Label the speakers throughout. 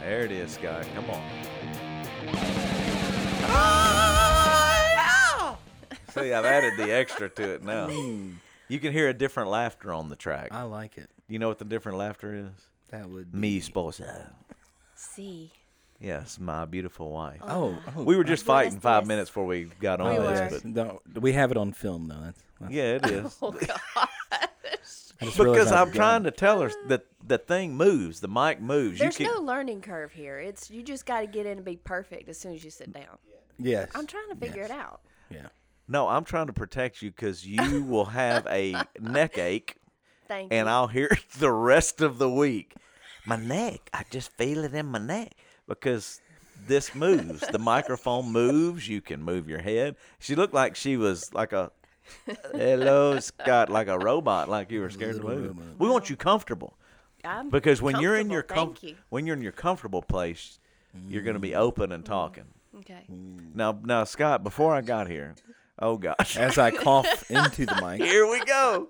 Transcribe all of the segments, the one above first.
Speaker 1: There it is, guy. Come on. See, I've added the extra to it now. You can hear a different laughter on the track.
Speaker 2: Uh,
Speaker 3: I like it.
Speaker 1: you know what the different laughter is?
Speaker 3: That would.
Speaker 1: Me esposa.
Speaker 2: See.
Speaker 1: Yes, my beautiful wife.
Speaker 3: Oh, oh,
Speaker 1: we were just
Speaker 2: goodness,
Speaker 1: fighting five
Speaker 2: yes.
Speaker 1: minutes before we got on
Speaker 2: We
Speaker 1: this,
Speaker 2: were.
Speaker 1: but
Speaker 3: no, we have it on film though. That's, that's
Speaker 1: yeah, it is.
Speaker 2: Oh,
Speaker 3: I just realized
Speaker 1: because
Speaker 3: I
Speaker 1: I'm
Speaker 3: forgot.
Speaker 1: trying to tell her that the thing moves, the mic moves.
Speaker 2: There's
Speaker 1: you
Speaker 2: no
Speaker 1: can,
Speaker 2: learning curve here. It's you just got to get in and be perfect as soon as you sit down.
Speaker 3: Yes.
Speaker 2: I'm trying to figure
Speaker 3: Yes.
Speaker 2: it out.
Speaker 3: Yeah.
Speaker 1: no, I'm trying to protect you because you will have a neck ache,
Speaker 2: Thank
Speaker 1: and
Speaker 2: you.
Speaker 1: I'll hear it the rest of the week. My neck, I just feel it in my neck because this moves. the microphone moves. You can move your head. She looked like she was like a hello, Scott, like a robot, like you were scared to
Speaker 3: Little
Speaker 1: move.
Speaker 3: robot.
Speaker 1: We want you comfortable.
Speaker 2: I'm
Speaker 1: because when you're in your
Speaker 2: comfortable.
Speaker 1: com-
Speaker 2: Thank you.
Speaker 1: when you're in your comfortable place, you're going to
Speaker 3: Mm.
Speaker 1: be open and talking.
Speaker 2: Okay.
Speaker 1: Mm. Now, now, Scott, before I got here, oh gosh,
Speaker 3: As I cough into the mic,
Speaker 1: here we go.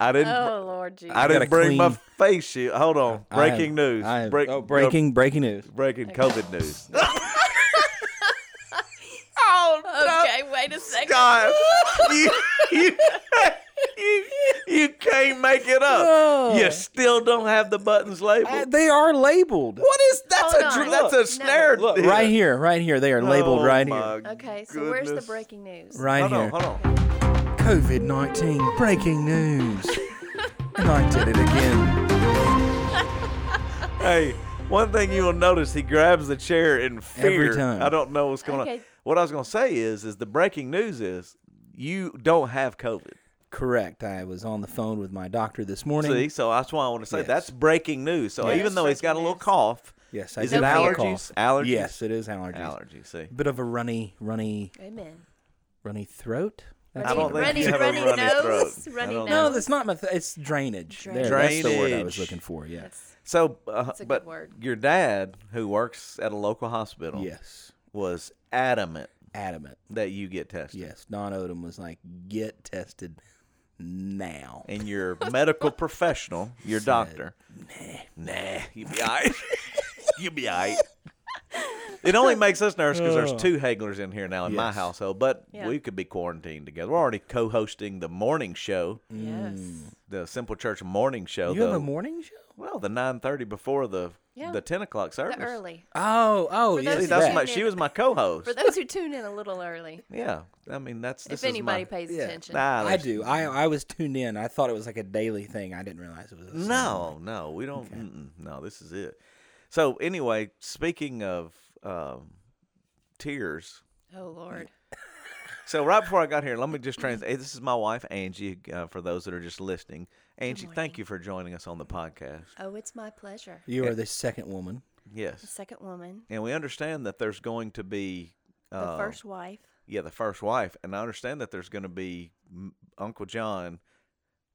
Speaker 1: I didn't.
Speaker 2: Oh Lord Jesus.
Speaker 1: I didn't
Speaker 3: gotta
Speaker 1: bring my
Speaker 3: clean-
Speaker 1: face shield. Hold on.
Speaker 3: I am-
Speaker 1: Breaking news.
Speaker 3: I am-
Speaker 1: Break-
Speaker 3: oh, breaking breaking news.
Speaker 1: no, breaking COVID news.
Speaker 2: okay, wait a second.
Speaker 1: God, you, you, you, you can't make it up. You still don't have the buttons labeled.
Speaker 3: Uh, they are labeled.
Speaker 1: what is that's
Speaker 2: Hold
Speaker 1: a dr-
Speaker 2: on.
Speaker 1: that's a
Speaker 2: Look,
Speaker 1: snare
Speaker 3: Look,
Speaker 1: deal.
Speaker 3: right here, right here. They are labeled
Speaker 1: Oh,
Speaker 3: right
Speaker 1: my
Speaker 3: here.
Speaker 2: Okay, so where's the
Speaker 1: goodness.
Speaker 2: breaking news?
Speaker 3: Right
Speaker 1: Hold on,
Speaker 3: here.
Speaker 1: hold on.
Speaker 3: COVID 19 breaking news. and I did it again.
Speaker 1: Hey, one thing you will notice, he grabs the chair in fear.
Speaker 3: Every time.
Speaker 1: I don't know what's going on.
Speaker 2: Okay.
Speaker 1: What I was going to say is, is the breaking news is you don't have COVID.
Speaker 3: Correct. I was on the phone with my doctor this morning.
Speaker 1: See, so that's why I want to say
Speaker 3: Yes.
Speaker 1: that's breaking news. So
Speaker 3: Yes.
Speaker 1: even though he's got a little
Speaker 2: Breaking
Speaker 1: cough,
Speaker 3: Yes, I
Speaker 1: is
Speaker 3: did
Speaker 1: it
Speaker 2: have a
Speaker 1: allergies?
Speaker 3: cough.
Speaker 1: Allergies.
Speaker 3: Yes, it is allergies.
Speaker 1: Allergies. See,
Speaker 3: Bit of a runny, runny,
Speaker 2: Amen.
Speaker 3: runny throat. That's
Speaker 1: I don't
Speaker 3: what it
Speaker 1: think you
Speaker 2: runny,
Speaker 1: have
Speaker 2: runny
Speaker 1: a runny
Speaker 2: nose,
Speaker 1: throat. I
Speaker 2: runny
Speaker 1: don't
Speaker 3: is. No,
Speaker 1: know.
Speaker 3: that's not my. Th- it's drainage. There, That's the word I was
Speaker 1: Drainage.
Speaker 3: looking for. Yeah.
Speaker 2: That's
Speaker 1: So, uh,
Speaker 2: a good
Speaker 1: but
Speaker 2: word.
Speaker 1: your dad, who works at a local hospital,
Speaker 3: Yes.
Speaker 1: was adamant
Speaker 3: Adamant.
Speaker 1: that you get tested.
Speaker 3: Yes. Don Odom was like, get tested now.
Speaker 1: and your medical professional, your doctor. Nah, nah, you'll be all right. you'll be all right. It only makes us nervous because there's two hagglers in here now in my
Speaker 3: Uh. Yes.
Speaker 1: household, but
Speaker 2: Yeah.
Speaker 1: we could be quarantined together. We're already co-hosting the morning show,
Speaker 2: yes.
Speaker 1: the Simple Church morning show.
Speaker 3: You
Speaker 1: the,
Speaker 3: have a morning show?
Speaker 1: well, the nine thirty before the
Speaker 2: Yeah.
Speaker 1: the ten o'clock service.
Speaker 2: The early.
Speaker 3: Oh, oh,
Speaker 2: For
Speaker 3: yeah.
Speaker 2: those
Speaker 1: See,
Speaker 2: who
Speaker 1: that's
Speaker 2: tune
Speaker 1: my,
Speaker 2: in-
Speaker 1: she was my co-host.
Speaker 2: For those who tune in a little early,
Speaker 1: yeah, I mean that's this
Speaker 2: if anybody
Speaker 1: is my,
Speaker 2: pays
Speaker 3: yeah.
Speaker 2: attention.
Speaker 1: Nah,
Speaker 3: I
Speaker 1: there's-
Speaker 3: do. I I was tuned in. I thought it was like a daily thing. I didn't realize it was. A
Speaker 1: No, no, we don't. Mm-mm, no, this is it. So anyway, speaking of um, tears,
Speaker 2: Oh Lord.
Speaker 1: so right before I got here, let me just trans. Hey, this is my wife Angie. Uh, for those that are just listening, Angie, thank you for joining us on the podcast.
Speaker 2: Oh, it's my pleasure.
Speaker 3: You are the second woman.
Speaker 1: Yes,
Speaker 2: Second woman,
Speaker 1: and we understand that there's going to be
Speaker 2: the
Speaker 1: uh,
Speaker 2: first wife.
Speaker 1: yeah, the first wife, and I understand that there's going to be m- Uncle John,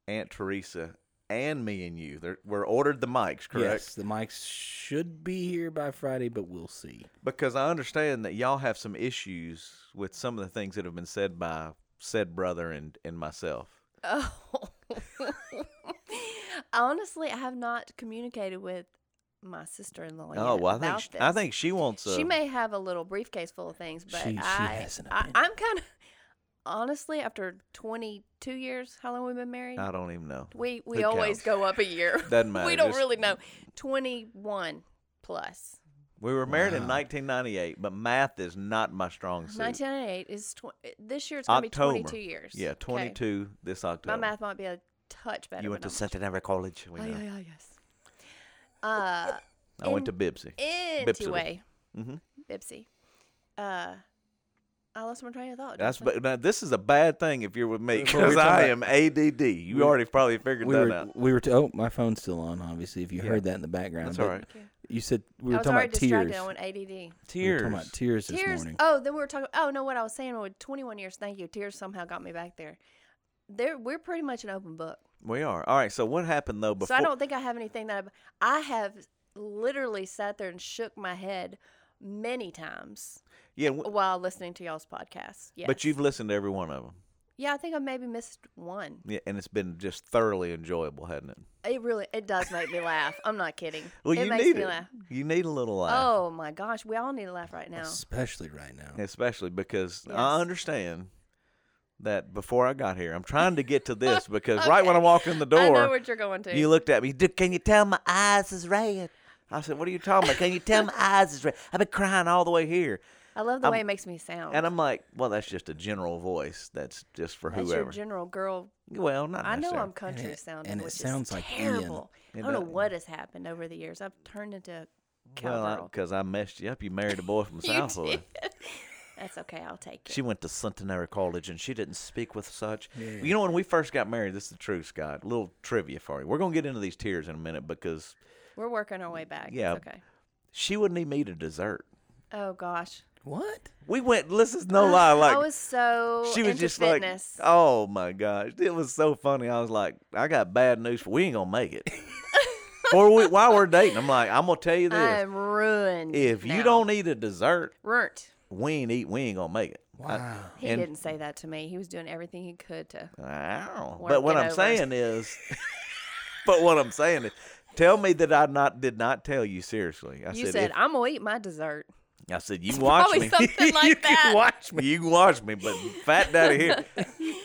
Speaker 1: Aunt Teresa, and me and you. There, we're ordered the mics, correct?
Speaker 3: Yes, the mics should be here by Friday, but we'll see.
Speaker 1: because I understand that y'all have some issues with some of the things that have been said by said brother and, and myself.
Speaker 2: Oh. Honestly, I have not communicated with my sister-in-law.
Speaker 1: oh,
Speaker 2: yet
Speaker 1: well, I think
Speaker 2: about
Speaker 1: sh-
Speaker 2: this.
Speaker 1: I think she wants a
Speaker 2: she may have a little briefcase full of things, but
Speaker 3: She- she
Speaker 2: I,
Speaker 3: has an
Speaker 2: I,
Speaker 3: opinion.
Speaker 2: I'm kind of honestly after 22 years. How long we've been married?
Speaker 1: I don't even know.
Speaker 2: we we
Speaker 1: who
Speaker 2: always
Speaker 1: counts?
Speaker 2: go up a year.
Speaker 1: Doesn't matter,
Speaker 2: we don't
Speaker 1: just-
Speaker 2: really know. 21 plus.
Speaker 1: We were married in
Speaker 3: Wow.
Speaker 1: 1998, but math is not my strong suit.
Speaker 2: 1998 is tw- this year's gonna
Speaker 1: October.
Speaker 2: be 22 years.
Speaker 1: Yeah,
Speaker 2: Okay.
Speaker 1: 22 this October.
Speaker 2: My math might be a touch better.
Speaker 1: You went
Speaker 2: but
Speaker 1: to
Speaker 2: I'm-
Speaker 1: Centenary College. We
Speaker 2: Oh,
Speaker 1: know.
Speaker 2: yeah, yeah, yes. Uh,
Speaker 1: I went to
Speaker 2: in-
Speaker 1: Bibsy. Bipsy.
Speaker 2: anyway,
Speaker 1: Mhm.
Speaker 2: Bipsy. Uh, I lost my train of thought.
Speaker 1: That's
Speaker 2: Justin.
Speaker 1: but now this is a bad thing if you're with me
Speaker 3: But we were
Speaker 1: because
Speaker 3: talking
Speaker 1: I am
Speaker 3: about-
Speaker 1: ADD. You already probably figured
Speaker 3: We
Speaker 1: that
Speaker 3: were
Speaker 1: out.
Speaker 3: we were t- oh my phone's still on. Obviously, if you
Speaker 1: Yeah.
Speaker 3: heard that in the background,
Speaker 1: That's
Speaker 3: but
Speaker 1: all right.
Speaker 3: You said
Speaker 2: I
Speaker 3: we were
Speaker 2: was
Speaker 3: talking
Speaker 2: already
Speaker 3: about
Speaker 2: distracted.
Speaker 3: tears.
Speaker 2: I went ADD.
Speaker 3: We were
Speaker 1: Tears.
Speaker 3: talking about tears this
Speaker 2: Tears.
Speaker 3: morning.
Speaker 2: Oh, then we were talking. Oh no, what I was saying with 21 years. Thank you. Tears somehow got me back there. There, we're pretty much an open book.
Speaker 1: We are. All right. So what happened though before?
Speaker 2: So I don't think I have anything that I, I have literally sat there and shook my head many times
Speaker 1: yeah. w-
Speaker 2: while listening to y'all's podcast. Oh, Yes.
Speaker 1: But you've listened to every one of them.
Speaker 2: Yeah, I think I maybe missed one.
Speaker 1: Yeah, and it's been just thoroughly enjoyable, hasn't it?
Speaker 2: It really it does make me laugh. I'm not kidding.
Speaker 1: Well,
Speaker 2: it
Speaker 1: you
Speaker 2: makes
Speaker 1: need
Speaker 2: me
Speaker 1: it.
Speaker 2: laugh.
Speaker 1: You need a little laugh,
Speaker 2: Oh my gosh, we all need to laugh right now.
Speaker 3: Especially right now.
Speaker 1: especially because I
Speaker 2: Oh. Yes.
Speaker 1: understand that before I got here, I'm trying to get to this because right when I walk in the
Speaker 2: I know
Speaker 1: door,
Speaker 2: what you're going to.
Speaker 1: you looked at me. "Dude, Can you tell my eyes is red? I said, "What are you talking about? Can you tell my eyes is red? I've been crying all the way here."
Speaker 2: I love the
Speaker 1: I'm-
Speaker 2: way it makes me sound.
Speaker 1: And I'm like, well, that's just a general voice. That's just for
Speaker 2: That's
Speaker 1: whoever.
Speaker 2: your general girl.
Speaker 1: well, not
Speaker 2: I know
Speaker 1: necessarily.
Speaker 2: I'm country
Speaker 3: it-
Speaker 2: sounding,
Speaker 3: and it
Speaker 2: which
Speaker 3: sounds
Speaker 2: is
Speaker 3: like Ian.
Speaker 2: terrible.
Speaker 1: It
Speaker 2: I don't know
Speaker 1: does.
Speaker 2: what has happened over the years. I've turned into a
Speaker 1: Well,
Speaker 2: cowgirl.
Speaker 1: because I, messed you up. You married a boy from Southwood.
Speaker 2: That's okay. I'll take it.
Speaker 1: She went to Centenary College and she didn't speak with such.
Speaker 3: Yeah.
Speaker 1: You know, when we first got married, this is the truth, Scott. A little trivia for you. We're going to get into these tears in a minute because
Speaker 2: We're working our way back.
Speaker 1: Yeah.
Speaker 2: It's okay.
Speaker 1: she wouldn't even eat a dessert.
Speaker 2: Oh gosh.
Speaker 3: What?
Speaker 1: We went, this is no lie. Like,
Speaker 2: I was so
Speaker 1: she was
Speaker 2: into
Speaker 1: just
Speaker 2: fitness.
Speaker 1: like, oh my gosh. It was so funny. I was like, I got bad news for we ain't going to make it. Or we, while we're dating, I'm like, I'm going to tell you this.
Speaker 2: I'm ruined.
Speaker 1: if
Speaker 2: now.
Speaker 1: you don't eat a dessert,
Speaker 2: ruined.
Speaker 1: we ain't eat, we ain't gonna make it.
Speaker 3: Wow.
Speaker 2: He
Speaker 1: And-
Speaker 2: didn't say that to me. He was doing everything he could to.
Speaker 1: I don't know.
Speaker 2: Work
Speaker 1: But what
Speaker 2: it
Speaker 1: I'm
Speaker 2: over.
Speaker 1: saying is, but what I'm saying is, tell me that I not did not tell you seriously. I
Speaker 2: You
Speaker 1: said,
Speaker 2: said,
Speaker 1: if-
Speaker 2: I'm gonna eat my dessert.
Speaker 1: I said you watch me,
Speaker 2: probably something like
Speaker 1: you
Speaker 2: that.
Speaker 1: can watch me, you can watch me, but fat daddy here.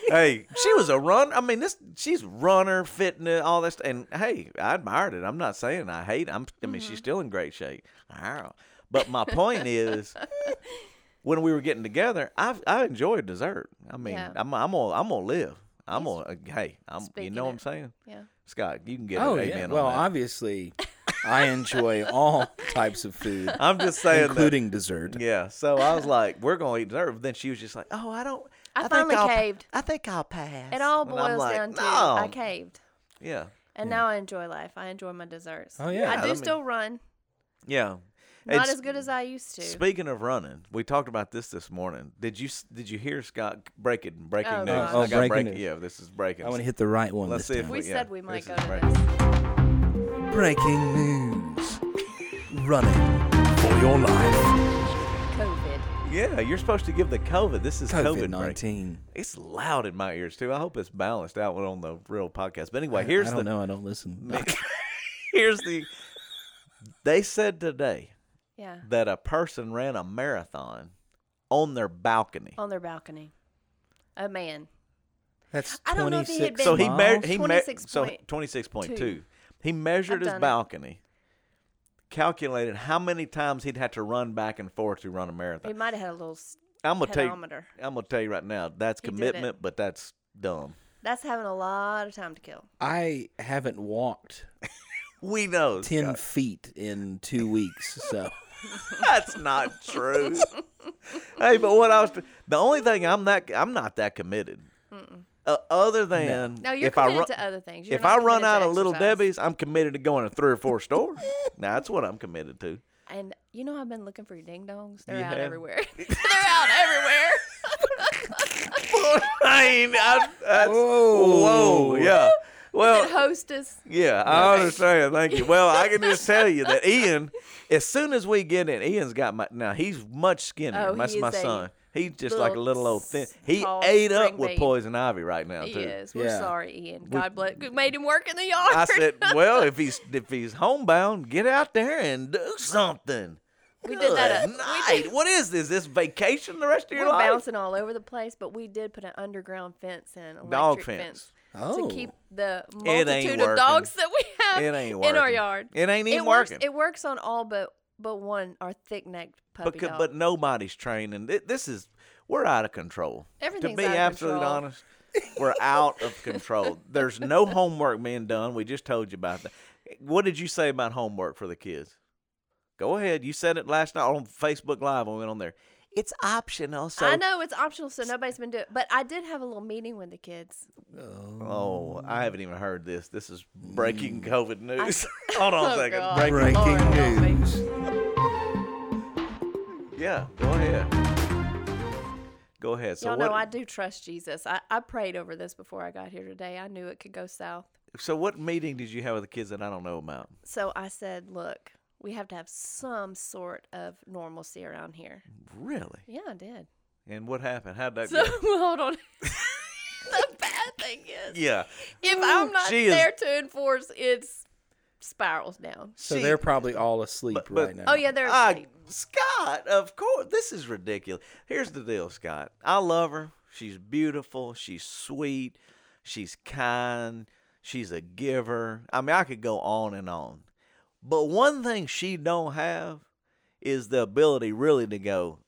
Speaker 1: hey, she was a run. I mean, this she's runner, fitness, all this, and hey, I admired it. I'm not saying I hate. It. I'm. I mean,
Speaker 2: Mm-hmm.
Speaker 1: she's still in great shape. Wow. But my point is. When we were getting together, I I enjoyed dessert. I mean,
Speaker 2: Yeah.
Speaker 1: I'm I'm gonna I'm gonna live. I'm gonna hey, I'm you
Speaker 2: Speaking
Speaker 1: know what I'm
Speaker 2: it.
Speaker 1: saying?
Speaker 2: Yeah.
Speaker 1: Scott, you can get
Speaker 3: Oh
Speaker 1: an
Speaker 3: yeah.
Speaker 1: amen
Speaker 3: well,
Speaker 1: on
Speaker 3: obviously, I enjoy all types of food,
Speaker 1: that. I'm just saying that.
Speaker 3: including dessert.
Speaker 1: Yeah, so I was like, "We're gonna eat dessert." But then she was just like, "Oh, I don't."
Speaker 2: I
Speaker 1: think
Speaker 2: finally
Speaker 1: I'll-
Speaker 2: caved.
Speaker 1: I think I'll pass.
Speaker 2: It all
Speaker 1: And I'm
Speaker 2: boils
Speaker 1: like,
Speaker 2: down to
Speaker 1: "No."
Speaker 2: I caved,
Speaker 1: Yeah,
Speaker 2: and now I enjoy life. I enjoy my desserts.
Speaker 3: Oh, yeah.
Speaker 1: Yeah,
Speaker 2: I do
Speaker 1: let me-
Speaker 2: still run,
Speaker 1: yeah.
Speaker 2: not
Speaker 1: It's-
Speaker 2: as good as I used to.
Speaker 1: Speaking of running, we talked about this this morning. Did you s- did you hear Scott breaking breaking
Speaker 2: Oh,
Speaker 1: news?
Speaker 2: God.
Speaker 3: Oh,
Speaker 1: I got
Speaker 3: breaking
Speaker 1: breaking.
Speaker 3: news.
Speaker 1: Yeah, this is breaking.
Speaker 3: I want to hit the right one
Speaker 1: Let's
Speaker 3: this
Speaker 1: see if
Speaker 3: time.
Speaker 2: we
Speaker 1: yeah,
Speaker 2: said we might
Speaker 1: this
Speaker 2: go
Speaker 1: is
Speaker 2: to
Speaker 1: right.
Speaker 2: this.
Speaker 3: Breaking news. Running for your life.
Speaker 2: COVID.
Speaker 1: yeah, you're supposed to give the COVID. This is COVID
Speaker 3: COVID
Speaker 1: break.
Speaker 3: nineteen.
Speaker 1: It's loud in my ears too. I hope it's balanced out on the real podcast. But anyway,
Speaker 3: I
Speaker 1: here's
Speaker 3: don't
Speaker 1: the
Speaker 3: know. I don't listen.
Speaker 1: here's the. They said today
Speaker 2: Yeah.
Speaker 1: that a person ran a marathon on their balcony.
Speaker 2: On their balcony. A man.
Speaker 3: That's
Speaker 2: I don't know if he had
Speaker 3: 26
Speaker 1: So he
Speaker 3: miles?
Speaker 1: measured he me-
Speaker 2: 26
Speaker 1: so
Speaker 2: point
Speaker 1: 26.2.
Speaker 2: two.
Speaker 1: He measured
Speaker 2: I've
Speaker 1: his
Speaker 2: done it.
Speaker 1: balcony, calculated how many times he'd had to run back and forth to run a
Speaker 2: He
Speaker 1: marathon.
Speaker 2: might have had a little. s-
Speaker 1: I'm gonna tell you,
Speaker 2: pedometer.
Speaker 1: I'm gonna tell you right now, that's
Speaker 2: He did it.
Speaker 1: commitment, but that's dumb.
Speaker 2: That's having a lot of time to kill.
Speaker 3: I haven't walked
Speaker 1: We know
Speaker 3: 10
Speaker 1: Scott.
Speaker 3: feet in two weeks. So
Speaker 1: That's not true. hey, but what else? The only thing I'm that I'm not that committed. Uh, other than
Speaker 2: No, you're
Speaker 1: if I
Speaker 2: committed
Speaker 1: run,
Speaker 2: to other things. You're
Speaker 1: if
Speaker 2: not
Speaker 1: I run
Speaker 2: committed to
Speaker 1: out of Little
Speaker 2: exercise.
Speaker 1: Debbie's, I'm committed to going to three or four stores. now that's what I'm committed to.
Speaker 2: And you know, I've been looking for your ding dongs. They're
Speaker 1: You
Speaker 2: out
Speaker 1: have?
Speaker 2: everywhere. They're out everywhere.
Speaker 1: I mean, I, that's,
Speaker 3: Whoa.
Speaker 1: whoa, yeah. Well,
Speaker 2: At Hostess.
Speaker 1: Yeah, I understand. Thank you. Well, I can just tell you that Ian, as soon as we get in, Ian's got my. Now he's much skinnier.
Speaker 2: Oh,
Speaker 1: That's
Speaker 2: he
Speaker 1: my
Speaker 2: is a
Speaker 1: son. He's just like a
Speaker 2: little
Speaker 1: little old thin.
Speaker 2: s-
Speaker 1: He
Speaker 2: tall
Speaker 1: ate up
Speaker 2: spring
Speaker 1: with
Speaker 2: baby.
Speaker 1: poison ivy right now
Speaker 2: He
Speaker 1: too.
Speaker 2: is. We're
Speaker 3: Yeah.
Speaker 2: sorry, Ian. God bless. Good- Made him work in the yard.
Speaker 1: I said, well, if he's if he's homebound, get out there and do something.
Speaker 2: We did that
Speaker 1: Good
Speaker 2: at-
Speaker 1: night. What is this? This vacation the rest of your
Speaker 2: We're
Speaker 1: life?
Speaker 2: bouncing all over the place, but we did put an underground fence in, electric
Speaker 1: Dog fence.
Speaker 2: fence,
Speaker 3: Oh.
Speaker 2: to keep the
Speaker 1: It ain't
Speaker 2: multitude
Speaker 1: working.
Speaker 2: of dogs that we have
Speaker 1: It ain't
Speaker 2: in our
Speaker 1: working.
Speaker 2: yard.
Speaker 1: It ain't even
Speaker 2: it works,
Speaker 1: working.
Speaker 2: It works on all but but one, our thick necked puppy
Speaker 1: Becau-
Speaker 2: dog.
Speaker 1: but nobody's training. Th- This is we're out of control.
Speaker 2: Everything's
Speaker 1: to be
Speaker 2: out of
Speaker 1: absolutely
Speaker 2: control.
Speaker 1: honest, we're out of control. There's no homework being done. We just told you about that. What did you say about homework for the kids? Go ahead. You said it last night on Facebook Live. when We went on there. It's optional. So
Speaker 2: I know it's optional, so nobody's been doing. But I did have a little meeting with the kids.
Speaker 1: Oh, I haven't even heard this. This is breaking COVID news. Hold on a
Speaker 2: Mm. Oh,
Speaker 1: second.
Speaker 2: God.
Speaker 1: Break-
Speaker 3: Breaking
Speaker 2: Lord, help me.
Speaker 3: news.
Speaker 1: Yeah, go ahead. Go ahead. So
Speaker 2: Y'all
Speaker 1: what?
Speaker 2: know I do trust Jesus. I, I prayed over this before I got here today. I knew it could go south.
Speaker 1: so what meeting did you have with the kids that I don't know about?
Speaker 2: So I said, look, we have to have some sort of normalcy around here.
Speaker 1: Really?
Speaker 2: Yeah, I did.
Speaker 1: And what happened? How'd that
Speaker 2: So
Speaker 1: go?
Speaker 2: hold on. thing is.
Speaker 1: Yeah.
Speaker 2: If I'm not
Speaker 1: She is-
Speaker 2: there to enforce, it's spirals down.
Speaker 3: So
Speaker 1: She-
Speaker 3: they're probably all asleep
Speaker 1: But- but-
Speaker 3: right now.
Speaker 2: Oh yeah, they're
Speaker 1: Ah,
Speaker 2: asleep.
Speaker 1: Scott, of course. This is ridiculous. Here's the deal, Scott. I love her. She's beautiful. She's sweet. She's kind. She's a giver. I mean, I could go on and on. But one thing she don't have is the ability really to go,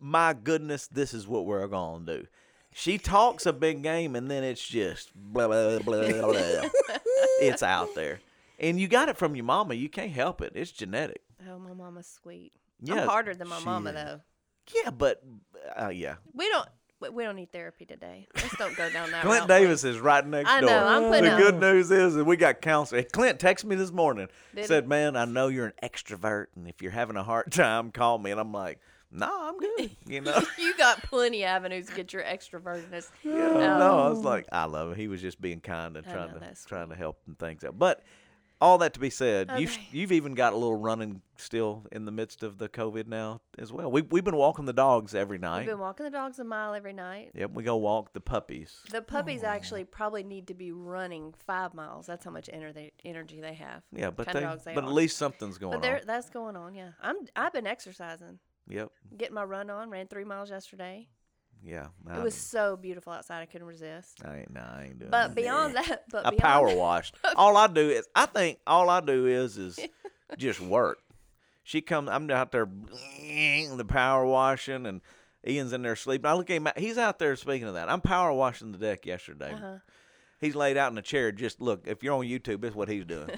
Speaker 1: my goodness, this is what we're going to do. She talks a big game and then it's just blah, blah, blah, blah, blah. it's out there. And you got it from your mama. You can't help it. It's genetic.
Speaker 2: oh, my mama's sweet.
Speaker 1: Yeah,
Speaker 2: I'm harder than my
Speaker 3: she
Speaker 2: mama
Speaker 3: is.
Speaker 2: though.
Speaker 1: Yeah, but uh, yeah,
Speaker 2: We don't. we- We don't need therapy today. Let's don't go down that.
Speaker 1: Clint
Speaker 2: route, please.
Speaker 1: Davis is right next
Speaker 2: I know,
Speaker 1: door.
Speaker 2: I'm
Speaker 1: the
Speaker 2: putting up-
Speaker 1: good news is that we got counseling. Clint texted me this morning.
Speaker 2: Did
Speaker 1: said, "Man, I know you're an extrovert, and if you're having a hard time, call me." And I'm like, "Nah, I'm good." You know.
Speaker 2: you got plenty of avenues to get your Um, extrovertness.
Speaker 1: Yeah,
Speaker 2: No.
Speaker 1: no, I was like, I love it. He was just being kind and
Speaker 2: I
Speaker 1: trying
Speaker 2: know,
Speaker 1: to
Speaker 2: that's
Speaker 1: trying to help and things out. But all that to be said, you've
Speaker 2: Okay.
Speaker 1: you've even got a little running still in the midst of the COVID now as well. We we've been walking the dogs every
Speaker 2: We've
Speaker 1: night.
Speaker 2: been walking the dogs a mile every night.
Speaker 1: Yep, we go walk the puppies.
Speaker 2: The puppies actually probably need to be running five miles. That's how much energy energy they have.
Speaker 1: Yeah, but
Speaker 2: Kind
Speaker 1: they,
Speaker 2: of dogs they
Speaker 1: but
Speaker 2: are.
Speaker 1: at least something's going
Speaker 2: But there,
Speaker 1: on.
Speaker 2: that's going on. Yeah, I'm. I've been exercising,
Speaker 1: Yep.
Speaker 2: getting my run on. Ran three miles yesterday.
Speaker 1: Yeah.
Speaker 2: It was so beautiful outside. I couldn't resist.
Speaker 1: I ain't, nah, I ain't doing
Speaker 2: But
Speaker 1: that.
Speaker 2: beyond that, but
Speaker 1: I
Speaker 2: beyond
Speaker 1: power
Speaker 2: that-
Speaker 1: washed. All I do is, I think all I do is, is just work. She comes, I'm out there, the power washing, and Ian's in there sleeping. I look at him, he's out there speaking of that. I'm power washing the deck yesterday.
Speaker 2: Uh-huh.
Speaker 1: He's laid out in a chair, just look, if you're on YouTube, that's what he's doing.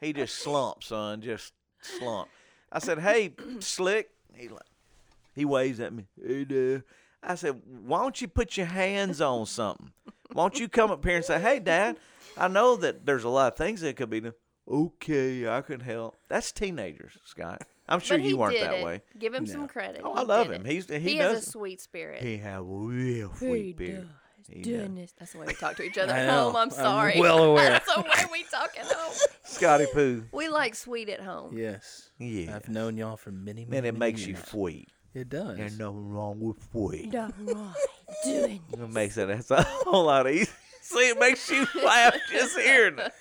Speaker 1: he just slumped, son, just slumped. I said, hey, slick. He like, he waves at me. Hey, Dad. I said, why don't you put your hands on something? Why don't you come up here and say, hey, Dad, I know that there's a lot of things that could be done. Okay, I can help. That's teenagers, Scott. I'm sure
Speaker 2: but he
Speaker 1: you weren't
Speaker 2: did
Speaker 1: that
Speaker 2: it.
Speaker 1: way.
Speaker 2: Give him
Speaker 3: No.
Speaker 2: some credit.
Speaker 1: Oh,
Speaker 2: He
Speaker 1: I love
Speaker 2: did
Speaker 1: him.
Speaker 2: it.
Speaker 1: He's- he
Speaker 2: has
Speaker 1: does
Speaker 2: a
Speaker 1: it.
Speaker 2: sweet spirit.
Speaker 1: He had real
Speaker 2: He
Speaker 1: sweet beard.
Speaker 2: does.
Speaker 1: He
Speaker 2: Doing
Speaker 1: does.
Speaker 2: this. That's the way we talk to each other
Speaker 3: I
Speaker 2: at home.
Speaker 3: know.
Speaker 2: I'm
Speaker 3: I'm
Speaker 2: sorry.
Speaker 3: well aware.
Speaker 2: That's the way we talk at home.
Speaker 1: Scotty Pooh.
Speaker 2: We like sweet at home.
Speaker 3: Yes.
Speaker 1: Yeah.
Speaker 3: I've known y'all for many, many,
Speaker 1: Man, it
Speaker 3: many
Speaker 1: makes you
Speaker 3: years.
Speaker 1: sweet.
Speaker 3: It does.
Speaker 1: There's nothing wrong with sweet.
Speaker 2: No, right. Doing it.
Speaker 1: It makes it that's a whole lot easier. See, it makes you laugh just hearing it.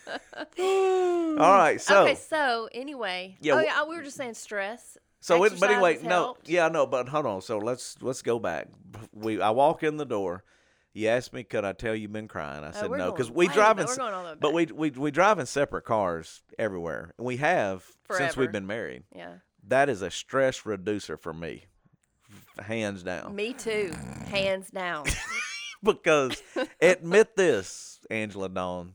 Speaker 1: All right, so
Speaker 2: okay, so anyway,
Speaker 1: Yeah,
Speaker 2: oh
Speaker 1: wh-
Speaker 2: yeah, we were just saying stress.
Speaker 1: So, it, but
Speaker 2: Exercise
Speaker 1: anyway,
Speaker 2: has
Speaker 1: no,
Speaker 2: helped.
Speaker 1: yeah, no, but hold on. So let's let's go back. We I walk in the door. You asked me, could I tell you've been crying? I said
Speaker 2: Uh, we're
Speaker 1: no, because
Speaker 2: going
Speaker 1: we
Speaker 2: way
Speaker 1: drive
Speaker 2: back.
Speaker 1: in,
Speaker 2: We're
Speaker 1: s-
Speaker 2: going all the way
Speaker 1: but we, we we drive in separate cars everywhere. And we have since
Speaker 2: Forever.
Speaker 1: we've been married.
Speaker 2: Yeah,
Speaker 1: That is a stress reducer for me, hands down.
Speaker 2: me too. Hands down.
Speaker 1: because admit this, Angela Dawn,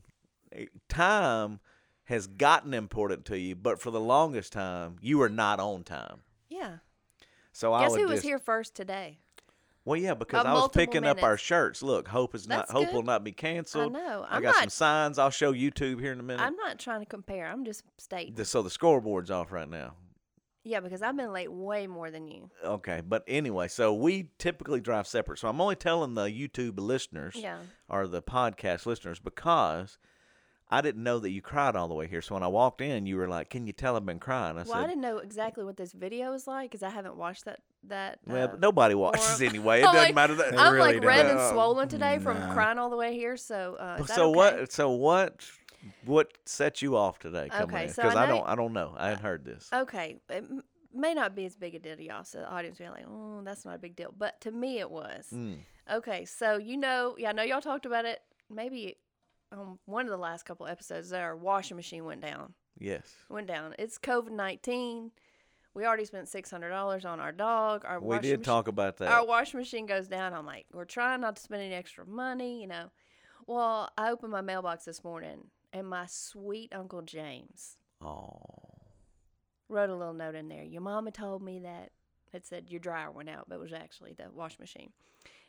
Speaker 1: eh, time has gotten important to you, but for the longest time, you were not on time.
Speaker 2: Yeah.
Speaker 1: So I
Speaker 2: Guess
Speaker 1: would
Speaker 2: who was
Speaker 1: just-
Speaker 2: here first today?
Speaker 1: Well, yeah, because
Speaker 2: Uh,
Speaker 1: I was
Speaker 2: multiple
Speaker 1: picking up our
Speaker 2: minutes.
Speaker 1: shirts. Look, hope is not
Speaker 2: That's
Speaker 1: hope
Speaker 2: good.
Speaker 1: will not be canceled.
Speaker 2: know.
Speaker 1: I
Speaker 2: I'm
Speaker 1: got some
Speaker 2: not-
Speaker 1: signs. I'll show YouTube here in a minute.
Speaker 2: I'm not trying to compare. I'm just stating.
Speaker 1: The- so the scoreboard's off right now.
Speaker 2: Yeah, because I've been late way more than you.
Speaker 1: Okay, but anyway, so we typically drive separate. So I'm only telling the YouTube listeners
Speaker 2: Yeah.
Speaker 1: or the podcast listeners because I didn't know that you cried all the way here. So when I walked in, you were like, "Can you tell I've been crying?" I
Speaker 2: well, I
Speaker 1: said,
Speaker 2: didn't know exactly what this video was like because I haven't watched that. That.
Speaker 1: "Well,
Speaker 2: uh,
Speaker 1: but nobody watches
Speaker 2: forum.
Speaker 1: anyway. It
Speaker 2: I'm
Speaker 1: doesn't
Speaker 2: like-
Speaker 1: matter that."
Speaker 2: I'm
Speaker 3: really
Speaker 2: like red
Speaker 1: don't.
Speaker 2: and swollen today from
Speaker 3: Nah.
Speaker 2: crying all the way here. So. Uh, is that
Speaker 1: Um, so
Speaker 2: okay?
Speaker 1: what? So what? What set you off today coming
Speaker 2: Okay,
Speaker 1: in?
Speaker 2: so
Speaker 1: Because
Speaker 2: I
Speaker 1: I
Speaker 2: know- Uh,
Speaker 1: don't, I don't know. I hadn't heard this.
Speaker 2: Okay, it m- may not be as big a deal to y'all, so the audience will be like, "Oh, that's not a big deal," but to me, it was.
Speaker 1: Hmm,
Speaker 2: Okay, so you know, yeah, I know y'all talked about it. Maybe on one of the last couple episodes, our washing machine went down.
Speaker 1: Yes.
Speaker 2: Went down. It's COVID nineteen. We already spent six hundred dollars on our dog. Our
Speaker 1: We
Speaker 2: washing
Speaker 1: did
Speaker 2: mach-
Speaker 1: talk about that.
Speaker 2: Our washing machine goes down. I'm like, we're trying not to spend any extra money, you know. Well, I opened my mailbox this morning, and my sweet uncle James
Speaker 1: oh,
Speaker 2: wrote a little note in there. Your mama told me that it said your dryer went out, but it was actually the washing machine.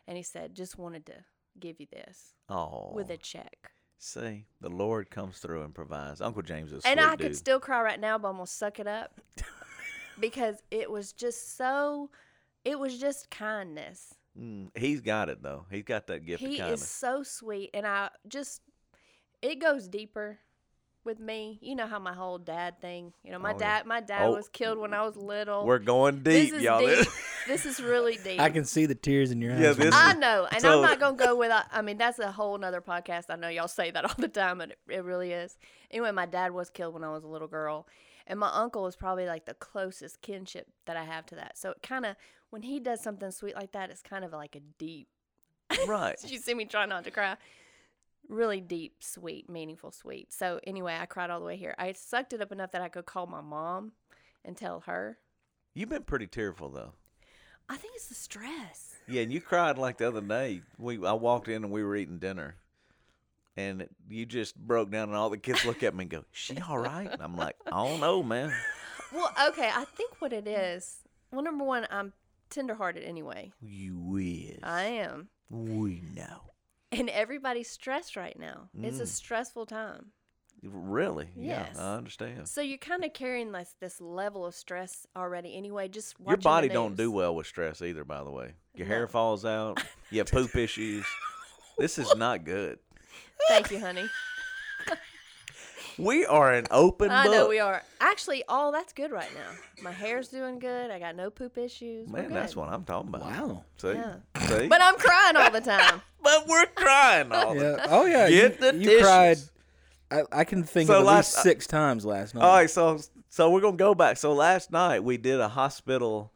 Speaker 2: And he said, just wanted to give you this
Speaker 1: oh.
Speaker 2: with a check.
Speaker 1: See, the Lord comes through and provides. Uncle James is.
Speaker 2: and
Speaker 1: sweet
Speaker 2: I
Speaker 1: dude.
Speaker 2: could still cry right now, but I'm gonna suck it up because it was just so. It was just kindness.
Speaker 1: Mm, he's got it though. He's got that gift
Speaker 2: he
Speaker 1: of kindness.
Speaker 2: is so sweet, and I just it goes deeper with me. You know how my whole dad thing. You know, my
Speaker 1: Oh, yeah.
Speaker 2: dad, my dad
Speaker 1: Oh.
Speaker 2: was killed when I was little.
Speaker 1: We're going
Speaker 2: this
Speaker 1: deep,
Speaker 2: is
Speaker 1: y'all.
Speaker 2: deep. this is really deep.
Speaker 3: I can see the tears in your eyes.
Speaker 1: Yeah,
Speaker 3: right
Speaker 1: this
Speaker 3: now.
Speaker 2: I know, and
Speaker 1: So-
Speaker 2: I'm not gonna go without. I mean, that's a whole nother podcast. I know y'all say that all the time, but it, it really is. Anyway, my dad was killed when I was a little girl, and my uncle is probably like the closest kinship that I have to that. So it kind of, when he does something sweet like that, it's kind of like a deep.
Speaker 1: right.
Speaker 2: You see me trying not to cry. Really deep, sweet, meaningful, sweet. So anyway, I cried all the way here. I sucked it up enough that I could call my mom and tell her.
Speaker 1: You've been pretty tearful though.
Speaker 2: I think it's the stress.
Speaker 1: Yeah, and you cried like the other day. We I walked in and we were eating dinner, and you just broke down, and all the kids look at me and go, "She all right?" And I'm like, "I don't know, man."
Speaker 2: Well, okay. I think what it is. Well, number one, I'm tenderhearted anyway.
Speaker 1: You wish.
Speaker 2: I am,
Speaker 1: We know.
Speaker 2: and everybody's stressed right now. It's
Speaker 1: Mm.
Speaker 2: a stressful time,
Speaker 1: Really?
Speaker 2: Yes.
Speaker 1: Yeah, I understand.
Speaker 2: so you're kind of carrying this this level of stress already anyway. Just
Speaker 1: Your
Speaker 2: watching the
Speaker 1: body don't do
Speaker 2: news.
Speaker 1: well with stress either, by the way. Your
Speaker 2: No.
Speaker 1: hair falls out. You have poop issues. This is not good.
Speaker 2: Thank you, honey.
Speaker 1: We are an open
Speaker 2: I
Speaker 1: book.
Speaker 2: know we are. Actually, all that's good right now. My hair's doing good. I got no poop issues. We're
Speaker 1: Man, that's
Speaker 2: good.
Speaker 1: what I'm talking about.
Speaker 3: Wow.
Speaker 1: See?
Speaker 2: Yeah.
Speaker 1: See?
Speaker 2: But I'm crying all the time.
Speaker 1: But we're crying all the
Speaker 3: Yeah. Oh yeah.
Speaker 1: Get
Speaker 3: you,
Speaker 1: the
Speaker 3: you cried.
Speaker 1: tissues.
Speaker 3: I, I can think
Speaker 1: So
Speaker 3: of at least
Speaker 1: last- Oh,
Speaker 3: six times last night.
Speaker 1: All right, so so we're gonna go back. So last night we did a hospital.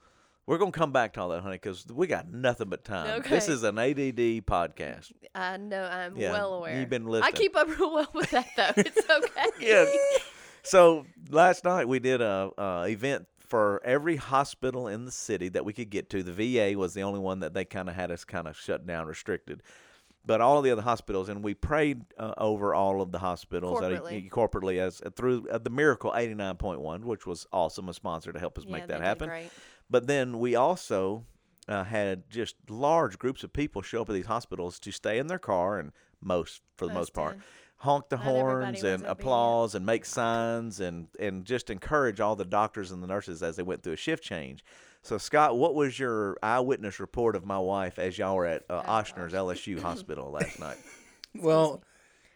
Speaker 1: We're gonna come back to all that, honey, because we got nothing but time. This
Speaker 2: Okay.
Speaker 1: is an ADD podcast.
Speaker 2: I know. I'm
Speaker 1: Yeah,
Speaker 2: well aware.
Speaker 1: you've been
Speaker 2: I
Speaker 1: listening.
Speaker 2: keep up real well with that though. It's okay.
Speaker 1: Yes. So last night we did a, a event for every hospital in the city that we could get to. The VA was the only one that they kind of had us kind of shut down, restricted. But all the other hospitals, and we prayed uh, over all of the hospitals that-
Speaker 2: Corporately.
Speaker 1: corporately as through uh, the Miracle eighty nine point one, which was awesome, a sponsor to help us
Speaker 2: Yeah,
Speaker 1: make
Speaker 2: they
Speaker 1: that
Speaker 2: did
Speaker 1: happen.
Speaker 2: great.
Speaker 1: But then we also uh, had just large groups of people show up at these hospitals to stay in their car and most, for the most
Speaker 2: Most
Speaker 1: part,
Speaker 2: did.
Speaker 1: honk the
Speaker 2: Not everybody
Speaker 1: horns
Speaker 2: was
Speaker 1: and
Speaker 2: obedient.
Speaker 1: applause and make signs and and just encourage all the doctors and the nurses as they went through a shift change. So Scott, what was your eyewitness report of my wife as y'all were at uh,
Speaker 2: Oh,
Speaker 1: Oshner's LSU hospital last night?
Speaker 3: Well,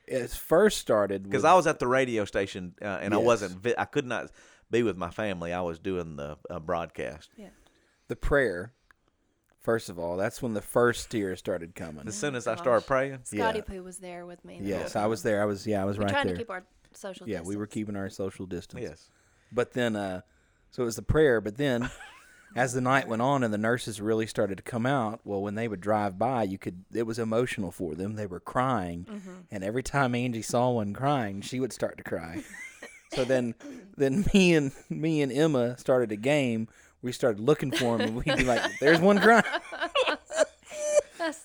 Speaker 3: it first started
Speaker 1: Because
Speaker 3: with
Speaker 1: I was at the radio station uh, and I
Speaker 3: Yes.
Speaker 1: wasn't, vi- I could not be with my family. I was doing the uh, broadcast.
Speaker 2: Yeah.
Speaker 3: the prayer. First of all, that's when the first tear started coming.
Speaker 1: As soon as I
Speaker 2: Oh gosh.
Speaker 1: started praying,
Speaker 2: Scotty
Speaker 3: Yeah.
Speaker 2: Poo was there with me.
Speaker 3: yes, I was there. I was yeah, I was
Speaker 2: We're
Speaker 3: right
Speaker 2: trying
Speaker 3: there.
Speaker 2: to keep our social.
Speaker 3: yeah, we were
Speaker 2: distance.
Speaker 3: keeping our social distance.
Speaker 1: yes.
Speaker 3: But then, uh, so it was the prayer. But then, as the night went on and the nurses really started to come out, well, when they would drive by, you could, it was emotional for them. They were crying. And every time Angie saw one crying, she would start to cry. so then, then me and, me and Emma started a game. We started looking for him and we'd be like, there's one crying.
Speaker 2: That's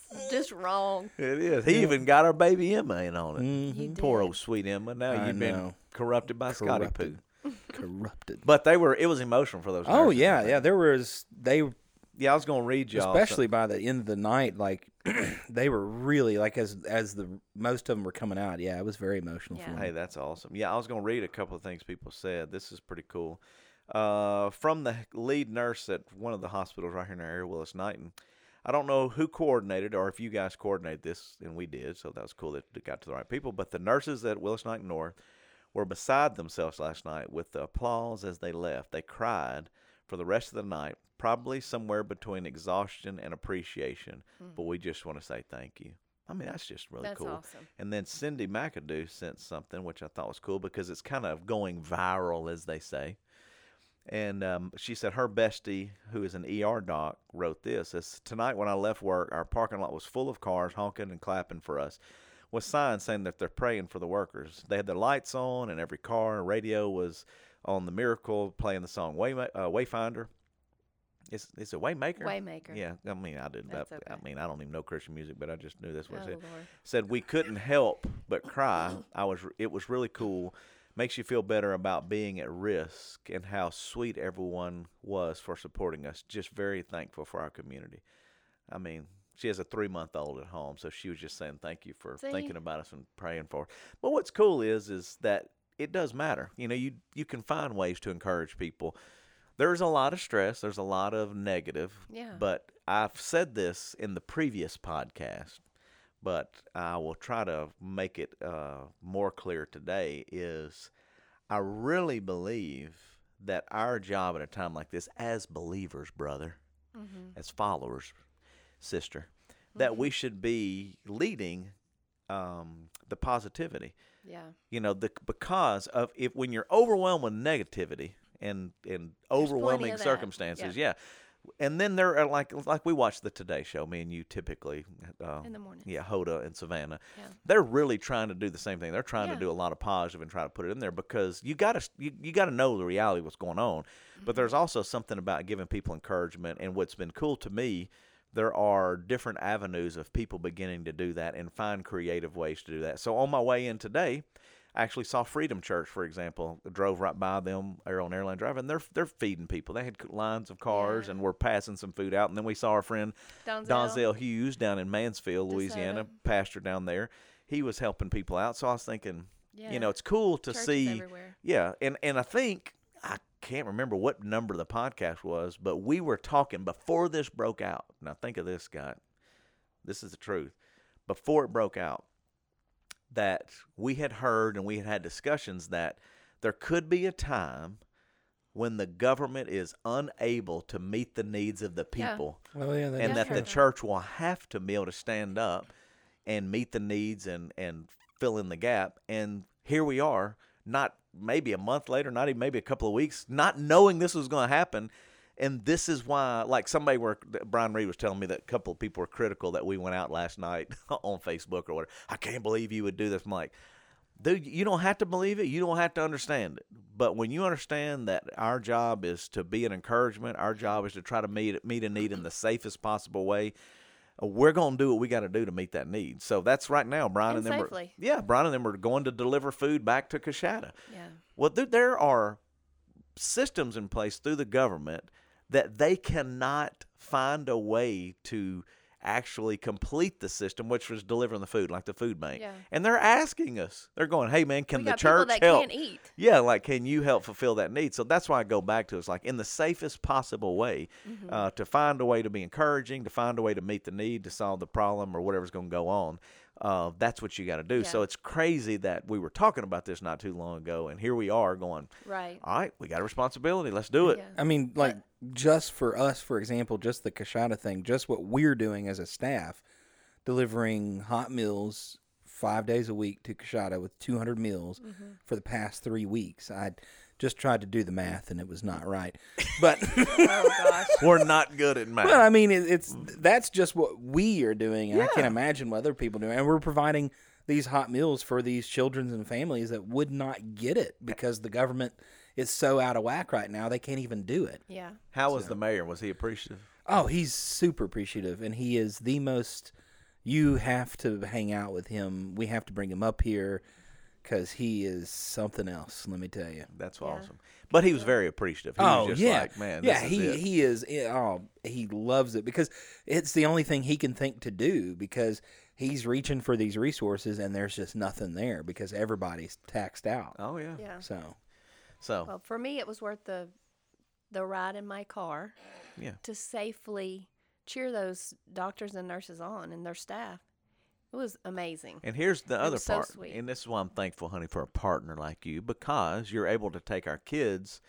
Speaker 2: just wrong.
Speaker 1: It is. He even got our baby Emma in on it.
Speaker 2: You
Speaker 1: Mm-hmm. Poor
Speaker 2: did.
Speaker 1: old sweet Emma. Now
Speaker 3: Mm. I
Speaker 1: you've been
Speaker 3: know.
Speaker 1: corrupted by Scotty Poo.
Speaker 3: Corrupted. Corrupted.
Speaker 1: But they were. It was emotional for those.
Speaker 3: Oh,
Speaker 1: nurses, I
Speaker 3: yeah.
Speaker 1: think.
Speaker 3: Yeah. There was, they
Speaker 1: Yeah, I was gonna read y'all. some-
Speaker 3: especially by the end of the night like they were really like as as the most of them were coming out yeah it was very emotional for
Speaker 2: Yeah.
Speaker 3: them
Speaker 1: Hey, that's awesome. Yeah, I was gonna read a couple of things people said. This is pretty cool. Uh, from the lead nurse at one of the hospitals right here in our area, Willis Knighton. I don't know who coordinated or if you guys coordinated this, and we did, so that was cool that it got to the right people. But the nurses at Willis Knighton North were beside themselves last night with the applause as they left. They cried for the rest of the night, probably somewhere between exhaustion and appreciation. But we just want to say thank you. I mean, that's just really
Speaker 2: Hmm. That's
Speaker 1: cool.
Speaker 2: awesome.
Speaker 1: And then Cindy McAdoo sent something, which I thought was cool because it's kind of going viral, as they say. And um, she said her bestie, who is an ER doc, wrote this. As tonight when I left work, our parking lot was full of cars honking and clapping for us, with signs saying that they're praying for the workers. They had their lights on, and every car and radio was on the miracle playing the song Way, uh, Wayfinder. It's it's a Waymaker.
Speaker 2: Waymaker.
Speaker 1: Yeah, I mean I did that.
Speaker 2: That's okay.
Speaker 1: I mean I don't even know Christian music, but I just knew this was
Speaker 2: Oh,
Speaker 1: it
Speaker 2: Lord.
Speaker 1: said we couldn't help but cry. I was it was really cool. Makes you feel better about being at risk and how sweet everyone was for supporting us. Just very thankful for our community. I mean, she has a three month old at home, so she was just saying thank you for
Speaker 2: See?
Speaker 1: thinking about us and praying for. Her. But what's cool is is that it does matter. You know, you you can find ways to encourage people. There's a lot of stress. There's a lot of negative.
Speaker 2: Yeah.
Speaker 1: But I've said this in the previous podcast but I will try to make it uh, more clear today is I really believe that our job at a time like this, as believers, brother, as followers, sister, that we should be leading um, the positivity
Speaker 2: Yeah.
Speaker 1: you know the because of if when you're overwhelmed with negativity and and overwhelming
Speaker 2: of that.
Speaker 1: circumstances yeah. and then there are like like we watch the today show me and you typically uh,
Speaker 2: In the mornings.
Speaker 1: yeah hoda and savannah
Speaker 2: Yeah.
Speaker 1: they're really trying to do the same thing they're trying
Speaker 2: Yeah.
Speaker 1: to do a lot of positive and try to put it in there because you gotta you, you gotta know the reality of what's going on
Speaker 2: Mm-hmm.
Speaker 1: but there's also something about giving people encouragement and what's been cool to me there are different avenues of people beginning to do that and find creative ways to do that. So on my way in today, I actually saw Freedom Church, for example. I drove right by them there on Airline Drive, and they're they're feeding people. They had lines of cars, and we're passing some food out. And then we saw our friend
Speaker 2: Donzel.
Speaker 1: Donzel Hughes down in Mansfield, Louisiana,
Speaker 2: DeSoto.
Speaker 1: pastor down there. He was helping people out. So I was thinking,
Speaker 2: Yeah.
Speaker 1: you know, it's cool to
Speaker 2: Churches
Speaker 1: see.
Speaker 2: everywhere.
Speaker 1: Yeah, and and I think I can't remember what number the podcast was, but we were talking before this broke out. Now think of this, Scott. This is the truth. Before it broke out, that we had heard and we had had discussions that there could be a time when the government is unable to meet the needs of the
Speaker 2: Yeah.
Speaker 1: people
Speaker 3: Well, yeah,
Speaker 1: and
Speaker 2: is
Speaker 1: that
Speaker 2: true.
Speaker 1: the church will have to be able to stand up and meet the needs and and fill in the gap. And here we are, not maybe a month later, not even maybe a couple of weeks, not knowing this was going to happen. And this is why, like somebody were Brian Reed was telling me that a couple of people were critical that we went out last night on Facebook or whatever. I can't believe you would do this. I'm like, dude, you don't have to believe it. You don't have to understand it. But when you understand that our job is to be an encouragement, our job is to try to meet meet a need in the safest possible way. uh, We're gonna do what we got to do to meet that need. So that's right now, Brian and,
Speaker 2: And
Speaker 1: them. were-
Speaker 2: safely.
Speaker 1: yeah, Brian and them are going to deliver food back to Kashada.
Speaker 2: Yeah.
Speaker 1: Well, there, there are systems in place through the government that they cannot find a way to actually complete the system, which was delivering the food, like the food bank.
Speaker 2: Yeah.
Speaker 1: And they're asking us, they're going, hey, man, can
Speaker 2: we
Speaker 1: the
Speaker 2: got
Speaker 1: church
Speaker 2: people that
Speaker 1: help?
Speaker 2: can't eat.
Speaker 1: Yeah, like can you help fulfill that need? So that's why I go back to it's like in the safest possible way
Speaker 2: Mm-hmm.
Speaker 1: uh, to find a way to be encouraging, to find a way to meet the need, to solve the problem or whatever's going to go on. Uh, that's what you got to do. So
Speaker 2: Yeah.
Speaker 1: it's crazy that we were talking about this not too long ago, and here we are going.
Speaker 2: Right.
Speaker 1: All right, we got a responsibility. Let's do it.
Speaker 2: Yeah.
Speaker 3: I mean, like just for us, for example, just the Kashada thing, just what we're doing as a staff, delivering hot meals five days a week to Kashada with 200 meals for the past three weeks. I just tried to do the math and it was not right, but
Speaker 2: Oh gosh.
Speaker 1: We're not good at math.
Speaker 3: well, I mean, it, it's that's just what we are doing, and I can't imagine what other people do. And we're providing these hot meals for these children and families that would not get it because the government is so out of whack right now; they can't even do it.
Speaker 2: Yeah.
Speaker 1: How was the mayor? Was he appreciative?
Speaker 3: Oh, he's super appreciative, and he is the most. You have to hang out with him. We have to bring him up here because he is something else. Let me tell you.
Speaker 1: That's awesome. But he was very appreciative. He was just like, man,
Speaker 3: Oh, yeah.
Speaker 1: this is
Speaker 3: he
Speaker 1: it.
Speaker 3: he is. eh, Oh, he loves it because it's the only thing he can think to do because he's reaching for these resources and there's just nothing there because everybody's taxed out.
Speaker 1: oh yeah.
Speaker 2: Yeah.
Speaker 3: So
Speaker 1: So
Speaker 2: Well, for me, it was worth the the ride in my car
Speaker 1: yeah,
Speaker 2: to safely cheer those doctors and nurses on and their staff. It was amazing.
Speaker 1: And here's the other
Speaker 2: was so
Speaker 1: part.
Speaker 2: sweet.
Speaker 1: And this is why I'm thankful, honey, for a partner like you because you're able to take our kids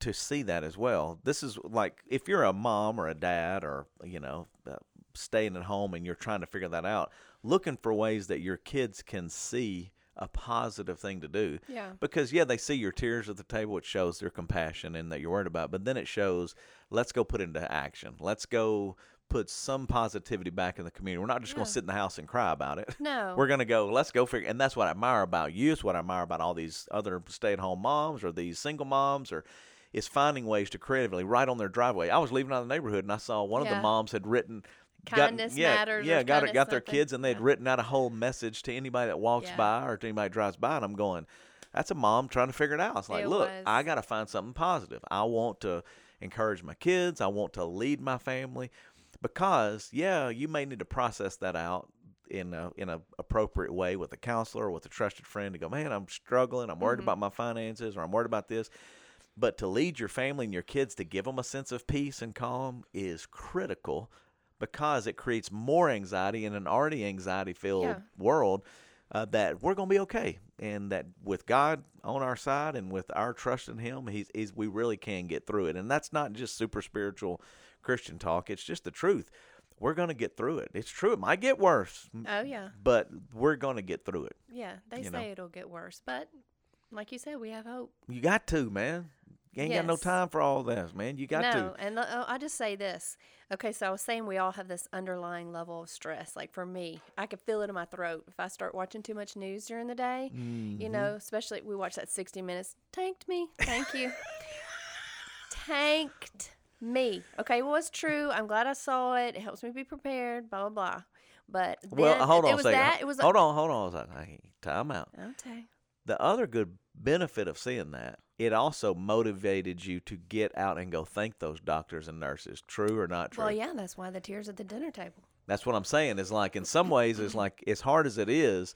Speaker 1: to see that as well. This is like if you're a mom or a dad or, you know, uh, staying at home and you're trying to figure that out, looking for ways that your kids can see a positive thing to do.
Speaker 2: Yeah.
Speaker 1: Because yeah, they see your tears at the table, it shows their compassion and that you're worried about. But then it shows, let's go put into action. Let's go put some positivity back in the community. We're not just going to sit in the house and cry about it.
Speaker 2: No.
Speaker 1: We're gonna go. Let's go figure. And that's what I admire about you. It's what I admire about all these other stay-at-home moms or these single moms or is finding ways to creatively right on their driveway. I was leaving out of the neighborhood and I saw one of
Speaker 2: Yeah.
Speaker 1: the moms had written.
Speaker 2: Kindness
Speaker 1: yeah,
Speaker 2: matters
Speaker 1: Yeah,
Speaker 2: or
Speaker 1: got it.
Speaker 2: kindness
Speaker 1: Got their
Speaker 2: something.
Speaker 1: kids and they had
Speaker 2: Yeah.
Speaker 1: written out a whole message to anybody that walks
Speaker 2: Yeah.
Speaker 1: by or to anybody that drives by. And I'm going, that's a mom trying to figure it out. It's like,
Speaker 2: It
Speaker 1: look,
Speaker 2: was.
Speaker 1: I got to find something positive. I want to encourage my kids. I want to lead my family because yeah, you may need to process that out in a in a appropriate way with a counselor or with a trusted friend to go, man, I'm struggling. I'm worried
Speaker 2: Mm-hmm.
Speaker 1: about my finances or I'm worried about this. But to lead your family and your kids to give them a sense of peace and calm is critical because it creates more anxiety in an already anxiety filled
Speaker 2: Yeah.
Speaker 1: world uh, that we're going to be okay and that with God on our side and with our trust in him he's, he's we really can get through it and that's not just super spiritual Christian talk it's just the truth we're going to get through it it's true it might get worse m-
Speaker 2: Oh yeah,
Speaker 1: but we're going to get through it
Speaker 2: yeah. They
Speaker 1: You
Speaker 2: say
Speaker 1: know.
Speaker 2: it'll get worse, but like you said, we have hope.
Speaker 1: you got to man you ain't got no
Speaker 2: Yes.
Speaker 1: time for all this man you got
Speaker 2: no,
Speaker 1: to
Speaker 2: and le- oh, I just say this. Okay, so I was saying we all have this underlying level of stress. Like for me, I could feel it in my throat if I start watching too much news during the day.
Speaker 1: Mm-hmm.
Speaker 2: You know, especially we watch that 60 Minutes. Tanked me. Thank you. Tanked me. Okay, well, it's true. I'm glad I saw it. It helps me be prepared. Blah blah blah. But
Speaker 1: well
Speaker 2: then
Speaker 1: hold on
Speaker 2: it
Speaker 1: a
Speaker 2: was
Speaker 1: second
Speaker 2: that. It was
Speaker 1: hold on hold on a second Hey, time out
Speaker 2: Okay.
Speaker 1: the other good benefit of seeing that it also motivated you to get out and go thank those doctors and nurses true or not true
Speaker 2: Well, yeah, that's why the tears at the dinner table.
Speaker 1: that's what i'm saying is like in some ways it's like as hard as it is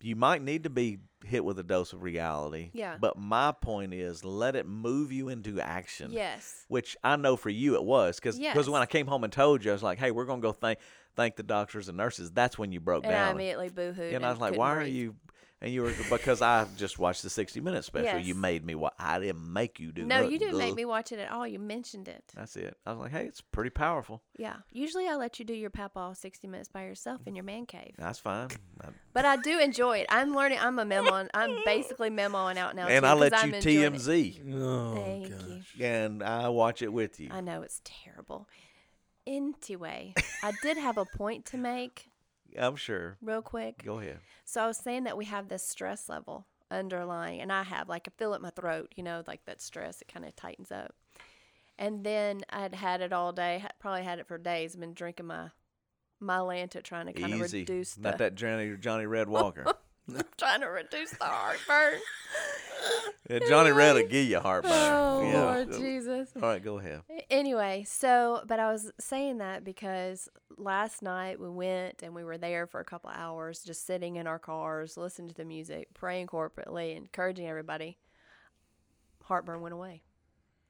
Speaker 1: you might need to be hit with a dose of reality
Speaker 2: Yeah.
Speaker 1: but my point is let it move you into action
Speaker 2: Yes.
Speaker 1: which I know for you it was because
Speaker 2: Yes.
Speaker 1: when I came home and told you I was like hey we're gonna go thank thank the doctors and nurses that's when you broke
Speaker 2: And I
Speaker 1: down
Speaker 2: immediately boohooed.
Speaker 1: and I was like,
Speaker 2: couldn't
Speaker 1: "Why are
Speaker 2: breathe.
Speaker 1: you?" And you were because I just watched the sixty minute special. You
Speaker 2: Yes.
Speaker 1: made me. Wa- I didn't make you do.
Speaker 2: No,
Speaker 1: nothing.
Speaker 2: you didn't make
Speaker 1: Ugh.
Speaker 2: me watch it at all. You mentioned it.
Speaker 1: That's it. I was like, "Hey, it's pretty powerful.
Speaker 2: Yeah. Usually I let you do your papaw 60 minutes by yourself in your man cave.
Speaker 1: That's fine." I-
Speaker 2: But I do enjoy it. I'm learning. I'm a memo. I'm basically memoing out now.
Speaker 1: and
Speaker 2: too,
Speaker 1: I
Speaker 2: 'cause
Speaker 1: let
Speaker 2: I'm
Speaker 1: you
Speaker 2: enjoying it.
Speaker 1: TMZ,
Speaker 3: Oh,
Speaker 2: Thank
Speaker 3: God.
Speaker 2: you.
Speaker 1: and I watch it with you.
Speaker 2: I know it's terrible. Anyway, I did have a point to make
Speaker 1: I'm sure.
Speaker 2: real quick.
Speaker 1: Go ahead.
Speaker 2: So I was saying that we have this stress level underlying, and I have like I feel it in my throat, you know, like that stress, it kind of tightens up. And then I'd had it all day, had, probably had it for days, been drinking my my Lanta trying to kind of
Speaker 1: Easy.
Speaker 2: reduce
Speaker 1: Not
Speaker 2: the
Speaker 1: that Johnny Johnny Red Walker.
Speaker 2: trying to reduce the heartburn.
Speaker 1: Yeah, Johnny Red will give you a heartburn.
Speaker 2: oh
Speaker 1: yeah.
Speaker 2: Lord Jesus.
Speaker 1: All right, go ahead.
Speaker 2: Anyway, so but I was saying that because last night we went and we were there for a couple hours, just sitting in our cars, listening to the music, praying corporately, encouraging everybody. Heartburn went away.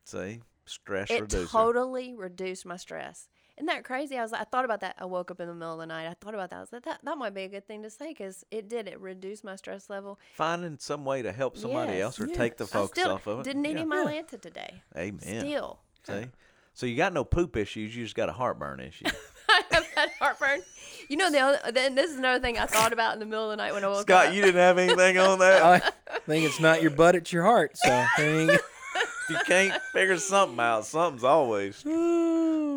Speaker 1: See, stress
Speaker 2: It
Speaker 1: reducer.
Speaker 2: totally reduced my stress. Isn't that crazy? I was I thought about that. I woke up in the middle of the night. I thought about that. I was like, that that might be a good thing to say because it did. It reduced my stress level.
Speaker 1: Finding some way to help somebody
Speaker 2: Yes.
Speaker 1: else or take the focus
Speaker 2: I still
Speaker 1: off of it.
Speaker 2: didn't need
Speaker 1: Yeah.
Speaker 2: any my Lanta today.
Speaker 1: Amen.
Speaker 2: Still,
Speaker 1: See? So you got no poop issues, you just got a heartburn issue.
Speaker 2: I have had heartburn. You know, the other, then this is another thing I thought about in the middle of the night when I woke up.
Speaker 1: Scott, you didn't have anything on that.
Speaker 3: I think it's not your butt, it's your heart. So, I think-
Speaker 1: If you can't figure something out, something's always. What were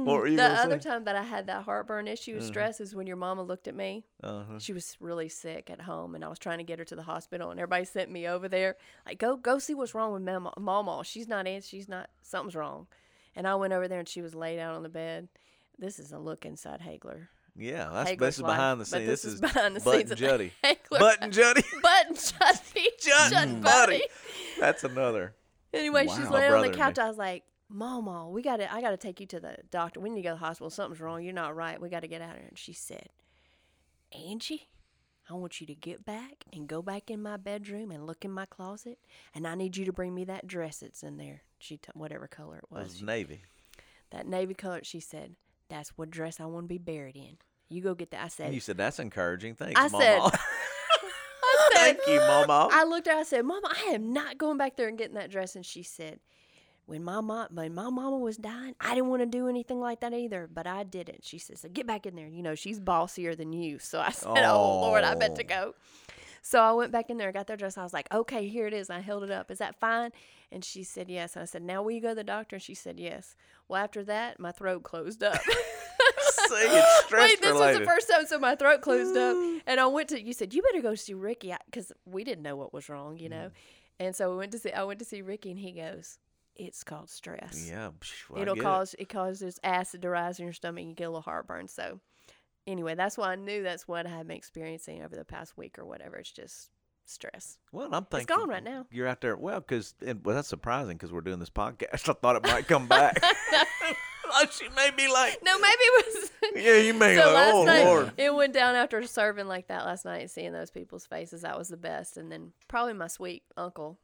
Speaker 1: Mm-hmm. you
Speaker 2: the
Speaker 1: gonna
Speaker 2: other
Speaker 1: say?
Speaker 2: time that I had that heartburn issue with stress is when your mama looked at me.
Speaker 1: Oh. Uh,
Speaker 2: She was really sick at home, and I was trying to get her to the hospital, and everybody sent me over there. Like, go, go see what's wrong with mama. Mama, she's not in. She's not. Something's wrong. And I went over there, and she was laid out on the bed. This is a look inside Hagler.
Speaker 1: yeah, that's
Speaker 2: Hagler's
Speaker 1: this is behind the
Speaker 2: life, but
Speaker 1: scenes.
Speaker 2: this is behind the
Speaker 1: Butt and
Speaker 2: scenes of
Speaker 1: Juddy.
Speaker 2: Hagler.
Speaker 1: Butt and Juddy.
Speaker 2: But Juddy,
Speaker 1: Jud
Speaker 2: Jud
Speaker 1: Buddy.
Speaker 2: Buddy.
Speaker 1: That's another.
Speaker 2: Anyway, she's
Speaker 1: My
Speaker 3: Wow.
Speaker 2: laying on the
Speaker 1: brother and
Speaker 2: couch. I was like, Mama, we got to. I got to take you to the doctor. We need to go to the hospital. Something's wrong. You're not right. We got to get out of here. And she said, Angie, I want you to get back and go back in my bedroom and look in my closet. And I need you to bring me that dress that's in there. She t- whatever color it
Speaker 1: It
Speaker 2: was,
Speaker 1: was Navy.
Speaker 2: that navy color. She said, That's what dress I want to be buried in. You go get that. I said,
Speaker 1: You said that's encouraging. Thanks,
Speaker 2: I said-
Speaker 1: Mama.
Speaker 2: I said,
Speaker 1: Thank you, Mama.
Speaker 2: I looked at her, I said, Mama, I am not going back there and getting that dress. And she said, when my mom, when my mama was dying, I didn't want to do anything like that either, but I did it. She says, so "Get back in there." You know, she's bossier than you. So I said, "Oh Lord, I bet to
Speaker 1: Oh.
Speaker 2: go." So I went back in there, got their dress. I was like, "Okay, here it is." I held it up. Is that fine? And she said, "Yes." And I said, "Now will you go to the doctor?" And she said, "Yes." Well, after that, my throat closed up.
Speaker 1: See, it's stress
Speaker 2: Wait, this was
Speaker 1: related.
Speaker 2: the first time, so my throat closed up,
Speaker 1: Mm.
Speaker 2: and I went to. You said you better go see Ricky because we didn't know what was wrong, you know.
Speaker 1: Mm.
Speaker 2: And so we went to see. I went to see Ricky, and he goes, "It's called stress.
Speaker 1: Yeah, psh, well, I
Speaker 2: It'll
Speaker 1: get it.
Speaker 2: cause it. causes acid to rise in your stomach, and you get a little heartburn." So anyway, that's why I knew that's what I had been experiencing over the past week or whatever. It's just stress.
Speaker 1: Well, I'm thinking
Speaker 2: gone right now.
Speaker 1: You're out there. Well, because well, that's surprising because we're doing this podcast. I thought it might come back. like she may be like,
Speaker 2: No, maybe it was.
Speaker 1: yeah, you may.
Speaker 2: So
Speaker 1: like,
Speaker 2: last
Speaker 1: oh
Speaker 2: night
Speaker 1: Lord.
Speaker 2: it went down after serving like that last night and seeing those people's faces. That was the best. And then probably my sweet uncle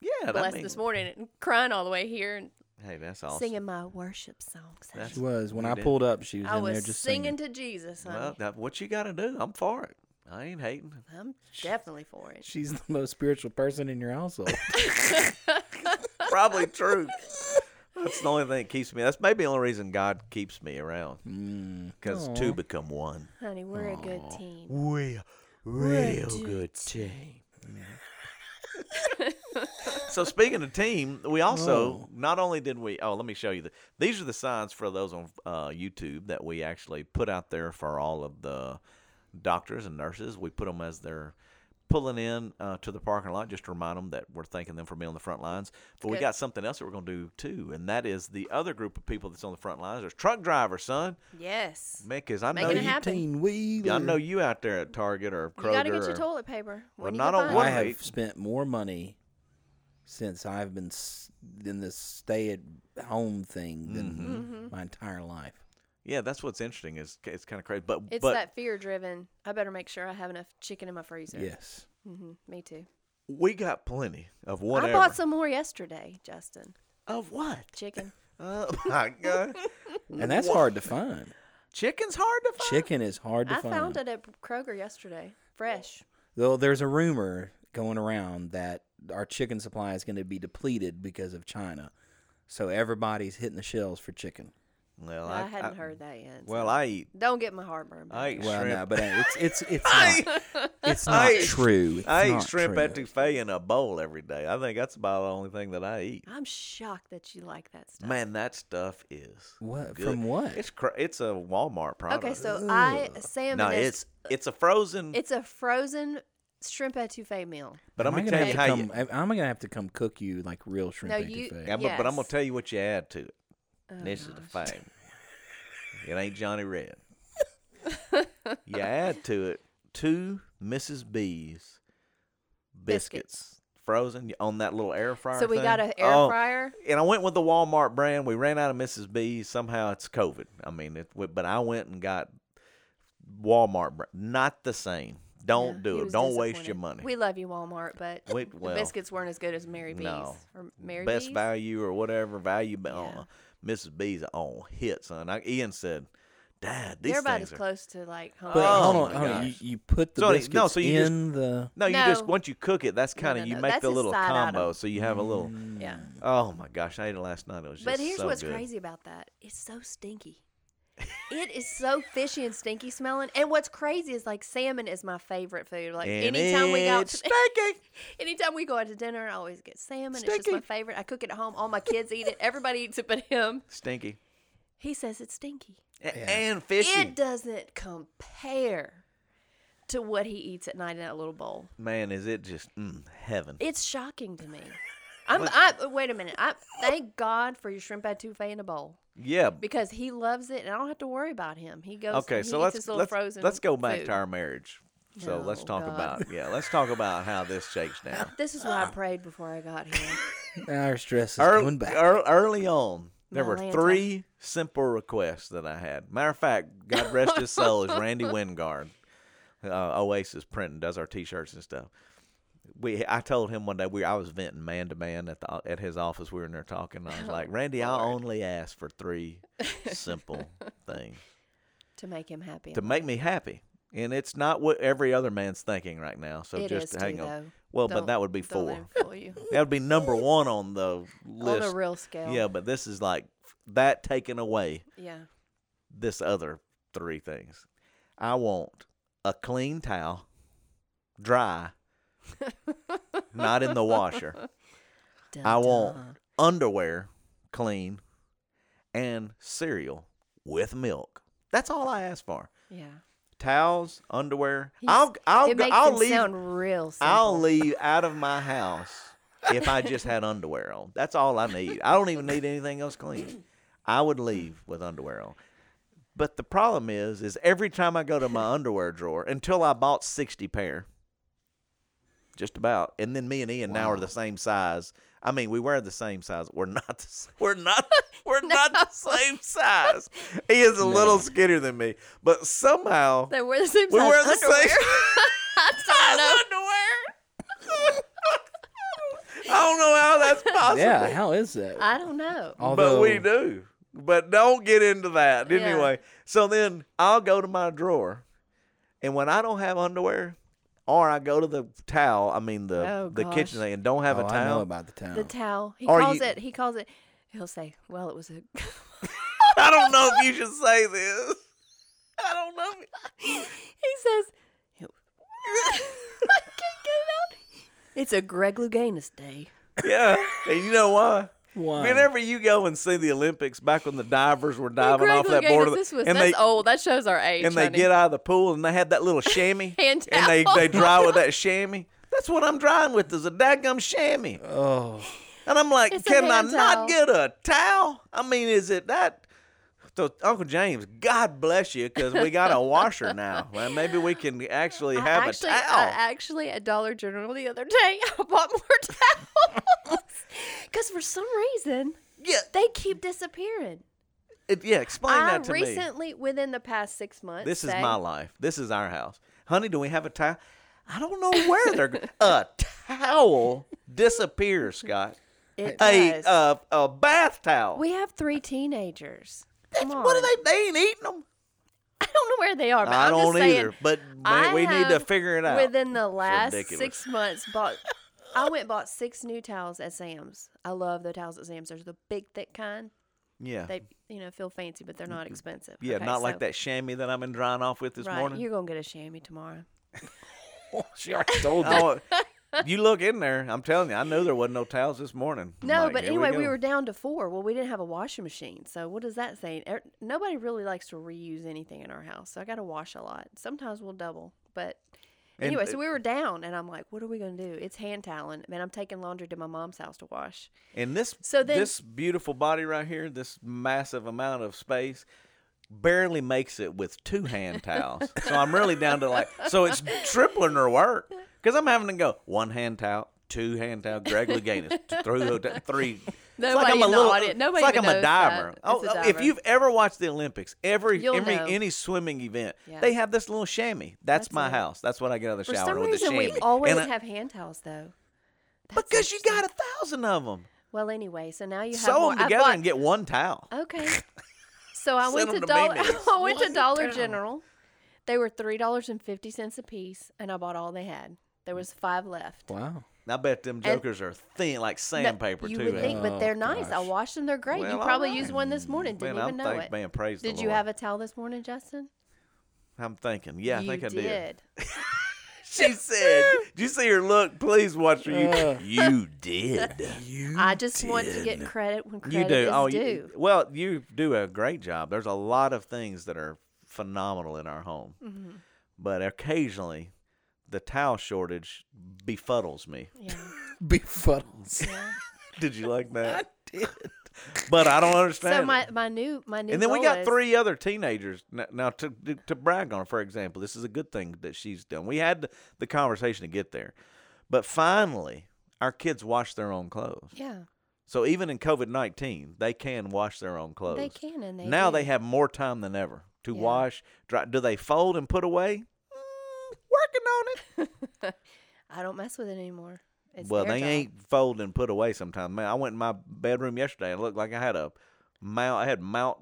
Speaker 1: Yeah, I
Speaker 2: blessed
Speaker 1: mean,
Speaker 2: this morning and crying all the way here and
Speaker 1: Hey, that's awesome.
Speaker 2: singing my worship songs. honey.
Speaker 1: That's-
Speaker 3: She was. When
Speaker 1: You
Speaker 3: I
Speaker 1: did.
Speaker 3: pulled up, she was
Speaker 2: I
Speaker 3: in
Speaker 2: was
Speaker 3: there just
Speaker 2: singing,
Speaker 3: singing.
Speaker 2: to Jesus. Honey.
Speaker 1: Well, that, what you got to do? I'm for it. I ain't hating.
Speaker 2: I'm definitely for it.
Speaker 3: She's the most spiritual person in your household.
Speaker 1: Probably true. That's the only thing that keeps me. That's maybe the only reason God keeps me around. Because two become one.
Speaker 2: Honey, we're a good team.
Speaker 1: We real good team. so speaking of team, we also not only did we oh let me show you the these are the signs for those on uh, YouTube that we actually put out there for all of the doctors and nurses. We put them as they're pulling in uh, to the parking lot just to remind them that we're thanking them for being on the front lines. But we
Speaker 2: Good.
Speaker 1: got something else that we're going to do too, and that is the other group of people that's on the front lines. There's truck drivers, son,
Speaker 2: Yes.
Speaker 1: man, because I know
Speaker 2: Making it
Speaker 1: you
Speaker 2: happen.
Speaker 3: Teen wheeler.
Speaker 1: yeah, I know you out there at Target or Kroger.
Speaker 2: you gotta get
Speaker 1: or-
Speaker 2: your toilet paper.
Speaker 1: Well,
Speaker 2: When you
Speaker 1: not
Speaker 2: can
Speaker 1: on
Speaker 2: find
Speaker 3: I
Speaker 1: one
Speaker 2: it.
Speaker 1: hand.
Speaker 3: have
Speaker 1: Right.
Speaker 3: spent more money since I've been s- in this stay-at-home thing than
Speaker 1: Mm-hmm.
Speaker 2: Mm-hmm.
Speaker 3: my entire life.
Speaker 1: Yeah, that's what's interesting. is It's kind of crazy, but
Speaker 2: It's
Speaker 1: but
Speaker 2: that fear driven. I better make sure I have enough chicken in my freezer.
Speaker 3: Yes.
Speaker 2: hmm Me too.
Speaker 1: we got plenty of whatever.
Speaker 2: I bought some more yesterday, Justin.
Speaker 1: of what?
Speaker 2: Chicken.
Speaker 1: Oh my god,
Speaker 3: And that's hard to find.
Speaker 1: chicken's hard to find.
Speaker 3: Chicken is hard to
Speaker 2: I
Speaker 3: find.
Speaker 2: found it at Kroger yesterday, fresh.
Speaker 3: Though there's a rumor going around that our chicken supply is going to be depleted because of China. So everybody's hitting the shells for chicken.
Speaker 1: Well,
Speaker 2: I, hadn't heard that yet.
Speaker 1: Well, I eat.
Speaker 2: Don't get my heartburn.
Speaker 1: I
Speaker 2: back.
Speaker 1: eat
Speaker 3: Well,
Speaker 1: shrimp.
Speaker 3: no, but uh, it's it's it's not it's not
Speaker 1: I-
Speaker 3: true. It's
Speaker 1: I eat
Speaker 3: not
Speaker 1: shrimp
Speaker 3: true.
Speaker 1: at etouffee in a bowl every day. I think that's about the only thing that I eat.
Speaker 2: I'm shocked that you like that stuff.
Speaker 1: Man, that stuff is
Speaker 3: What
Speaker 1: good.
Speaker 3: from what?
Speaker 1: It's cra- it's a Walmart product.
Speaker 2: Okay, so I salmon
Speaker 1: no,
Speaker 2: is
Speaker 1: it's it's a frozen.
Speaker 2: it's a frozen shrimp etouffee meal.
Speaker 1: but I'm
Speaker 3: Am I
Speaker 1: gonna
Speaker 3: gonna
Speaker 1: tell
Speaker 3: have
Speaker 1: you
Speaker 3: to
Speaker 1: how
Speaker 3: come,
Speaker 1: you.
Speaker 3: I- I'm gonna have to come cook you like real shrimp
Speaker 2: No, you-
Speaker 3: etouffee.
Speaker 1: Yeah, but, but I'm gonna
Speaker 2: Yes.
Speaker 1: tell you what you add to it.
Speaker 2: Oh,
Speaker 1: this is the
Speaker 2: gosh.
Speaker 1: fact. it ain't Johnny Red. you add to it two Mrs. B's biscuits, frozen on that little air fryer.
Speaker 2: So we
Speaker 1: thing.
Speaker 2: got an air
Speaker 1: Oh,
Speaker 2: fryer.
Speaker 1: And I went with the Walmart brand. We ran out of Mrs. B's. Somehow it's COVID. I mean, it, w- but I went and got Walmart. Brand. Not the same. Don't
Speaker 2: Yeah,
Speaker 1: do
Speaker 2: he
Speaker 1: it.
Speaker 2: was
Speaker 1: Don't waste
Speaker 2: disappointed.
Speaker 1: your money.
Speaker 2: We love you, Walmart, but
Speaker 1: Wait, well,
Speaker 2: the biscuits weren't as good as Mary B's
Speaker 1: no.
Speaker 2: or Mary
Speaker 1: best
Speaker 2: B's.
Speaker 1: value or whatever value. But
Speaker 2: Yeah.
Speaker 1: uh, Mrs. B's on hit, son. I, Ian said, "Dad, these
Speaker 2: They're about
Speaker 1: things
Speaker 2: as
Speaker 1: are
Speaker 2: close to like home.
Speaker 3: But
Speaker 1: Oh
Speaker 3: hold on,
Speaker 1: my
Speaker 3: hold on. You,
Speaker 1: gosh.
Speaker 3: you put the
Speaker 1: So, no,
Speaker 3: biscuits
Speaker 1: so you just-
Speaker 3: in the
Speaker 1: No, you just
Speaker 2: No.
Speaker 1: once you cook it, that's
Speaker 2: No,
Speaker 1: kind of
Speaker 2: no,
Speaker 1: you
Speaker 2: no.
Speaker 1: make
Speaker 2: That's
Speaker 1: the
Speaker 2: his
Speaker 1: little
Speaker 2: side
Speaker 1: combo,
Speaker 2: item.
Speaker 1: so you have a little.
Speaker 2: yeah.
Speaker 1: Oh my gosh, I ate it last night. It was just
Speaker 2: But here's
Speaker 1: so
Speaker 2: what's
Speaker 1: good.
Speaker 2: crazy about that. It's so stinky. it is so fishy and stinky smelling. And what's crazy is like salmon is my favorite food. Like
Speaker 1: And
Speaker 2: anytime we go out
Speaker 1: it's
Speaker 2: to, anytime we go out to dinner, I always get salmon. It's just
Speaker 1: Stinky.
Speaker 2: my favorite. I cook it at home. All my kids eat it. Everybody eats it but him.
Speaker 1: Stinky
Speaker 2: He says it's stinky.
Speaker 1: A- and fishy.
Speaker 2: It doesn't compare to what he eats at night in that little bowl.
Speaker 1: Man, is it just mm, heaven?
Speaker 2: It's shocking to me. I'm I wait a minute. I thank God for your shrimp etouffee in a bowl
Speaker 1: yeah.
Speaker 2: because he loves it, and I don't have to worry about him. He goes.
Speaker 1: Okay,
Speaker 2: he
Speaker 1: so
Speaker 2: eats
Speaker 1: let's
Speaker 2: his little
Speaker 1: let's,
Speaker 2: frozen
Speaker 1: let's go back
Speaker 2: food.
Speaker 1: to our marriage. So let's
Speaker 2: Oh,
Speaker 1: talk
Speaker 2: God.
Speaker 1: about yeah, let's talk about how this shakes down.
Speaker 2: This is
Speaker 1: Ah.
Speaker 2: why I prayed before I got here.
Speaker 3: our stress is coming
Speaker 1: early,
Speaker 3: back.
Speaker 1: ear- early on, there
Speaker 2: My
Speaker 1: were
Speaker 2: Lanta.
Speaker 1: three simple requests that I had. Matter of fact, God rest his soul, is Randy Wingard, uh, Oasis Printing, does our T-shirts and stuff. We, I told him one day we I was venting man to man at the at his office. We were in there talking. And I
Speaker 2: Oh,
Speaker 1: was like, Randy, I only asked for three simple things
Speaker 2: to make him happy.
Speaker 1: to make me happy, and it's not what every other man's thinking right now. So
Speaker 2: It
Speaker 1: just
Speaker 2: is
Speaker 1: hang
Speaker 2: too,
Speaker 1: on.
Speaker 2: though.
Speaker 1: Well, but
Speaker 2: Don't-
Speaker 1: that would be
Speaker 2: don't
Speaker 1: four.
Speaker 2: let him fool you.
Speaker 1: That would be number one on the list.
Speaker 2: On a real scale.
Speaker 1: Yeah, but this is like that taken away
Speaker 2: Yeah.
Speaker 1: this other three things. I want a clean towel, dry, not in the washer.
Speaker 2: Dun,
Speaker 1: I want
Speaker 2: dun.
Speaker 1: underwear clean and cereal with milk. That's all I ask for.
Speaker 2: Yeah.
Speaker 1: Towels, underwear.
Speaker 2: He's-
Speaker 1: I'll I'll
Speaker 2: it
Speaker 1: go,
Speaker 2: makes
Speaker 1: I'll
Speaker 2: him
Speaker 1: leave
Speaker 2: sound real. Simple.
Speaker 1: I'll leave out of my house if I just had underwear on. That's all I need. I don't even need anything else clean. I would leave with underwear on. But the problem is, is every time I go to my underwear drawer, until I bought sixty pair, just about, and then me and Ian now are the same size. I mean, we wear the same size. We're not. The, s- we're not. We're not the same size. He is a little skinnier than me, but somehow
Speaker 2: They wear the same
Speaker 1: we
Speaker 2: size
Speaker 1: wear the
Speaker 2: underwear.
Speaker 1: same.
Speaker 2: I don't know.
Speaker 1: underwear. I don't know how that's possible.
Speaker 3: Yeah, how is that?
Speaker 2: I don't know.
Speaker 3: Although-
Speaker 1: but we do. But don't get into that
Speaker 2: Yeah.
Speaker 1: anyway. So then I'll go to my drawer, and when I don't have underwear, or I go to the towel, I mean the
Speaker 2: Oh,
Speaker 1: the
Speaker 2: gosh.
Speaker 1: kitchen thing, and don't have
Speaker 3: Oh,
Speaker 1: a
Speaker 3: I know
Speaker 1: towel.
Speaker 3: about the town.
Speaker 2: The towel. He
Speaker 1: Are
Speaker 2: calls
Speaker 1: you-
Speaker 2: it. He calls it. He'll say, "Well, it was a."
Speaker 1: I don't know if you should say this. I don't know.
Speaker 2: he says, "It- "I can't get it out." It's a Greg Louganis day.
Speaker 1: Yeah, and you know why?
Speaker 3: Why?
Speaker 1: Whenever you go and see the Olympics, back when the divers were
Speaker 2: Well,
Speaker 1: diving
Speaker 2: Greg
Speaker 1: off that
Speaker 2: Louganis,
Speaker 1: board, of the-
Speaker 2: this was
Speaker 1: and
Speaker 2: that's
Speaker 1: they
Speaker 2: old. That shows our age.
Speaker 1: and they
Speaker 2: honey.
Speaker 1: get out of the pool and they had that little chamois
Speaker 2: Hand
Speaker 1: and they,
Speaker 2: towel.
Speaker 1: they dry with that chamois. That's what I'm drying with is a dadgum chamois.
Speaker 3: Oh,
Speaker 1: And I'm like,
Speaker 2: It's a
Speaker 1: can I
Speaker 2: hand
Speaker 1: not
Speaker 2: towel."
Speaker 1: get a towel? I mean, is it that? So Uncle James, God bless you, because we got a washer now. Well, maybe we can actually
Speaker 2: I
Speaker 1: have
Speaker 2: actually,
Speaker 1: a
Speaker 2: I
Speaker 1: towel.
Speaker 2: actually at Dollar General the other day, I bought more towels because for some reason
Speaker 1: yeah,
Speaker 2: they keep disappearing.
Speaker 1: it- yeah. Explain
Speaker 2: I
Speaker 1: that to me.
Speaker 2: recently, within the past six months,
Speaker 1: This is
Speaker 2: say-
Speaker 1: my life. This is our house, honey. Do we have a towel? I don't know where they're. go- a towel disappears, Scott.
Speaker 2: It
Speaker 1: A,
Speaker 2: does.
Speaker 1: a a bath towel.
Speaker 2: we have three teenagers. Come on.
Speaker 1: what are they? They ain't eating them.
Speaker 2: I don't know where they are, but
Speaker 1: I
Speaker 2: am
Speaker 1: don't
Speaker 2: just saying,
Speaker 1: either. But
Speaker 2: I
Speaker 1: man, we need to
Speaker 2: have
Speaker 1: figure it out.
Speaker 2: Within the last
Speaker 1: ridiculous.
Speaker 2: six months, bought I went and bought six new towels at Sam's. I love the towels at Sam's. There's the big thick kind.
Speaker 1: yeah.
Speaker 2: They you know feel fancy, but they're not expensive.
Speaker 1: Yeah,
Speaker 2: Okay,
Speaker 1: not
Speaker 2: so-
Speaker 1: like that chamois that I've been drying off with this
Speaker 2: right,
Speaker 1: morning.
Speaker 2: You're gonna get a chamois tomorrow.
Speaker 3: she already told me.
Speaker 1: Oh, you look in there. I'm telling you, I knew there wasn't no towels this morning. I'm
Speaker 2: No,
Speaker 1: like,
Speaker 2: but
Speaker 1: "Here we
Speaker 2: anyway, we,
Speaker 1: go."
Speaker 2: were down to four. Well, we didn't have a washing machine, so what does that say? Er- Nobody really likes to reuse anything in our house, so I got to wash a lot. Sometimes we'll double, but
Speaker 1: And,
Speaker 2: anyway,
Speaker 1: uh,
Speaker 2: so we were down, and I'm like, "What are we gonna do?" It's hand toweling, man. I'm taking laundry to my mom's house to wash.
Speaker 1: And this
Speaker 2: So then-
Speaker 1: this beautiful body right here, this massive amount of space, barely makes it with two hand towels. so I'm really down to like, so it's tripling her work because I'm having to go one hand towel, two hand towel, Greg Louganis, three, three. It's
Speaker 2: Nobody
Speaker 1: like I'm a
Speaker 2: in the
Speaker 1: little.
Speaker 2: audience-
Speaker 1: it's
Speaker 2: nobody
Speaker 1: like
Speaker 2: even
Speaker 1: I'm a
Speaker 2: knows
Speaker 1: diver.
Speaker 2: that.
Speaker 1: Oh,
Speaker 2: It's a
Speaker 1: if
Speaker 2: diver.
Speaker 1: you've ever watched the Olympics, every
Speaker 2: You'll
Speaker 1: every
Speaker 2: know.
Speaker 1: any swimming event,
Speaker 2: Yeah.
Speaker 1: they have this little chamois. That's,
Speaker 2: That's
Speaker 1: my
Speaker 2: it.
Speaker 1: house. That's what I get out of the
Speaker 2: For
Speaker 1: shower
Speaker 2: some
Speaker 1: with a
Speaker 2: reason,
Speaker 1: chamois.
Speaker 2: we always
Speaker 1: And I-
Speaker 2: have hand towels, though. That's
Speaker 1: because you
Speaker 2: interesting.
Speaker 1: got a thousand of them.
Speaker 2: Well, anyway, so now you have
Speaker 1: Sew
Speaker 2: more. Oh.
Speaker 1: them
Speaker 2: I
Speaker 1: together
Speaker 2: bought-
Speaker 1: and get one towel.
Speaker 2: Okay. So I
Speaker 1: Send
Speaker 2: went to,
Speaker 1: 'em to
Speaker 2: Dollar.
Speaker 1: Maybes.
Speaker 2: I went to
Speaker 1: One
Speaker 2: Dollar
Speaker 1: pound.
Speaker 2: General. They were three dollars and fifty cents a piece, and I bought all they had. There was five left.
Speaker 3: Wow.
Speaker 1: I bet them jokers are thin like
Speaker 2: No,
Speaker 1: sandpaper
Speaker 2: you
Speaker 1: too.
Speaker 2: would
Speaker 1: ain't
Speaker 2: think,
Speaker 1: it?
Speaker 2: but
Speaker 3: Oh,
Speaker 2: they're nice. I
Speaker 3: gosh.
Speaker 2: washed them; they're great.
Speaker 1: Well,
Speaker 2: you
Speaker 1: all
Speaker 2: probably
Speaker 1: right.
Speaker 2: used one this morning. Didn't
Speaker 1: man,
Speaker 2: even
Speaker 1: I'm
Speaker 2: know
Speaker 1: thank-
Speaker 2: it.
Speaker 1: Man, praise the
Speaker 2: Did you
Speaker 1: Lord.
Speaker 2: have a towel this morning, Justin?
Speaker 1: I'm thinking. Yeah, I
Speaker 2: you
Speaker 1: think I
Speaker 2: did.
Speaker 1: She said, "Did you see her look? Please watch her. You,
Speaker 3: Uh.
Speaker 1: you did. You
Speaker 2: I just want to get credit when
Speaker 1: You
Speaker 2: credit
Speaker 1: do.
Speaker 2: is
Speaker 1: oh,
Speaker 2: due.
Speaker 1: You, well, you do a great job. There's a lot of things that are phenomenal in our home,
Speaker 2: Mm-hmm.
Speaker 1: but occasionally, the towel shortage befuddles me.
Speaker 2: yeah.
Speaker 3: Befuddles.
Speaker 1: Did you like that? But I don't understand.
Speaker 2: So
Speaker 1: it.
Speaker 2: my, my new my new
Speaker 1: and then we
Speaker 2: goal
Speaker 1: got
Speaker 2: is-
Speaker 1: three other teenagers N- now to to- to brag on her. For example, this is a good thing that she's done. We had the conversation to get there, but finally, our kids wash their own clothes.
Speaker 2: Yeah,
Speaker 1: So even in COVID nineteen, they can wash their own clothes.
Speaker 2: they can and they
Speaker 1: now
Speaker 2: do.
Speaker 1: they have more time than ever to
Speaker 2: Yeah.
Speaker 1: wash, dry. Do they fold and put away? Mm, working on it.
Speaker 2: I don't mess with it anymore. It's
Speaker 1: well,
Speaker 2: their
Speaker 1: they
Speaker 2: job.
Speaker 1: ain't fold and put away sometimes. Man, I went in my bedroom yesterday and it looked like I had a mount. I had mount.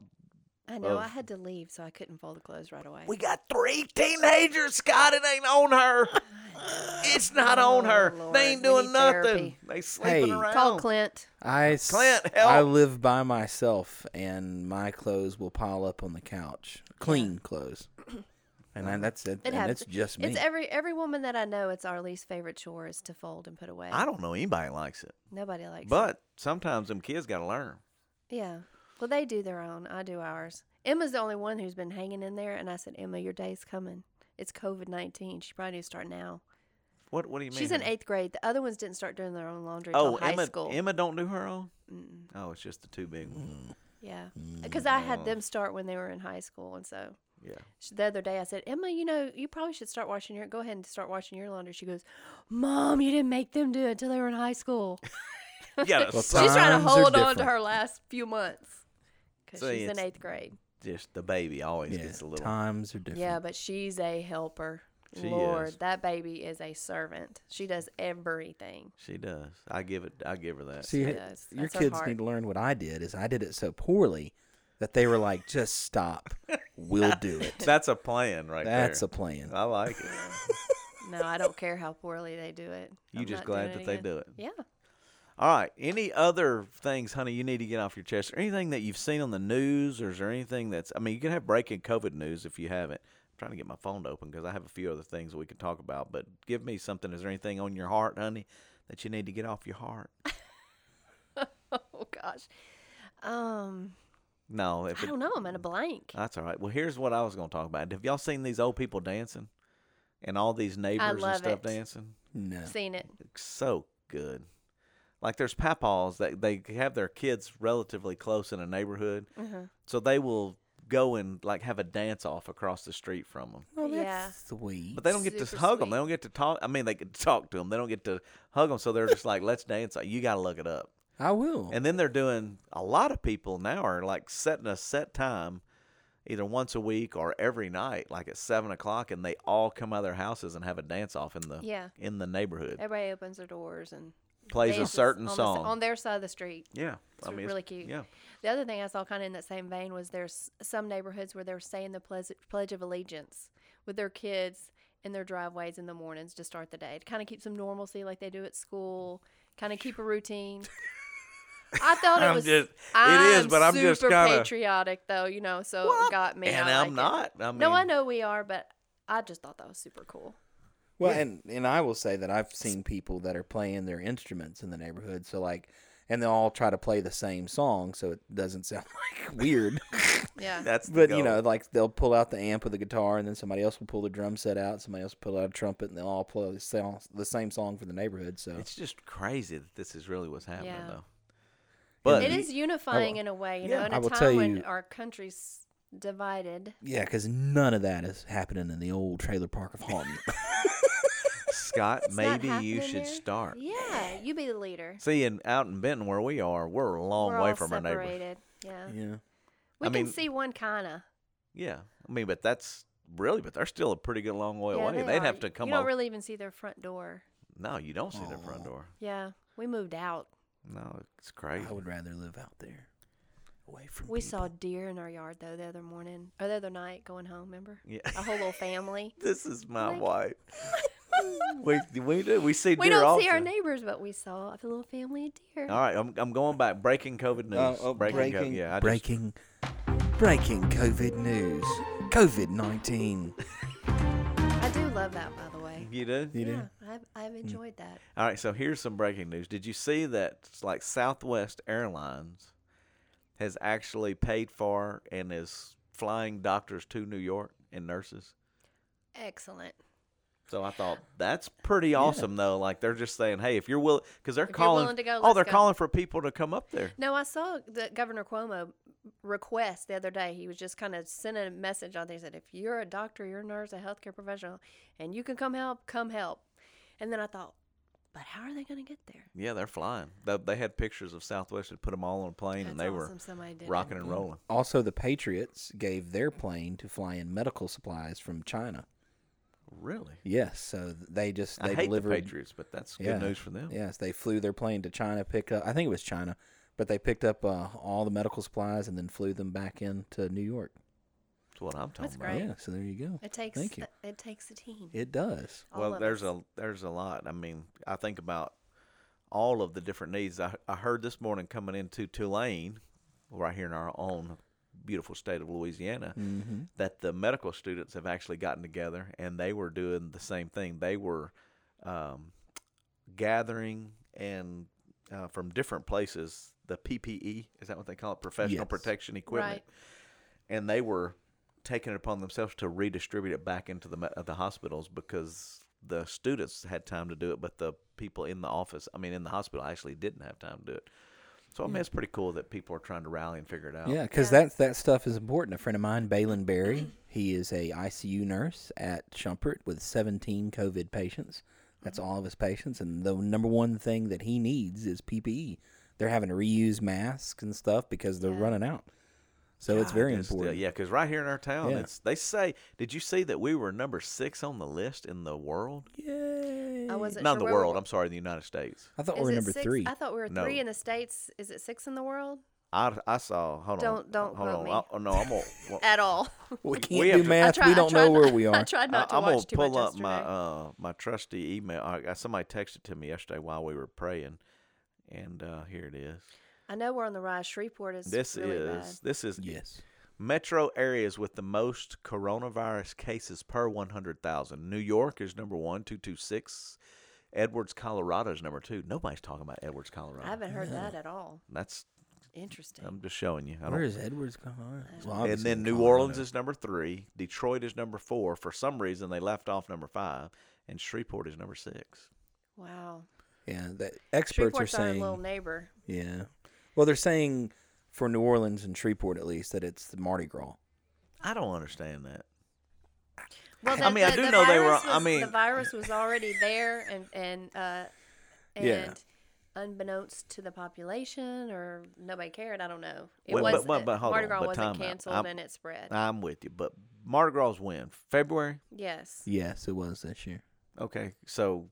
Speaker 2: I know. I
Speaker 1: of-
Speaker 2: had to leave, so I couldn't fold the clothes right away.
Speaker 1: We got three teenagers, Scott. It ain't on her. It's not on
Speaker 2: Oh,
Speaker 1: her.
Speaker 2: Lord,
Speaker 1: they ain't
Speaker 2: we
Speaker 1: doing
Speaker 2: need
Speaker 1: nothing.
Speaker 2: therapy.
Speaker 1: They sleeping
Speaker 3: Hey.
Speaker 1: around.
Speaker 2: Call Clint.
Speaker 3: I s-
Speaker 1: Clint,
Speaker 3: I
Speaker 1: help.
Speaker 3: live by myself, and my clothes will pile up on the couch. Clean clothes, and I, that's
Speaker 2: It
Speaker 3: it. and
Speaker 2: happens.
Speaker 3: it's just me.
Speaker 2: It's every every woman that I know. It's our least favorite chore is to fold and put away.
Speaker 1: I don't know anybody likes it,
Speaker 2: Nobody likes.
Speaker 1: but sometimes them kids got to learn.
Speaker 2: it. yeah. Well, they do their own. I do ours. Emma's the only one who's been hanging in there, and I said, Emma, your day's coming. It's COVID nineteen. She probably needs to start now.
Speaker 1: What What do you mean?
Speaker 2: She's in
Speaker 1: Emma?
Speaker 2: eighth grade. The other ones didn't start doing their own laundry
Speaker 1: Oh,
Speaker 2: until high
Speaker 1: Emma.
Speaker 2: school.
Speaker 1: Emma don't do her own.
Speaker 2: Mm-mm.
Speaker 1: Oh, it's just the two big ones.
Speaker 2: Yeah, because I
Speaker 1: Oh.
Speaker 2: had them start when they were in high school, and so
Speaker 1: Yeah.
Speaker 2: She- the other day I said, Emma, you know, you probably should start washing your. Go ahead and start washing your laundry. She goes, Mom, you didn't make them do it until they were in high school.
Speaker 1: Yeah.
Speaker 3: Well,
Speaker 1: so-
Speaker 2: She's trying to
Speaker 3: Times are
Speaker 2: hold on to
Speaker 3: different.
Speaker 2: her last few months because
Speaker 1: See,
Speaker 2: she's in
Speaker 1: it's
Speaker 2: eighth grade.
Speaker 1: just the baby always
Speaker 3: Yeah,
Speaker 1: gets a little.
Speaker 3: times are different.
Speaker 2: Yeah, but she's a helper.
Speaker 1: She
Speaker 2: Lord,
Speaker 1: is.
Speaker 2: that baby is a servant. She does everything.
Speaker 1: She does. I give it. I give her that.
Speaker 3: See,
Speaker 2: She does.
Speaker 3: your
Speaker 2: That's her
Speaker 3: kids
Speaker 2: heart.
Speaker 3: need to learn what I did. Is I did it so poorly that they were like, "Just stop. We'll do it."
Speaker 1: That's a plan, right
Speaker 3: That's
Speaker 1: there.
Speaker 3: a plan.
Speaker 1: I like it.
Speaker 2: No, I don't care how poorly they do it.
Speaker 1: You
Speaker 2: I'm
Speaker 1: just
Speaker 2: not doing
Speaker 1: glad that they
Speaker 2: again.
Speaker 1: do it.
Speaker 2: Yeah.
Speaker 1: All right. Any other things, honey, you need to get off your chest? Or anything that you've seen on the news, or is there anything that's? I mean, you can have breaking COVID news if you haven't. I'm trying to get my phone to open because I have a few other things we can talk about. But give me something. Is there anything on your heart, honey, that you need to get off your heart?
Speaker 2: Oh gosh. Um,
Speaker 1: No, if
Speaker 2: I
Speaker 1: it,
Speaker 2: don't know. I'm in a blank.
Speaker 1: that's all right. Well, here's what I was going to talk about. Have y'all seen these old people dancing, and all these neighbors and
Speaker 2: love
Speaker 1: stuff
Speaker 2: it.
Speaker 1: dancing?
Speaker 3: No.
Speaker 2: Seen it.
Speaker 1: so good. Like there's papaws that they have their kids relatively close in a neighborhood,
Speaker 2: Uh-huh.
Speaker 1: so they will go and like have a dance off across the street from them.
Speaker 3: Oh, that's
Speaker 2: Yeah.
Speaker 3: sweet.
Speaker 1: But they don't get to
Speaker 2: Super
Speaker 1: hug them. They
Speaker 2: sweet.
Speaker 1: don't get to talk. I mean, they could talk to them. They don't get to hug them. So they're just like, let's dance. You got to look it up.
Speaker 3: I will.
Speaker 1: And then they're doing a lot of people now are like setting a set time, either once a week or every night, like at seven o'clock, and they all come out of their houses and have a dance off in the
Speaker 2: Yeah.
Speaker 1: in the neighborhood.
Speaker 2: Everybody opens their doors and
Speaker 1: Plays a
Speaker 2: dances
Speaker 1: certain
Speaker 2: on the s-
Speaker 1: song
Speaker 2: on their side of the street.
Speaker 1: Yeah,
Speaker 2: It's really cute.
Speaker 1: Yeah,
Speaker 2: The other thing I saw kind of in that same vein was there's some neighborhoods where they're saying the pledge, pledge of allegiance with their kids in their driveways in the mornings to start the day to kind of keep some normalcy like they do at school, kind of keep a routine. I thought it
Speaker 1: I'm
Speaker 2: was.
Speaker 1: just- it
Speaker 2: I'm
Speaker 1: is, but I'm just
Speaker 2: super
Speaker 1: kinda-
Speaker 2: patriotic though, you know. So it got me.
Speaker 1: and
Speaker 2: I
Speaker 1: I'm
Speaker 2: like
Speaker 1: not.
Speaker 2: it.
Speaker 1: I
Speaker 2: no, I
Speaker 1: mean-
Speaker 2: know we are, but I just thought that was super cool.
Speaker 3: Well, and and I will say that I've seen people that are playing their instruments in the neighborhood. So like, and they all try to play the same song, so it doesn't sound like weird.
Speaker 2: Yeah.
Speaker 1: that's the
Speaker 3: but you
Speaker 1: goal.
Speaker 3: know, like they'll pull out the amp with the guitar, and then somebody else will pull the drum set out, somebody else will pull out a trumpet, and they'll all play the song- the same song for the neighborhood. So
Speaker 1: it's just crazy that this is really what's happening
Speaker 2: Yeah.
Speaker 1: though. But
Speaker 2: it is unifying in a way, you
Speaker 1: Yeah.
Speaker 2: know, in
Speaker 3: I
Speaker 2: a
Speaker 3: will tell
Speaker 2: time when
Speaker 3: you-
Speaker 2: our country's divided.
Speaker 3: yeah, because none of that is happening in the old trailer park of Haunton.
Speaker 1: Scott,
Speaker 2: not
Speaker 1: maybe you
Speaker 2: happening
Speaker 1: should
Speaker 2: there.
Speaker 1: start.
Speaker 2: Yeah, you be the leader.
Speaker 1: See, and out in Benton where we are, we're a long
Speaker 2: We're
Speaker 1: way
Speaker 2: all
Speaker 1: from our neighbors.
Speaker 2: separated. Yeah.
Speaker 3: yeah,
Speaker 1: I
Speaker 2: We can
Speaker 1: mean-
Speaker 2: see one kind of.
Speaker 1: Yeah, I mean, but that's really, but they're still a pretty good long way away. They'd have to come.
Speaker 2: You don't
Speaker 1: over-
Speaker 2: really even see their front door.
Speaker 1: No, you don't see their front
Speaker 3: Aw.
Speaker 1: door.
Speaker 2: Yeah, we moved out.
Speaker 1: No, it's crazy.
Speaker 3: I would rather live out there, away from.
Speaker 2: We
Speaker 3: people.
Speaker 2: saw deer in our yard though the other morning or the other night going home. Remember?
Speaker 1: Yeah.
Speaker 2: Our whole little family.
Speaker 1: This is my
Speaker 2: Like-
Speaker 1: wife. we we do we see
Speaker 2: we
Speaker 1: deer
Speaker 2: don't see our
Speaker 1: often. Ah.
Speaker 2: neighbors, but we saw a little family of deer.
Speaker 1: All right, I'm, I'm going back. Breaking COVID news.
Speaker 3: Oh, oh,
Speaker 1: breaking, co-
Speaker 3: breaking-
Speaker 1: Yeah, I just-
Speaker 3: breaking, breaking COVID news. COVID nineteen.
Speaker 2: I do love that, by the way.
Speaker 1: You do? Mm.
Speaker 3: You do?
Speaker 2: yeah, I've, I've enjoyed that.
Speaker 1: All right, so here's some breaking news. Did you see that like Southwest Airlines has actually paid for and is flying doctors to New York and nurses?
Speaker 2: Excellent.
Speaker 1: So I thought that's pretty awesome though. Like they're just saying, "Hey, if you're willing cuz they're
Speaker 2: If you're
Speaker 1: calling
Speaker 2: willing to go,
Speaker 1: Oh,
Speaker 2: let's
Speaker 1: they're
Speaker 2: go.
Speaker 1: calling for people to come up there.
Speaker 2: No, I saw the Governor Cuomo request the other day. He was just kind of sending a message out there. He said, if you're a doctor, you're a nurse, a healthcare professional, and you can come help, come help. And then I thought, but how are they going to get there?
Speaker 1: Yeah, they're flying. They, they had pictures of Southwest and put them all on a plane and
Speaker 2: That's
Speaker 1: they
Speaker 2: awesome somebody did
Speaker 1: were
Speaker 2: it.
Speaker 1: rocking and rolling.
Speaker 3: Also, the Patriots gave their plane to fly in medical supplies from China.
Speaker 1: Really?
Speaker 3: Yes, so they just they
Speaker 1: I hate
Speaker 3: delivered.
Speaker 1: the Patriots, but that's good
Speaker 3: Yeah.
Speaker 1: news for them.
Speaker 3: Yes, they flew their plane to China, pick up. I think it was China, but they picked up uh, all the medical supplies and then flew them back into New York.
Speaker 1: That's what I'm talking
Speaker 2: That's
Speaker 1: about.
Speaker 2: Right.
Speaker 3: Yeah, so there you go.
Speaker 2: It takes,
Speaker 3: Thank you.
Speaker 2: a- it takes a team.
Speaker 3: It does.
Speaker 2: All
Speaker 1: well
Speaker 2: of
Speaker 1: there's
Speaker 2: us.
Speaker 1: a there's a lot i mean i think about all of the different needs I, I heard this morning coming into tulane right here in our own beautiful state of louisiana
Speaker 3: Mm-hmm.
Speaker 1: that the medical students have actually gotten together and they were doing the same thing they were um, gathering and uh, from different places the ppe is that what they call it professional
Speaker 3: Yes.
Speaker 1: protection equipment
Speaker 2: Right.
Speaker 1: and they were taking it upon themselves to redistribute it back into the me- uh, the hospitals because the students had time to do it, but the people in the office, I mean, in the hospital, actually didn't have time to do it. So I mean, it's pretty cool that people are trying to rally and figure it out.
Speaker 3: Yeah, because that that stuff is important. A friend of mine, Balin Berry, he is a ICU nurse at Shumpert with 17 COVID patients. That's
Speaker 1: Mm-hmm.
Speaker 3: all of his patients, and the number one thing that he E. needs is PPE. They're having to reuse masks and stuff because they're running out. So it's very
Speaker 1: Just, uh,
Speaker 3: important.
Speaker 1: yeah, because right here in our town,
Speaker 3: Yeah.
Speaker 1: it's they say. Did you see that we were number six on the list in the world?
Speaker 3: Yay.
Speaker 2: I wasn't
Speaker 1: Not
Speaker 2: sure
Speaker 1: in the
Speaker 2: where we
Speaker 1: world.
Speaker 2: were.
Speaker 1: I'm sorry, the United States.
Speaker 3: I thought we
Speaker 2: Oh, Is
Speaker 3: were
Speaker 2: it
Speaker 3: number
Speaker 2: six?
Speaker 3: three.
Speaker 2: I thought we were
Speaker 1: No.
Speaker 2: three in the states. Is it six in the world
Speaker 1: I I saw. Hold on.
Speaker 2: Don't- don't
Speaker 1: hold
Speaker 2: quote
Speaker 1: on.
Speaker 2: me.
Speaker 1: I- oh, no, I'm gonna. well,
Speaker 2: at all?
Speaker 3: we can't
Speaker 1: have
Speaker 3: do
Speaker 1: to-
Speaker 3: math.
Speaker 2: I try,
Speaker 3: we
Speaker 2: I
Speaker 3: don't
Speaker 2: tried
Speaker 3: know where
Speaker 2: not-
Speaker 3: we
Speaker 2: I
Speaker 3: are.
Speaker 2: tried
Speaker 1: I,
Speaker 2: not to
Speaker 1: I'm gonna
Speaker 2: watch too
Speaker 1: pull
Speaker 2: much
Speaker 1: up my
Speaker 2: yesterday.
Speaker 1: uh my trusty email. I, I- somebody texted to me yesterday while we were praying, and uh here it is.
Speaker 2: I know we're on the rise. Shreveport is
Speaker 1: This
Speaker 2: really
Speaker 1: is
Speaker 2: bad.
Speaker 1: this is
Speaker 3: Yes.
Speaker 1: metro areas with the most coronavirus cases per 100,000. New York is number one, two two six. Edwards, Colorado is number two. Nobody's talking about Edwards, Colorado.
Speaker 2: I haven't heard that at all.
Speaker 1: That's
Speaker 2: Interesting.
Speaker 1: I'm just showing you. I don't-
Speaker 3: Where is Edwards Colorado? Well,
Speaker 1: and
Speaker 3: obviously
Speaker 1: then
Speaker 3: in
Speaker 1: New
Speaker 3: Colorado.
Speaker 1: Orleans is number three. Detroit is number four. For some reason, they left off number five, and Shreveport is number six.
Speaker 2: wow.
Speaker 3: Yeah, the experts
Speaker 2: Shreveport's
Speaker 3: are
Speaker 2: our
Speaker 3: saying.
Speaker 2: little neighbor.
Speaker 3: Yeah. Well, they're saying for New Orleans and Shreveport at least that it's the Mardi Gras.
Speaker 1: I don't understand that.
Speaker 2: Well,
Speaker 1: I mean, I do know they were-
Speaker 2: virus
Speaker 1: I
Speaker 2: was- the
Speaker 1: mean-
Speaker 2: virus was already there, and and uh, and
Speaker 3: Yeah.
Speaker 2: unbeknownst to the population, or nobody cared. I don't know. It
Speaker 1: Well, but-
Speaker 2: was
Speaker 1: but- but hold
Speaker 2: Mardi
Speaker 1: on,
Speaker 2: Gras
Speaker 1: but
Speaker 2: wasn't
Speaker 1: time out.
Speaker 2: canceled
Speaker 1: I'm-
Speaker 2: and it spread.
Speaker 1: I'm with you, but Mardi Gras when February.
Speaker 2: yes,
Speaker 3: Yes, it was this year.
Speaker 1: Okay, so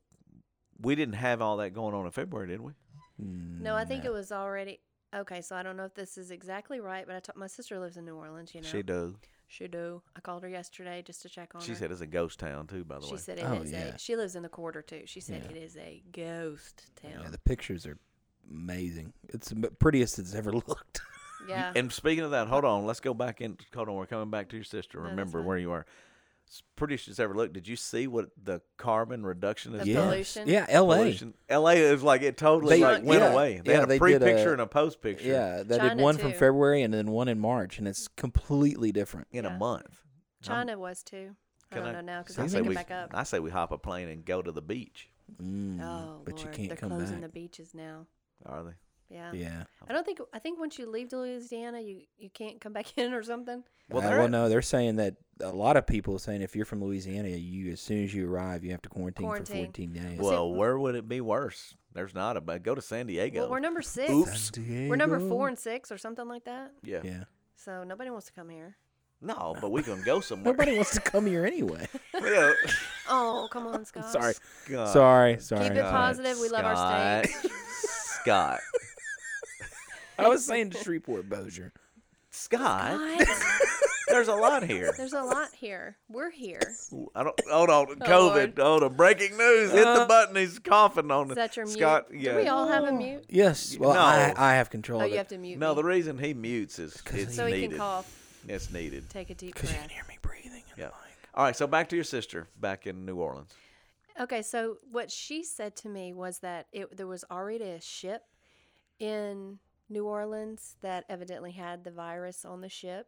Speaker 1: we didn't have all that going on in February, did we?
Speaker 2: no, I think it was already okay. So I don't know if this is exactly right, but I t- my sister lives in New Orleans. You know,
Speaker 1: She do.
Speaker 2: She do. I called her yesterday just to check on
Speaker 1: She
Speaker 2: her.
Speaker 1: said it's a ghost town too. By the
Speaker 2: she
Speaker 1: way,
Speaker 2: said it is
Speaker 3: Oh, yeah.
Speaker 2: a. She lives in the quarter too. She said it is a ghost
Speaker 3: Yeah,
Speaker 2: town.
Speaker 3: the pictures are amazing. It's the prettiest it's ever looked.
Speaker 2: Yeah.
Speaker 1: And um, speaking of that, hold on. Let's go back in. Hold on. We're coming back to your sister.
Speaker 2: that's
Speaker 1: Remember
Speaker 2: fine.
Speaker 1: where you are. It's pretty sure it's ever looked. Did you see what the carbon reduction is?
Speaker 2: The
Speaker 1: done?
Speaker 3: Yes.
Speaker 2: pollution.
Speaker 3: Yeah, L.A.
Speaker 1: Pollution. LA is like it totally
Speaker 3: They-
Speaker 1: like went
Speaker 3: yeah,
Speaker 1: away. They
Speaker 3: yeah,
Speaker 1: had a
Speaker 3: they did
Speaker 1: pre picture
Speaker 3: a-
Speaker 1: and a post picture
Speaker 3: Yeah, they did
Speaker 2: China,
Speaker 3: one from
Speaker 2: too.
Speaker 3: February and then one in March, and it's completely different.
Speaker 1: in a
Speaker 2: Yeah.
Speaker 1: month.
Speaker 2: China was too. I
Speaker 1: Can
Speaker 2: don't
Speaker 1: I-
Speaker 2: know now because
Speaker 1: I
Speaker 2: I'm
Speaker 1: say
Speaker 2: picking
Speaker 1: we,
Speaker 2: back up.
Speaker 1: I say we hop a plane and go to the beach.
Speaker 3: Mm,
Speaker 2: Oh,
Speaker 3: but you
Speaker 2: Lord,
Speaker 3: can't
Speaker 2: they're
Speaker 3: come
Speaker 2: closing
Speaker 3: back.
Speaker 2: the beaches now.
Speaker 1: Are they?
Speaker 2: Yeah.
Speaker 3: yeah.
Speaker 2: I don't think I think once you leave Louisiana, you you can't come back in or something.
Speaker 1: Well,
Speaker 3: Well, uh,
Speaker 1: they're-
Speaker 3: well, no, they're saying that a lot of people are saying if you're from Louisiana, you as soon as you arrive, you have to quarantine,
Speaker 2: Quarantine.
Speaker 3: for 14 days.
Speaker 1: Well, where would it be worse? There's not a. but Go to San Diego.
Speaker 2: Well, we're number six.
Speaker 1: Oops.
Speaker 2: We're number four and six or something like that.
Speaker 1: yeah.
Speaker 3: Yeah.
Speaker 2: So nobody wants to come here.
Speaker 1: No, but we can go somewhere.
Speaker 3: Nobody wants to come here anyway.
Speaker 1: Yeah.
Speaker 2: Oh, come on, Scott.
Speaker 3: sorry,
Speaker 1: God.
Speaker 3: sorry, sorry. Uh,
Speaker 2: Keep it positive. We love our state.
Speaker 1: Scott. Scott.
Speaker 3: I was saying Shreveport Bossier.
Speaker 1: Scott.
Speaker 2: What?
Speaker 1: There's a lot here.
Speaker 2: There's a lot here. We're here.
Speaker 1: I don't. Hold on.
Speaker 2: Lord.
Speaker 1: COVID. Hold on. Breaking news. Hit the button. He's coughing on
Speaker 2: Is
Speaker 1: it.
Speaker 2: that your mute?
Speaker 1: Scott. Yeah.
Speaker 2: Do we all
Speaker 3: Oh.
Speaker 2: have a mute?
Speaker 3: Yes. Well,
Speaker 1: No.
Speaker 3: I, I have control
Speaker 2: Oh,
Speaker 3: of
Speaker 2: you
Speaker 3: it.
Speaker 2: have to mute.
Speaker 1: no,
Speaker 2: me.
Speaker 1: the reason he mutes is it's
Speaker 2: so he
Speaker 1: needed.
Speaker 2: can cough.
Speaker 1: It's needed.
Speaker 2: Take a deep
Speaker 3: Because you
Speaker 2: breath.
Speaker 3: can hear me breathing. in the
Speaker 1: Yeah.
Speaker 3: mic.
Speaker 1: All right. So back to your sister back in New Orleans.
Speaker 2: Okay, so what she said to me was that it there was already a ship in New Orleans that evidently had the virus on the ship,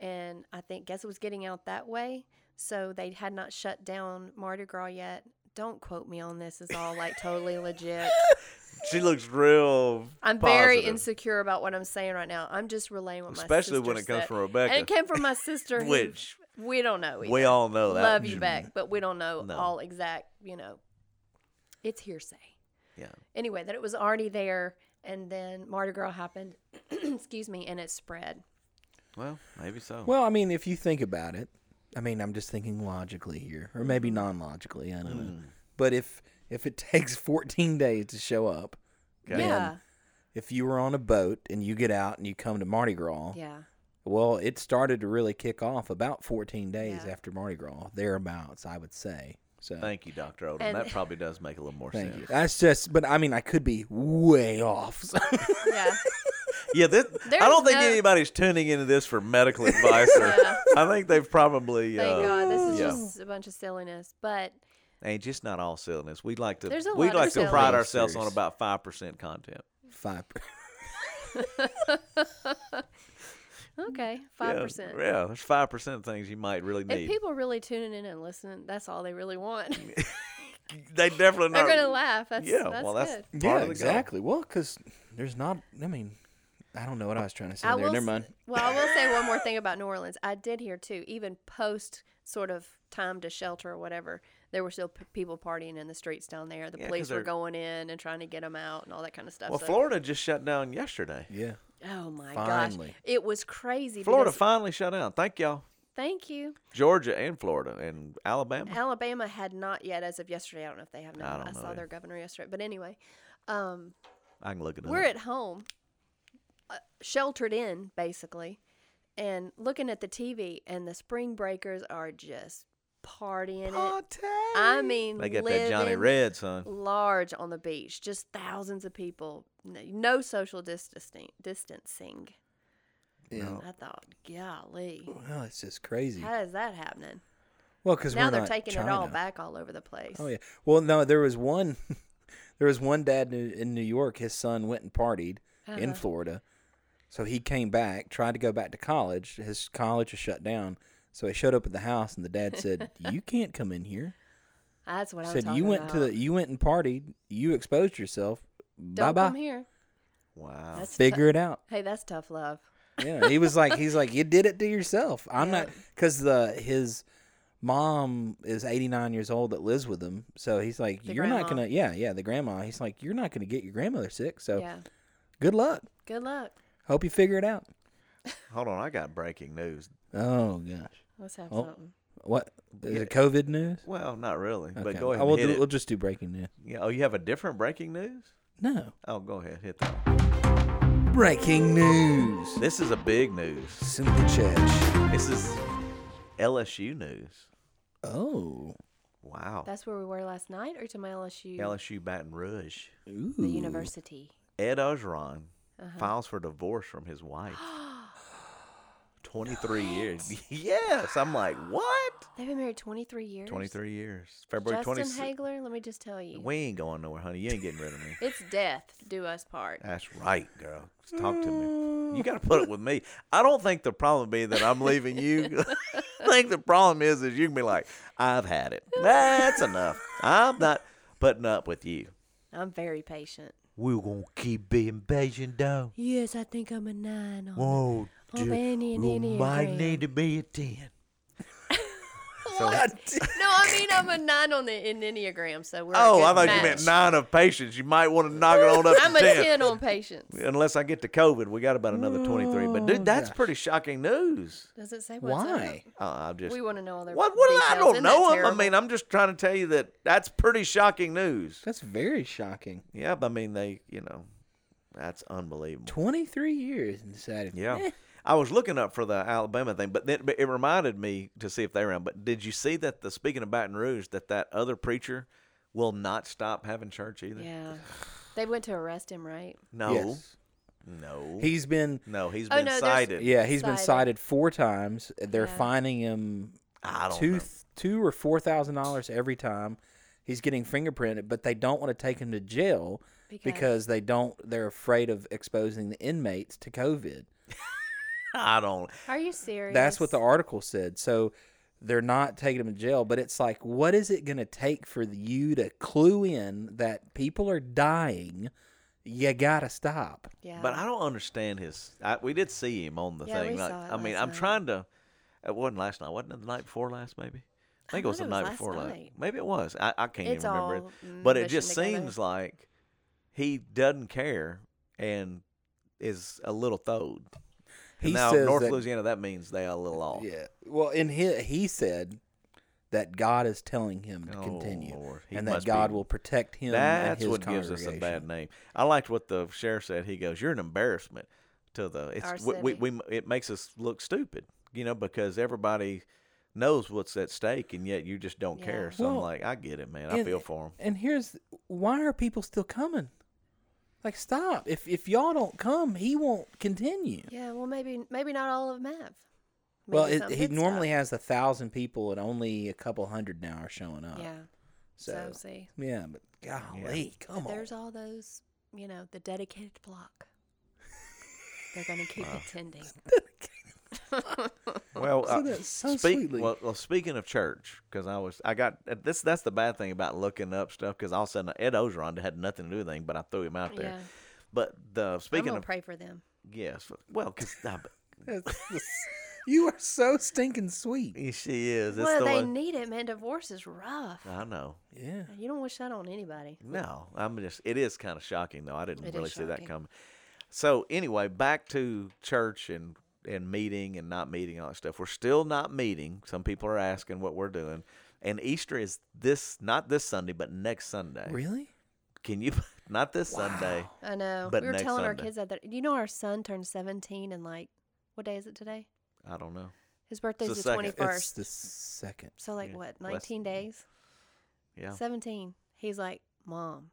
Speaker 2: and I think guess it was getting out that way. So they had not shut down Mardi Gras yet. Don't quote me on this. It's all like totally legit.
Speaker 1: She looks real.
Speaker 2: I'm very
Speaker 1: positive.
Speaker 2: insecure about what I'm saying right now. I'm just relaying what my
Speaker 1: Especially when
Speaker 2: sister
Speaker 1: it comes
Speaker 2: said.
Speaker 1: from Rebecca.
Speaker 2: And it came from my sister, who-
Speaker 1: Which-
Speaker 2: we don't know. Either.
Speaker 1: We all know that.
Speaker 2: love you back, but we don't know
Speaker 1: No.
Speaker 2: all exact, you know, it's hearsay.
Speaker 1: Yeah.
Speaker 2: Anyway, that it was already there and then Mardi Gras happened, excuse me, and it spread.
Speaker 1: Well, maybe so.
Speaker 3: Well, I mean, if you think about it, I mean, I'm just thinking logically here, or maybe non-logically. I don't know. But if if it takes 14 days to show up,
Speaker 1: Okay.
Speaker 3: then
Speaker 2: Yeah.
Speaker 3: If you were on a boat and you get out and you come to Mardi Gras,
Speaker 2: Yeah.
Speaker 3: well, it started to really kick off about 14 days
Speaker 2: Yeah.
Speaker 3: after Mardi Gras, thereabouts, I would say. So
Speaker 1: Thank you, Dr. Odom.
Speaker 2: And-
Speaker 1: that probably does make a little more
Speaker 3: thank
Speaker 1: sense.
Speaker 3: you. That's just, but I mean, I could be way off. so-
Speaker 2: Yeah.
Speaker 1: Yeah, this,
Speaker 2: There's
Speaker 1: I don't think
Speaker 2: no-
Speaker 1: anybody's tuning into this for medical advice. Or,
Speaker 2: Yeah.
Speaker 1: I think they've probably.
Speaker 2: Thank
Speaker 1: uh,
Speaker 2: God. This is
Speaker 1: yeah.
Speaker 2: just a bunch of silliness. But
Speaker 1: Hey, just not all silliness. We like to.
Speaker 2: There's a
Speaker 1: we
Speaker 2: lot of
Speaker 1: like to pride
Speaker 3: silliness.
Speaker 1: ourselves on
Speaker 3: Serious.
Speaker 1: about five percent content.
Speaker 3: Five. per-
Speaker 2: okay,
Speaker 1: Yeah,
Speaker 2: 5%.
Speaker 1: Yeah, there's five percent things you might really
Speaker 2: If
Speaker 1: need.
Speaker 2: people really tuning in and listening, that's all they really want.
Speaker 1: they definitely
Speaker 2: They're
Speaker 1: not-
Speaker 2: going to laugh. That's,
Speaker 1: Yeah,
Speaker 2: that's
Speaker 1: well,
Speaker 2: good.
Speaker 1: that's part
Speaker 3: Yeah,
Speaker 1: of the goal.
Speaker 3: exactly. Well, because there's not. I mean, I don't know what I was trying to say
Speaker 2: I
Speaker 3: there.
Speaker 2: will
Speaker 3: Never
Speaker 2: s-
Speaker 3: mind.
Speaker 2: Well, I will say one more thing about New Orleans. I did hear too, even post sort of time to shelter or whatever, there were still p- people partying in the streets down there. The
Speaker 1: Yeah, 'cause
Speaker 2: police were
Speaker 1: they're-
Speaker 2: going in and trying to get them out and all that kind of stuff.
Speaker 1: Well,
Speaker 2: so
Speaker 1: Florida just shut down yesterday.
Speaker 3: Yeah.
Speaker 2: Oh my gosh.
Speaker 3: Finally.
Speaker 2: It was crazy.
Speaker 1: Florida
Speaker 2: because-
Speaker 1: finally shut down. Thank y'all.
Speaker 2: thank you.
Speaker 1: Georgia and Florida and Alabama.
Speaker 2: Alabama had not yet, as of yesterday. I don't know if they have now.
Speaker 1: don't
Speaker 2: I
Speaker 1: know
Speaker 2: saw
Speaker 1: yet.
Speaker 2: their governor yesterday. But anyway, um,
Speaker 1: I can look it
Speaker 2: we're
Speaker 1: up.
Speaker 2: at home, uh, sheltered in, basically, and looking at the TV, and the spring breakers are just partying it. I mean,
Speaker 1: They got that Johnny
Speaker 2: living
Speaker 1: Red, son.
Speaker 2: large on the beach, just thousands of people, no, no social distancing. distancing.
Speaker 3: Yeah.
Speaker 2: I thought, golly,
Speaker 3: Well, it's just crazy.
Speaker 2: how is that happening?
Speaker 3: Well, because
Speaker 2: Now they're taking it all back all over the place.
Speaker 3: Oh yeah. Well, no, there was one. there was one dad in- in New York. His son went and partied
Speaker 2: Uh-huh.
Speaker 3: in Florida, so he came back, tried to go back to college. His college was shut down, so he showed up at the house, and the dad said, "You can't come in here."
Speaker 2: That's what I'm
Speaker 3: said
Speaker 2: talking
Speaker 3: you went to
Speaker 2: about.
Speaker 3: the, you went and partied, you exposed yourself. Bye
Speaker 2: Don't come
Speaker 3: bye.
Speaker 2: here.
Speaker 3: Oh.
Speaker 1: Wow.
Speaker 2: That's tou-
Speaker 3: Figure it out.
Speaker 2: hey, that's tough love.
Speaker 3: Yeah, he was like, he's like, you did it to yourself. I'm
Speaker 2: Yeah.
Speaker 3: not because the his mom is 89 years old that lives with him, so he's like,
Speaker 2: The
Speaker 3: you're not
Speaker 2: grandma.
Speaker 3: gonna, yeah, yeah, the grandma. He's like, you're not gonna get your grandmother sick, so
Speaker 2: Yeah.
Speaker 3: good luck.
Speaker 2: Good luck.
Speaker 3: Hope you figure it out.
Speaker 1: Hold on, I got breaking news.
Speaker 3: Oh gosh,
Speaker 2: Let's have
Speaker 3: Oh.
Speaker 2: something.
Speaker 3: what is it? COVID news?
Speaker 1: Well, not really,
Speaker 3: Okay.
Speaker 1: but go ahead.
Speaker 3: I
Speaker 1: and
Speaker 3: will
Speaker 1: hit
Speaker 3: do-
Speaker 1: it.
Speaker 3: We'll just do breaking news.
Speaker 1: Yeah, oh, you have a different breaking news?
Speaker 3: No,
Speaker 1: Oh, go ahead, hit that.
Speaker 3: breaking news.
Speaker 1: This is a big news.
Speaker 3: Simple church.
Speaker 1: This is LSU news.
Speaker 3: Oh,
Speaker 1: Wow.
Speaker 2: That's where we were last night, or to my LSU,
Speaker 1: LSU Baton Rouge.
Speaker 3: ooh.
Speaker 2: the university.
Speaker 1: Ed Ogeron
Speaker 2: Uh-huh.
Speaker 1: files for divorce from his wife. 23 years. yes. I'm like, what?
Speaker 2: They've been married 23 years.
Speaker 1: 23 years. February
Speaker 2: Justin
Speaker 1: 26th.
Speaker 2: Hagler, let me just tell you,
Speaker 1: We ain't going nowhere, honey. You ain't getting rid of me.
Speaker 2: it's death do us part.
Speaker 1: That's right, girl. Just talk to
Speaker 2: Mm.
Speaker 1: me. You got to put it with me. I don't think the problem be that I'm leaving you. I think the problem is is you can be like, I've had it. That's enough. I'm not putting up with you.
Speaker 2: I'm very patient.
Speaker 1: We're gonna keep being patient, though.
Speaker 2: Yes, I think I'm a nine. On
Speaker 1: Whoa,
Speaker 2: Oh, Benny and Indian Graham.
Speaker 1: to be a ten.
Speaker 2: No, I mean I'm a nine on the in Enneagram, so we're. a
Speaker 1: Oh,
Speaker 2: good
Speaker 1: I thought
Speaker 2: match.
Speaker 1: you meant nine of patience. You might want to knock it on up
Speaker 2: I'm
Speaker 1: to
Speaker 2: a
Speaker 1: 10.
Speaker 2: 10 on patience.
Speaker 1: Unless I get to COVID, we got about another 23. But dude,
Speaker 2: Mm.
Speaker 1: that's pretty shocking news.
Speaker 2: Does it say what's up?
Speaker 3: Why?
Speaker 1: Uh, I'm just
Speaker 2: We want to know all their
Speaker 1: what? What? I
Speaker 2: details.
Speaker 1: don't
Speaker 2: Isn't that
Speaker 1: know 'em. I
Speaker 2: terrible?
Speaker 1: mean, I'm just trying to tell you that that's pretty shocking news.
Speaker 3: That's very shocking.
Speaker 1: Yeah, but I mean they, you know, that's unbelievable.
Speaker 3: 23 years and decided.
Speaker 1: Yeah.
Speaker 3: "Eh,
Speaker 1: I was looking up for the Alabama thing, but then but it reminded me to see if they were around. But did you see that the speaking of Baton Rouge, that that other preacher will not stop having church either?
Speaker 2: Yeah. They went to arrest him, right?
Speaker 1: No,
Speaker 3: yes."
Speaker 1: no,
Speaker 3: He's been
Speaker 1: no. He's
Speaker 2: Oh,
Speaker 1: been
Speaker 2: no, there's-
Speaker 1: cited.
Speaker 3: yeah, he's been
Speaker 2: Cited.
Speaker 3: cited four times. They're
Speaker 2: Yeah.
Speaker 3: fining him
Speaker 1: I don't
Speaker 3: two
Speaker 1: know.
Speaker 3: two or four thousand dollars every time. He's getting fingerprinted, but they don't want to take him to jail
Speaker 2: Because-
Speaker 3: because, they don't they're afraid of exposing the inmates to COVID.
Speaker 1: I don't.
Speaker 2: Are you serious?
Speaker 3: That's what the article said. So they're not taking him to jail, but it's like what is it going to take for you to clue in that people are dying? You got to stop.
Speaker 2: Yeah.
Speaker 1: But I don't understand his. I, we did see him on the
Speaker 2: Yeah,
Speaker 1: thing.
Speaker 2: we
Speaker 1: like-
Speaker 2: saw it
Speaker 1: I mean,
Speaker 2: last
Speaker 1: I'm
Speaker 2: night.
Speaker 1: trying to. It wasn't last night. Wasn't it the night before last? Maybe. I think it was the
Speaker 2: thought it was
Speaker 1: night
Speaker 2: last
Speaker 1: before
Speaker 2: night.
Speaker 1: last. Maybe it was. I, I can't
Speaker 2: It's
Speaker 1: even remember it.
Speaker 2: all
Speaker 1: But it
Speaker 2: mushed
Speaker 1: just
Speaker 2: together.
Speaker 1: seems like he doesn't care and is a little throwed.
Speaker 3: He
Speaker 1: and now
Speaker 3: says
Speaker 1: North
Speaker 3: that-
Speaker 1: Louisiana, that means they are a little off.
Speaker 3: Yeah. Well, and he he said that God is telling him to
Speaker 1: Oh,
Speaker 3: continue,
Speaker 1: Lord. He
Speaker 3: and that
Speaker 1: must be-
Speaker 3: God will protect him. and
Speaker 1: That's
Speaker 3: his
Speaker 1: what gives us a bad
Speaker 3: congregation.
Speaker 1: name. I liked what the sheriff said. He goes, "You're an embarrassment to the. It's
Speaker 2: Our
Speaker 1: we,
Speaker 2: city.
Speaker 1: we, we it makes us look stupid, you know, because everybody knows what's at stake, and yet you just don't
Speaker 2: Yeah.
Speaker 1: care. So I'm
Speaker 3: Well,
Speaker 1: like, I get it, man. I
Speaker 3: and-
Speaker 1: feel for him.
Speaker 3: And here's why are people still coming? Like, stop! If if y'all don't come, he won't continue.
Speaker 2: Yeah, well, maybe maybe not all of them have.
Speaker 3: well,
Speaker 2: Maybe
Speaker 3: it,
Speaker 2: some
Speaker 3: he
Speaker 2: did
Speaker 3: normally
Speaker 2: stop.
Speaker 3: has a thousand people, and only a couple hundred now are showing up.
Speaker 2: Yeah. So,
Speaker 3: So,
Speaker 2: see,
Speaker 3: yeah, but golly, come on.
Speaker 2: there's all those, you know, the dedicated block. They're going to keep attending.
Speaker 1: Well,
Speaker 3: Oh, So
Speaker 1: uh,
Speaker 3: that's so
Speaker 1: speak-
Speaker 3: sweetly.
Speaker 1: Well, well, speaking of church, because I was, I got uh, this. That's the bad thing about looking up stuff, because all of a sudden Ed Ogeron had nothing to do with anything, but I threw him out there.
Speaker 2: Yeah.
Speaker 1: But the
Speaker 2: I'm
Speaker 1: speaking
Speaker 2: gonna
Speaker 1: of
Speaker 2: pray for them.
Speaker 1: yes, well, because
Speaker 3: you are so stinking sweet.
Speaker 1: she is. It's
Speaker 2: well,
Speaker 1: the
Speaker 2: they
Speaker 1: one. Uh,
Speaker 2: need it, man. Divorce is rough.
Speaker 1: I know.
Speaker 3: Yeah.
Speaker 2: You don't wish that on anybody.
Speaker 1: No, I'm just. It is kind of shocking, though. I didn't
Speaker 2: It is
Speaker 1: really see that
Speaker 2: shocking.
Speaker 1: coming. So anyway, back to church and and meeting and not meeting all that stuff. We're still not meeting. Some people are asking what we're doing. And Easter is this not this Sunday, but next Sunday.
Speaker 3: Really?
Speaker 1: Can you not this Sunday?
Speaker 2: I know.
Speaker 1: But
Speaker 2: we were
Speaker 1: next
Speaker 2: telling our
Speaker 1: Sunday.
Speaker 2: kids out there. You know, our son turned 17, and like, what day is it today?
Speaker 1: I don't know.
Speaker 2: His birthday's
Speaker 1: It's
Speaker 2: the,
Speaker 1: the second. It's
Speaker 2: 21st.
Speaker 3: It's the second.
Speaker 2: so like,
Speaker 1: yeah,
Speaker 2: what?
Speaker 1: less-
Speaker 2: 19 days.
Speaker 1: Yeah.
Speaker 2: 17. He's like, Mom,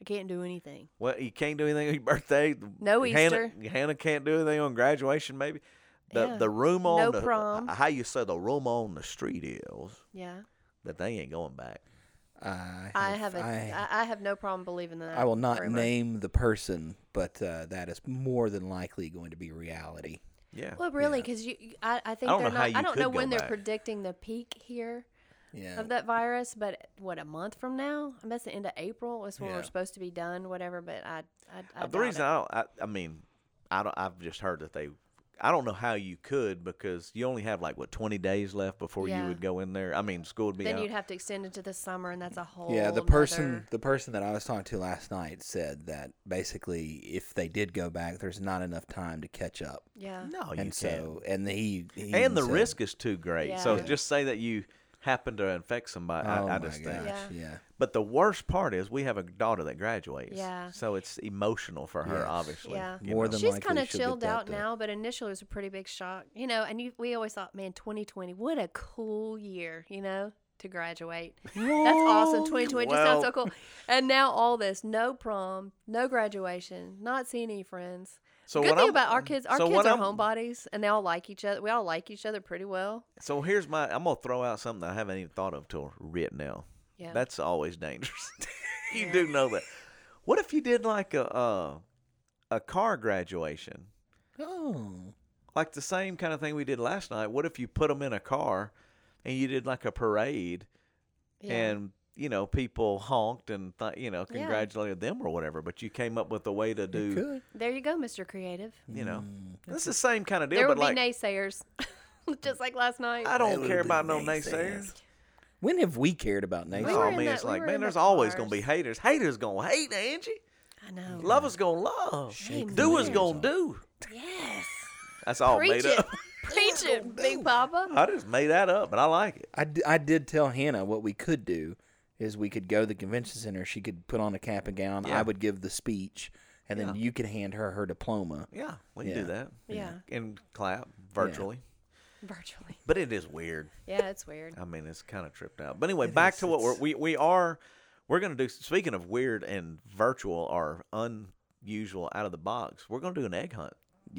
Speaker 2: I can't do anything.
Speaker 1: Well, you can't do anything on your birthday.
Speaker 2: No
Speaker 1: Hannah,
Speaker 2: Easter.
Speaker 1: Hannah can't do anything on graduation. Maybe the
Speaker 2: Yeah.
Speaker 1: the room on
Speaker 2: No
Speaker 1: the,
Speaker 2: prom.
Speaker 1: How you say the room on the street is
Speaker 2: Yeah.
Speaker 1: that they ain't going back.
Speaker 3: I
Speaker 2: I have a,
Speaker 3: I,
Speaker 2: I, I have no problem believing that.
Speaker 3: I will not
Speaker 2: rumor.
Speaker 3: name the person, but uh, that is more than likely going to be reality.
Speaker 1: Yeah.
Speaker 2: Well, really, because you, you- I, I think
Speaker 1: don't
Speaker 2: they're
Speaker 1: know how
Speaker 2: not.
Speaker 1: you
Speaker 2: I don't
Speaker 1: could
Speaker 2: know
Speaker 1: go
Speaker 2: when they're
Speaker 1: back.
Speaker 2: predicting the peak here
Speaker 3: Yeah.
Speaker 2: of that virus, but what a month from now? I mean, that's the end of April. Is when
Speaker 3: Yeah.
Speaker 2: we're supposed to be done, whatever. But I, I, I
Speaker 1: Uh, the
Speaker 2: doubt
Speaker 1: reason
Speaker 2: it.
Speaker 1: I don't, I, I mean, I don't. I've just heard that they. I don't know how you could because you only have like what twenty days left before
Speaker 2: Yeah.
Speaker 1: you would go in there. I mean, school would be
Speaker 2: then
Speaker 1: out.
Speaker 2: you'd have to extend it to the summer, and that's a whole.
Speaker 3: yeah, the person
Speaker 2: nother-
Speaker 3: the person that I was talking to last night said that basically if they did go back, there's not enough time to catch up.
Speaker 2: Yeah.
Speaker 1: no, Oh, you
Speaker 3: and
Speaker 1: can't.
Speaker 3: so and he, he even
Speaker 1: and the
Speaker 3: said-
Speaker 1: risk is too great. So
Speaker 2: Yeah.
Speaker 1: just say that you happen to infect somebody.
Speaker 3: Oh
Speaker 1: I, I
Speaker 3: my
Speaker 1: just think.
Speaker 3: gosh,
Speaker 2: Yeah.
Speaker 3: yeah.
Speaker 1: But the worst part is we have a daughter that graduates.
Speaker 2: Yeah.
Speaker 1: So it's emotional for her,
Speaker 3: Yes.
Speaker 1: obviously.
Speaker 2: Yeah.
Speaker 1: you
Speaker 3: More
Speaker 1: know.
Speaker 3: than
Speaker 2: She's
Speaker 3: likely
Speaker 2: kind of
Speaker 3: she'll get
Speaker 2: chilled out
Speaker 3: Delta.
Speaker 2: now, but initially it was a pretty big shock, you know. And you, we always thought, man, 2020, what a cool year, you know, to graduate. That's awesome. 2020 just sounds so
Speaker 1: Well-
Speaker 2: cool. And now all this, no prom, no graduation, not seeing any friends.
Speaker 1: So
Speaker 2: Good
Speaker 1: what
Speaker 2: thing
Speaker 1: I'm-
Speaker 2: about our kids, our
Speaker 1: so
Speaker 2: kids
Speaker 1: what
Speaker 2: are
Speaker 1: I'm-
Speaker 2: homebodies, and they all like each other. We all like each other pretty well.
Speaker 1: So here's my. I'm gonna throw out something I haven't even thought of till right now.
Speaker 2: Yeah.
Speaker 1: That's always dangerous. you do know that. What if you did like a uh, a car graduation,
Speaker 3: Oh.
Speaker 1: like the same kind of thing we did last night? What if you put them in a car, and you did like a parade,
Speaker 2: yeah.
Speaker 1: and you know people honked and th- you know
Speaker 2: Yeah.
Speaker 1: congratulated them or whatever, but you came up with a way to
Speaker 3: You
Speaker 1: do.
Speaker 3: could.
Speaker 2: there you go, Mr. Creative.
Speaker 1: you know.
Speaker 3: Mm.
Speaker 1: It's the same kind of deal,
Speaker 2: There
Speaker 1: but
Speaker 2: would
Speaker 1: like
Speaker 2: be naysayers, just like last night.
Speaker 1: I
Speaker 3: There
Speaker 1: don't
Speaker 3: would
Speaker 1: care
Speaker 3: be
Speaker 1: about no
Speaker 3: naysayers.
Speaker 1: naysayers.
Speaker 3: When have we cared about
Speaker 1: They
Speaker 3: nature?
Speaker 2: We were
Speaker 1: saw
Speaker 2: in
Speaker 1: me.
Speaker 2: the-
Speaker 1: It's
Speaker 2: we
Speaker 1: like,
Speaker 2: were
Speaker 1: man,
Speaker 2: in the
Speaker 1: there's always gonna
Speaker 2: cars.
Speaker 1: be Mm. haters. Haters gonna hate, Angie.
Speaker 2: I know.
Speaker 1: Lovers gonna love.
Speaker 3: Shake
Speaker 2: Amen.
Speaker 1: Do is
Speaker 3: their
Speaker 1: gonna
Speaker 3: hands
Speaker 1: do.
Speaker 2: Yes.
Speaker 1: That's all
Speaker 2: Preach
Speaker 1: Oh, made
Speaker 2: it.
Speaker 1: up.
Speaker 2: Preach it, Big Papa.
Speaker 1: I just made that up, but I like it.
Speaker 3: I, d- I did tell Hannah what we could do is we could go to the convention center. She could put on a cap and gown.
Speaker 1: Yeah.
Speaker 3: I would give the speech, and then you could hand her her diploma.
Speaker 1: Yeah, we can do
Speaker 3: Yeah.
Speaker 1: that.
Speaker 2: Yeah.
Speaker 1: And clap virtually.
Speaker 2: Virtually.
Speaker 1: But it is weird.
Speaker 2: Yeah, it's weird.
Speaker 1: I mean, it's kind of tripped out. But anyway, back to what we're, we we are we're going to do. Speaking of weird and virtual or unusual out of the box, we're going to do an egg hunt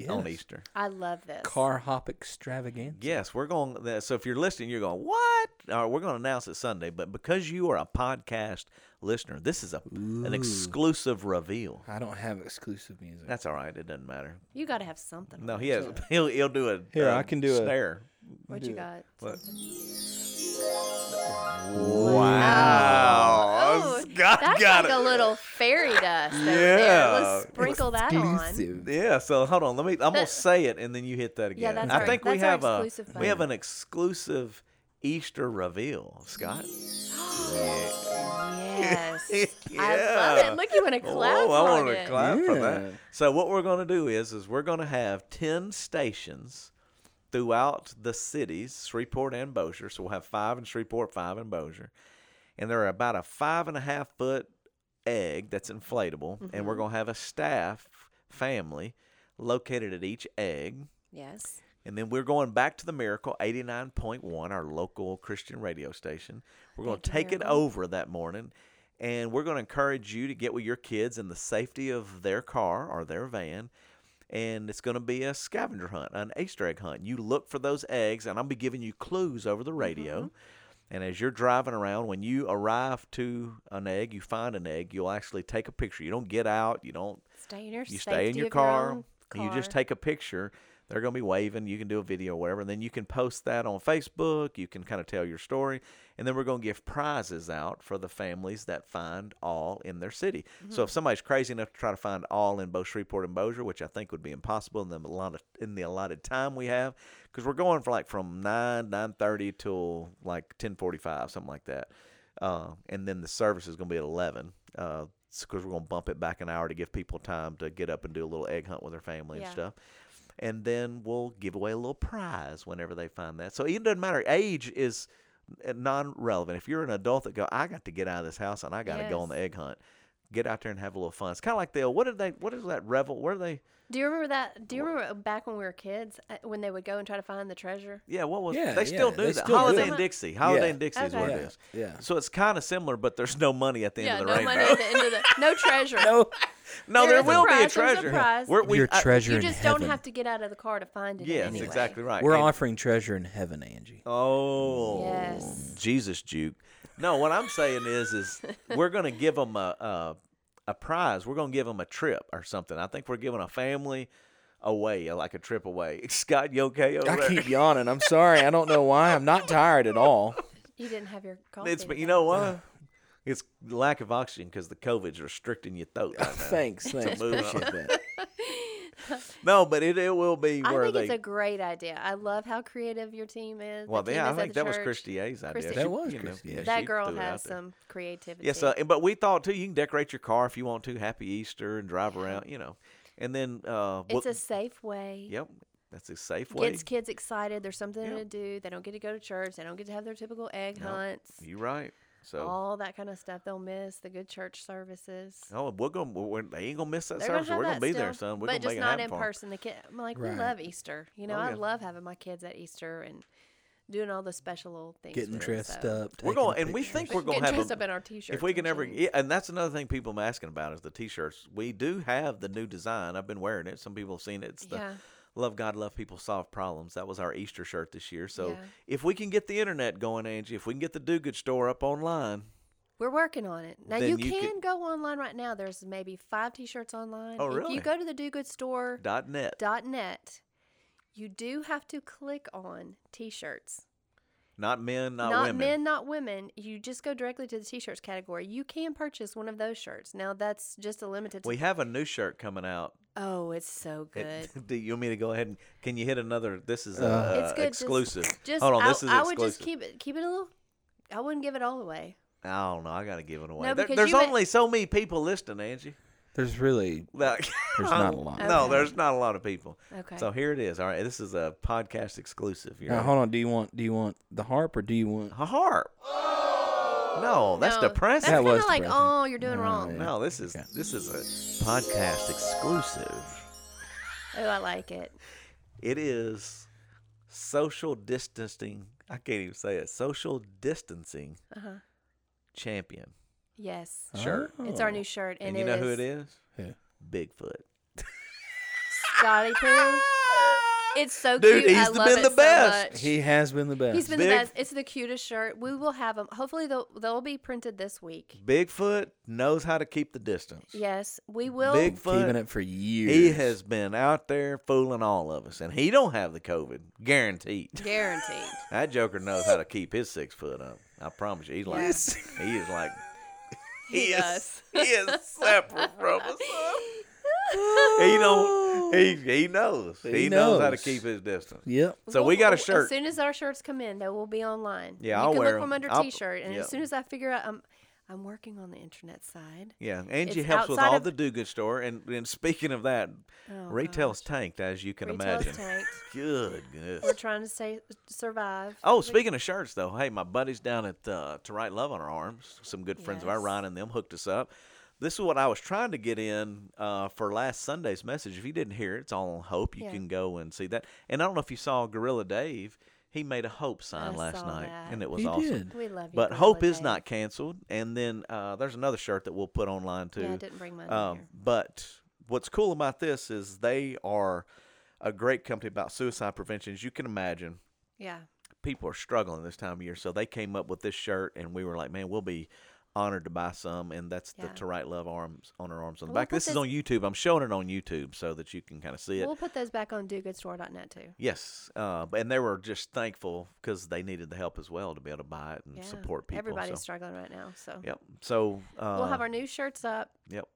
Speaker 1: on
Speaker 3: Yes.
Speaker 1: Easter.
Speaker 2: I love this.
Speaker 3: Car hop extravaganza.
Speaker 1: Yes, we're going. So if you're listening, you're going, what? All right, we're going to announce it Sunday. But because you are a podcast listener, this is a an exclusive reveal.
Speaker 3: I don't have exclusive music.
Speaker 1: That's all right. It doesn't matter.
Speaker 2: You got to have something.
Speaker 1: No, he has. He'll, he'll do a.
Speaker 3: Here,
Speaker 1: I
Speaker 3: I can do a-
Speaker 1: snare.
Speaker 2: What you got?
Speaker 1: What?
Speaker 2: Something.
Speaker 1: Wow.
Speaker 2: Oh,
Speaker 1: Got,
Speaker 2: that's
Speaker 1: got
Speaker 2: like
Speaker 1: it.
Speaker 2: a little fairy dust. Over there. Let's
Speaker 1: Yeah.
Speaker 2: sprinkle that on.
Speaker 3: Exclusive.
Speaker 1: yeah, so hold on. Let me. I'm gonna
Speaker 2: That-
Speaker 1: say it, and then you hit that
Speaker 2: Yeah,
Speaker 1: again.
Speaker 2: that's
Speaker 1: I
Speaker 2: our-
Speaker 1: think we
Speaker 2: that's our
Speaker 1: have a
Speaker 2: exclusive
Speaker 1: we have
Speaker 2: bonus.
Speaker 1: an exclusive Easter reveal, Scott.
Speaker 2: Yes. I love
Speaker 1: Yeah.
Speaker 2: it. Look, you want to clap
Speaker 1: Oh, I
Speaker 2: on
Speaker 1: want to
Speaker 2: it.
Speaker 1: clap for
Speaker 3: Yeah.
Speaker 1: that. So what we're going to do is, is we're going to have ten stations throughout the cities, Shreveport and Bossier. So we'll have five in Shreveport, five in Bossier, and they're about a five and a half foot egg that's inflatable, and we're going to have a staff family located at each egg.
Speaker 2: Yes.
Speaker 1: And then we're going back to the Miracle 89.1, our local Christian radio station. We're going to
Speaker 2: Thank you,
Speaker 1: take it
Speaker 2: Miracle.
Speaker 1: over that morning and we're going to encourage you to get with your kids in the safety of their car or their van. And it's going to be a scavenger hunt, an Easter egg hunt. You look for those eggs, and I'll be giving you clues over
Speaker 2: Mm-hmm.
Speaker 1: the radio. And as you're driving around, when you arrive to an egg, you find an egg, you'll actually take a picture. You don't get out, you don't
Speaker 2: Stay in your
Speaker 1: you stay in
Speaker 2: safety
Speaker 1: your
Speaker 2: of your
Speaker 1: car,
Speaker 2: own
Speaker 1: and you just
Speaker 2: car.
Speaker 1: take a picture they're going to be waving you can do a video or whatever and then you can post that on facebook you can kind of tell your story and then we're going to give prizes out for the families that find all in their city so if somebody's crazy enough to try to find all in both shreveport and bossier which i think would be impossible in the allotted, in the allotted time we have because we're going for like from 9 9.30 till like 10.45 something like that uh, and then the service is going to be at 11 uh, because we're going to bump it back an hour to give people time to get up and do a little egg hunt with their family
Speaker 2: Yeah.
Speaker 1: and stuff. And then we'll give away a little prize whenever they find that. So it doesn't matter. Age is non relevant. If you're an adult that go, I got to get out of this house and I got to go on the
Speaker 2: Yes.
Speaker 1: egg hunt, get out there and have a little fun. It's kind of like the, what did they, what is that revel? Where are they?
Speaker 2: Do you remember that? Do you remember back when we were kids uh, when they would go and try to find the treasure?
Speaker 1: Yeah, what was
Speaker 3: Yeah,
Speaker 1: they still
Speaker 3: yeah,
Speaker 1: do
Speaker 3: they
Speaker 1: that?
Speaker 3: still do
Speaker 1: Holiday
Speaker 3: it.
Speaker 1: and Dixie. Holiday and Dixie is
Speaker 2: Okay.
Speaker 1: what
Speaker 3: yeah,
Speaker 1: it is.
Speaker 3: yeah.
Speaker 1: So it's kind of similar, but there's no money at the end of the
Speaker 2: no
Speaker 1: rainbow.
Speaker 2: money at the end of the no treasure.
Speaker 3: No,
Speaker 1: no,
Speaker 2: There
Speaker 1: there,
Speaker 2: is a
Speaker 1: will be a
Speaker 2: prize, there's a
Speaker 1: treasure.
Speaker 2: prize.
Speaker 1: We're- we-
Speaker 3: your
Speaker 1: I-
Speaker 3: treasure
Speaker 2: You
Speaker 3: in
Speaker 2: just
Speaker 3: heaven.
Speaker 2: don't have to get out of the car to find it.
Speaker 1: Yes,
Speaker 2: anyway.
Speaker 1: exactly right.
Speaker 3: We're
Speaker 1: And-
Speaker 3: offering treasure in heaven, Angie.
Speaker 1: Oh,
Speaker 2: Yes.
Speaker 1: Jesus, Juke. No, what I'm saying is, is we're gonna give them a, a a prize. We're gonna give them a trip or something. I think we're giving a family away, like a trip away. Scott, you okay over
Speaker 3: I
Speaker 1: there?
Speaker 3: keep yawning. I'm sorry. I don't know why. I'm not tired at all.
Speaker 2: You didn't have your coffee.
Speaker 1: It's but you
Speaker 2: today.
Speaker 1: know what? It's lack of oxygen because the COVID's restricting your throat. Right now.
Speaker 3: Thanks, thanks.
Speaker 1: move on.
Speaker 3: Appreciate that.
Speaker 1: No, but it, it will be
Speaker 2: I
Speaker 1: where
Speaker 2: think
Speaker 1: they.
Speaker 2: it's a great idea. I love how creative your team is.
Speaker 1: Well,
Speaker 2: the team
Speaker 1: yeah, I
Speaker 2: is at
Speaker 1: think
Speaker 2: the
Speaker 1: that was
Speaker 2: church.
Speaker 1: Christy A's idea.
Speaker 2: Christy-
Speaker 3: That
Speaker 1: She-
Speaker 3: was
Speaker 1: you know,
Speaker 3: Christy
Speaker 1: yeah,
Speaker 3: A's.
Speaker 1: she
Speaker 2: That girl
Speaker 1: threw it out
Speaker 2: has
Speaker 1: there.
Speaker 2: some creativity.
Speaker 1: Yes, uh, and- but we thought too. You can decorate your car if you want to. Happy Easter and drive around, you know. And then, uh, we'll-
Speaker 2: it's a safe way.
Speaker 1: yep, that's a safe way.
Speaker 2: Gets kids excited. There's something
Speaker 1: Yeah.
Speaker 2: to do. They don't get to go to church. They don't get to have their typical egg
Speaker 1: No.
Speaker 2: hunts.
Speaker 1: You're right. So,
Speaker 2: All that kind of stuff they'll miss. The good church services.
Speaker 1: oh, we're gonna we're, we're- they ain't gonna miss that
Speaker 2: They're
Speaker 1: service.
Speaker 2: gonna have
Speaker 1: We're gonna
Speaker 2: that
Speaker 1: be
Speaker 2: still,
Speaker 1: there, son. We're
Speaker 2: but
Speaker 1: gonna
Speaker 2: just
Speaker 1: make it
Speaker 2: not
Speaker 1: happen
Speaker 2: in
Speaker 1: for 'em.
Speaker 2: person. The kid, I'm like,
Speaker 3: Right.
Speaker 2: we love Easter. You know,
Speaker 1: Oh,
Speaker 2: I
Speaker 1: yeah.
Speaker 2: love having my kids at Easter and doing all the special little things.
Speaker 3: Getting
Speaker 2: with it,
Speaker 3: dressed
Speaker 2: so.
Speaker 3: up.
Speaker 1: We're
Speaker 3: taking
Speaker 1: going, and we
Speaker 3: pictures.
Speaker 1: think we're
Speaker 2: Get
Speaker 1: gonna have.
Speaker 2: dressed
Speaker 1: a-
Speaker 2: up in our t-shirts.
Speaker 1: if we can
Speaker 2: and
Speaker 1: ever,
Speaker 2: jeans.
Speaker 1: yeah, and that's another thing people am asking about is the t-shirts. We do have the new design. I've been wearing it. Some people have seen it. It's the
Speaker 2: Yeah.
Speaker 1: Love God, love people, solve problems. That was our Easter shirt this year. So
Speaker 2: Yeah.
Speaker 1: if we can get the internet going, Angie, if we can get the Do Good store up online,
Speaker 2: We're working on it. Now
Speaker 1: Then
Speaker 2: you
Speaker 1: you
Speaker 2: can
Speaker 1: could-
Speaker 2: go online right now. There's maybe five t-shirts online.
Speaker 1: Oh,
Speaker 2: If
Speaker 1: really?
Speaker 2: you go to the Do Good Store
Speaker 1: dot net.
Speaker 2: dot net, you do have to click on t-shirts.
Speaker 1: Not men, not, women.
Speaker 2: men, not women. You just go directly to the t-shirts category. You can purchase one of those shirts. Now that's just a limited.
Speaker 1: We have a new shirt coming out.
Speaker 2: oh, it's so good.
Speaker 1: It- do you want me to go ahead and can you hit another? This is uh,
Speaker 3: Uh,
Speaker 2: It's good, just-
Speaker 1: exclusive.
Speaker 2: Just
Speaker 1: Hold on,
Speaker 2: I,
Speaker 1: this is
Speaker 2: I
Speaker 1: exclusive.
Speaker 2: would just keep it keep it a little. I wouldn't give it all away.
Speaker 1: I don't know. I gotta give it away.
Speaker 2: No,
Speaker 1: There-
Speaker 2: because
Speaker 1: there's
Speaker 2: you may-
Speaker 1: only so many people listening, Angie.
Speaker 3: There's really
Speaker 1: Like,
Speaker 3: There's not a lot.
Speaker 1: No,
Speaker 2: Okay.
Speaker 1: there's not a lot of people.
Speaker 2: Okay.
Speaker 1: So here it is. All right, this is a podcast exclusive. You're
Speaker 3: Now, hold on. Do you want do you want the harp or do you want
Speaker 1: a harp. No, that's
Speaker 2: No,
Speaker 1: depressing.
Speaker 2: That's
Speaker 3: That
Speaker 2: kind
Speaker 3: was
Speaker 2: of like,
Speaker 3: depressing.
Speaker 2: oh, you're doing wrong.
Speaker 1: No, this is
Speaker 3: Okay.
Speaker 1: this is a podcast exclusive.
Speaker 2: Oh, I like it.
Speaker 1: It is social distancing. I can't even say it. Social distancing
Speaker 2: Uh-huh.
Speaker 1: champion.
Speaker 2: Yes.
Speaker 1: Sure.
Speaker 3: Oh.
Speaker 2: It's our new shirt, and,
Speaker 1: And, you know who it
Speaker 2: is
Speaker 1: is?
Speaker 3: Who?
Speaker 1: Bigfoot.
Speaker 2: Scotty Pooh. It's so
Speaker 1: Dude,
Speaker 2: cute.
Speaker 1: he's
Speaker 2: I
Speaker 1: the-
Speaker 2: love
Speaker 1: been
Speaker 2: it
Speaker 1: the
Speaker 2: so
Speaker 1: best.
Speaker 2: much.
Speaker 3: He has been the best.
Speaker 2: He's been the
Speaker 1: Big-
Speaker 2: best. It's the cutest shirt. We will have them. Hopefully, they'll they'll be printed this week.
Speaker 1: Bigfoot knows how to keep the distance.
Speaker 2: Yes, we will.
Speaker 1: Big
Speaker 3: keeping
Speaker 1: Bigfoot.
Speaker 3: it for years.
Speaker 1: He has been out there fooling all of us, and he don't have the COVID, guaranteed.
Speaker 2: Guaranteed.
Speaker 1: That Joker knows how to keep his six foot up. I promise you. He's like,
Speaker 3: Yes.
Speaker 1: he is like,
Speaker 2: He
Speaker 1: is, he is separate from us. He
Speaker 3: Oh.
Speaker 1: don't. He he knows. He,
Speaker 3: He
Speaker 1: knows. how to
Speaker 3: knows.
Speaker 1: keep his distance.
Speaker 3: Yep.
Speaker 1: So we got a
Speaker 2: As
Speaker 1: shirt.
Speaker 2: soon as our shirts come in, they will be online.
Speaker 1: Yeah,
Speaker 2: you
Speaker 1: I'll
Speaker 2: can
Speaker 1: wear
Speaker 2: look from
Speaker 1: 'em.
Speaker 2: under
Speaker 1: I'll-
Speaker 2: T-shirt, and
Speaker 1: yeah.
Speaker 2: as soon as I figure out, I'm I'm working on the internet side.
Speaker 1: Yeah, Angie
Speaker 2: It's
Speaker 1: helps with
Speaker 2: outside
Speaker 1: all
Speaker 2: of-
Speaker 1: the do-good store, and, and speaking of that,
Speaker 2: Oh,
Speaker 1: retail's tanked as you can
Speaker 2: Retail's
Speaker 1: imagine.
Speaker 2: tanked.
Speaker 1: Good
Speaker 2: We're
Speaker 1: goodness.
Speaker 2: trying to stay survive.
Speaker 1: Oh, speaking of shirts, though, hey, my buddies down at uh, To Write Love on Our Arms, some good friends of ours,
Speaker 2: Yes.
Speaker 1: Ryan and them, hooked us up. This is what I was trying to get in uh, for last Sunday's message. If you didn't hear it, it's all on Hope. You
Speaker 2: Yeah.
Speaker 1: can go and see that. And I don't know if you saw Gorilla Dave. He made a Hope sign
Speaker 2: I
Speaker 1: last
Speaker 2: saw
Speaker 1: night,
Speaker 2: that.
Speaker 1: and it was
Speaker 3: He
Speaker 1: awesome.
Speaker 3: did.
Speaker 2: We love you.
Speaker 1: But
Speaker 2: Gorilla
Speaker 1: hope is
Speaker 2: Dave.
Speaker 1: not canceled. And then uh, there's another shirt that we'll put online too.
Speaker 2: Yeah, I didn't bring mine.
Speaker 1: um,
Speaker 2: here.
Speaker 1: but what's cool about this is they are a great company about suicide prevention. As you can imagine,
Speaker 2: Yeah.
Speaker 1: people are struggling this time of year, so they came up with this shirt, and we were like, man, we'll be honored to buy some. And that's the
Speaker 2: Yeah.
Speaker 1: to right love arms on our arms on the
Speaker 2: We'll
Speaker 1: back.
Speaker 2: put
Speaker 1: This, is
Speaker 2: this-
Speaker 1: on YouTube. I'm showing it on YouTube so that you can kind of see it.
Speaker 2: We'll put those back on dogoodstore.net too.
Speaker 1: Yes, uh, and they were just thankful because they needed the help as well to be able to buy it and
Speaker 2: Yeah.
Speaker 1: support people.
Speaker 2: Everybody's
Speaker 1: so.
Speaker 2: struggling right now, so
Speaker 1: Yep. So uh,
Speaker 2: we'll have our new shirts up.
Speaker 1: Yep.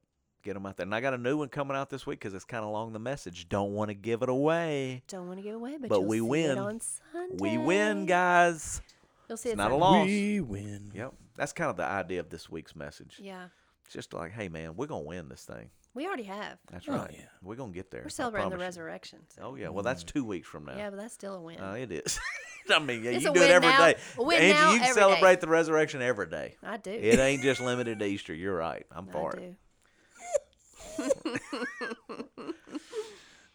Speaker 1: Get them out there. And I got a new one coming out this week because it's kind of long the message. Don't want to give it away.
Speaker 2: Don't want to give away, but,
Speaker 1: But
Speaker 2: you'll
Speaker 1: we
Speaker 2: see it
Speaker 1: win.
Speaker 2: on Sunday.
Speaker 1: We win, guys.
Speaker 2: You'll see
Speaker 1: It's
Speaker 2: it
Speaker 1: not a
Speaker 2: Sunday.
Speaker 1: loss.
Speaker 3: We win.
Speaker 1: Yep. That's kind of the idea of this week's message.
Speaker 2: Yeah.
Speaker 1: Just like, hey man, we're gonna win this thing.
Speaker 2: We already have.
Speaker 1: That's
Speaker 3: Oh,
Speaker 1: right.
Speaker 3: yeah.
Speaker 1: We're gonna get there. I
Speaker 2: We're celebrating the
Speaker 1: promise you.
Speaker 2: resurrection. so-
Speaker 1: Oh yeah. Well, that's two weeks from now.
Speaker 2: Yeah, but that's still a win.
Speaker 1: Uh, it is. I mean, yeah,
Speaker 2: It's
Speaker 1: you
Speaker 2: a
Speaker 1: do it
Speaker 2: win
Speaker 1: every day.
Speaker 2: now- a win
Speaker 1: Angie,
Speaker 2: now,
Speaker 1: you can
Speaker 2: every day.
Speaker 1: celebrate the resurrection every day.
Speaker 2: I do.
Speaker 1: It ain't just limited to Easter. You're right. I'm
Speaker 2: I
Speaker 1: for it.
Speaker 2: do.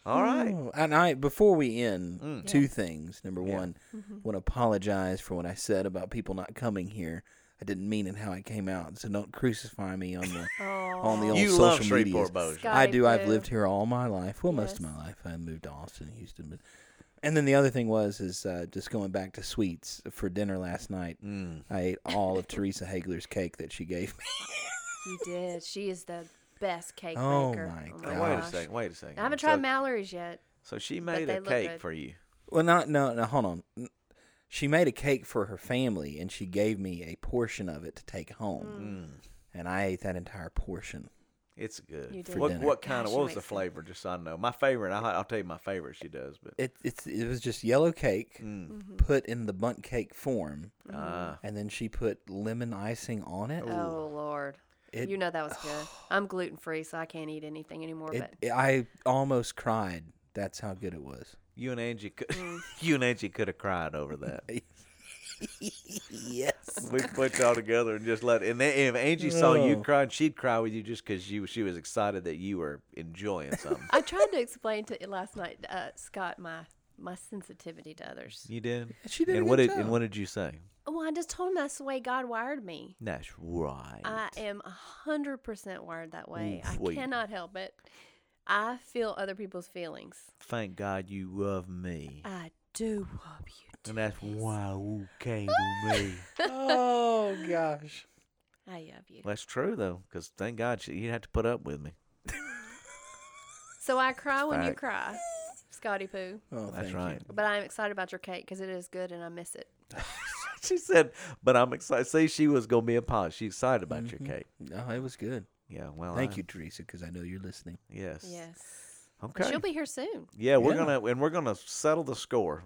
Speaker 1: All right. Mm.
Speaker 3: Oh, and I before we end, two things. Number one,
Speaker 2: Mm-hmm.
Speaker 3: want to apologize for what I said about people not coming here. I didn't mean it how I came out, so don't crucify me on the on the old
Speaker 1: You
Speaker 3: social
Speaker 1: love Shreveport Bossier.
Speaker 3: medias.
Speaker 2: Scott-
Speaker 3: I do. I've
Speaker 2: Boo.
Speaker 3: lived here all my life. Well, most of
Speaker 2: Yes.
Speaker 3: my life. I moved to Austin, Houston, but. And then the other thing was is uh, just going back to sweets for dinner last night.
Speaker 1: Mm.
Speaker 3: I ate all of Teresa Hagler's cake that she gave me.
Speaker 2: You did. She is the best cake
Speaker 3: Oh
Speaker 2: maker.
Speaker 3: my
Speaker 1: Now, wait a
Speaker 2: gosh.
Speaker 1: second. Wait a second.
Speaker 2: I haven't
Speaker 1: so,
Speaker 2: tried Mallory's yet.
Speaker 1: So she made
Speaker 2: they
Speaker 1: a
Speaker 2: look
Speaker 1: cake
Speaker 2: good.
Speaker 1: for you.
Speaker 3: Well, not no no. Hold on. N- She made a cake for her family, and she gave me a portion of it to take
Speaker 2: Mm.
Speaker 1: Mm.
Speaker 3: home, and I ate that entire portion.
Speaker 1: It's good.
Speaker 2: You did. For
Speaker 1: What,
Speaker 3: dinner.
Speaker 1: what kind of?
Speaker 2: Gosh,
Speaker 1: What
Speaker 2: you
Speaker 1: was the
Speaker 2: make some-
Speaker 1: flavor? Just so I know. My favorite. I'll, I'll tell you my favorite. She does, but
Speaker 3: It it's it was just yellow cake
Speaker 2: Mm-hmm.
Speaker 3: put in the bunt cake form,
Speaker 1: Ah.
Speaker 3: and then she put lemon icing on it.
Speaker 2: Oh Lord.
Speaker 3: It-
Speaker 2: you know that was good. I'm gluten free, so I can't eat anything anymore.
Speaker 3: It,
Speaker 2: but
Speaker 3: it- I almost cried. That's how good it was.
Speaker 1: you and Angie could.
Speaker 2: Mm.
Speaker 1: you and Angie could have cried over that.
Speaker 3: Yes.
Speaker 1: we put y'all together and just let. And then if Angie saw you
Speaker 3: Oh.
Speaker 1: crying, she'd cry with you just because you she was excited that you were enjoying something.
Speaker 2: I tried to explain to last night, uh, Scott, my my sensitivity to others.
Speaker 1: you did.
Speaker 3: She did a
Speaker 1: And what
Speaker 3: good
Speaker 1: did? And
Speaker 3: job.
Speaker 1: what did you say?
Speaker 2: Well, I just told him that's the way God wired me.
Speaker 1: That's right.
Speaker 2: I am a hundred percent wired that way.
Speaker 1: Ooh,
Speaker 2: I
Speaker 1: wait.
Speaker 2: cannot help it. I feel other people's feelings.
Speaker 1: Thank God you love me.
Speaker 2: I do love you.
Speaker 1: And that's why you came to me.
Speaker 3: oh gosh.
Speaker 2: I love you.
Speaker 1: That's true though, because thank God she, you had to put up with me.
Speaker 2: So I cry when you
Speaker 1: Fact.
Speaker 2: cry, Scotty Poo.
Speaker 3: Oh,
Speaker 1: That's
Speaker 3: thank
Speaker 1: right.
Speaker 2: But I'm excited about your cake because it is good and I miss it.
Speaker 1: She said, "But I'm excited." Say she was gonna be a positive. She's excited about your cake.
Speaker 3: You. No, it was good.
Speaker 1: Yeah. Well,
Speaker 3: Mm-hmm. Thank
Speaker 1: I-
Speaker 3: you, Teresa, because I know you're listening.
Speaker 1: Yes.
Speaker 2: Yes.
Speaker 1: Okay.
Speaker 2: She'll be here soon.
Speaker 1: yeah, we're
Speaker 3: Yeah.
Speaker 1: gonna and we're gonna settle the score.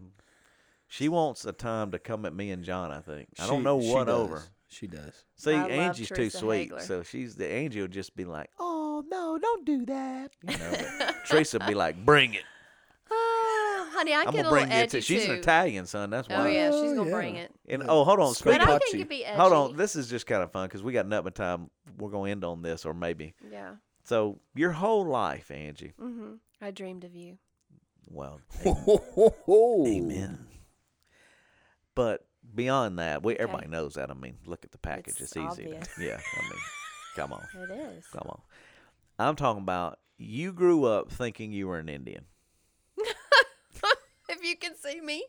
Speaker 1: She wants a time to come at me and John. I think I don't
Speaker 3: She-
Speaker 1: know
Speaker 3: she
Speaker 1: what
Speaker 3: does.
Speaker 1: over.
Speaker 3: She does.
Speaker 1: See,
Speaker 2: I love
Speaker 1: Angie's too
Speaker 2: Teresa
Speaker 1: sweet,
Speaker 2: Hagler.
Speaker 1: so she's the Angie will just be like, "Oh no, don't do that." You know, but Teresa will be like, "Bring it."
Speaker 2: Oh, honey, I
Speaker 1: I'm
Speaker 2: get
Speaker 1: gonna
Speaker 2: a little
Speaker 1: bring you
Speaker 2: edgy
Speaker 1: to. She's
Speaker 2: too.
Speaker 1: an Italian, son. That's why.
Speaker 2: Oh yeah, she's
Speaker 3: Oh,
Speaker 2: gonna
Speaker 3: yeah.
Speaker 2: bring it.
Speaker 1: And oh, hold on,
Speaker 3: Square
Speaker 1: speaking.
Speaker 2: But I
Speaker 3: Pachi.
Speaker 2: think it'd be edgy.
Speaker 1: Hold on, this is just kind of fun because we got nothing but time. We're gonna end on this, or maybe.
Speaker 2: yeah.
Speaker 1: So your whole life, Angie.
Speaker 2: Mm-hmm. I dreamed of you.
Speaker 1: Well,
Speaker 3: Amen.
Speaker 1: amen. But beyond that, we everybody knows that. I mean, look at the package; it's,
Speaker 2: It's
Speaker 1: easy. to-
Speaker 2: obvious.
Speaker 1: Yeah, I mean, come on,
Speaker 2: It is.
Speaker 1: come on. I'm talking about you grew up thinking you were an Indian.
Speaker 2: if you can see me,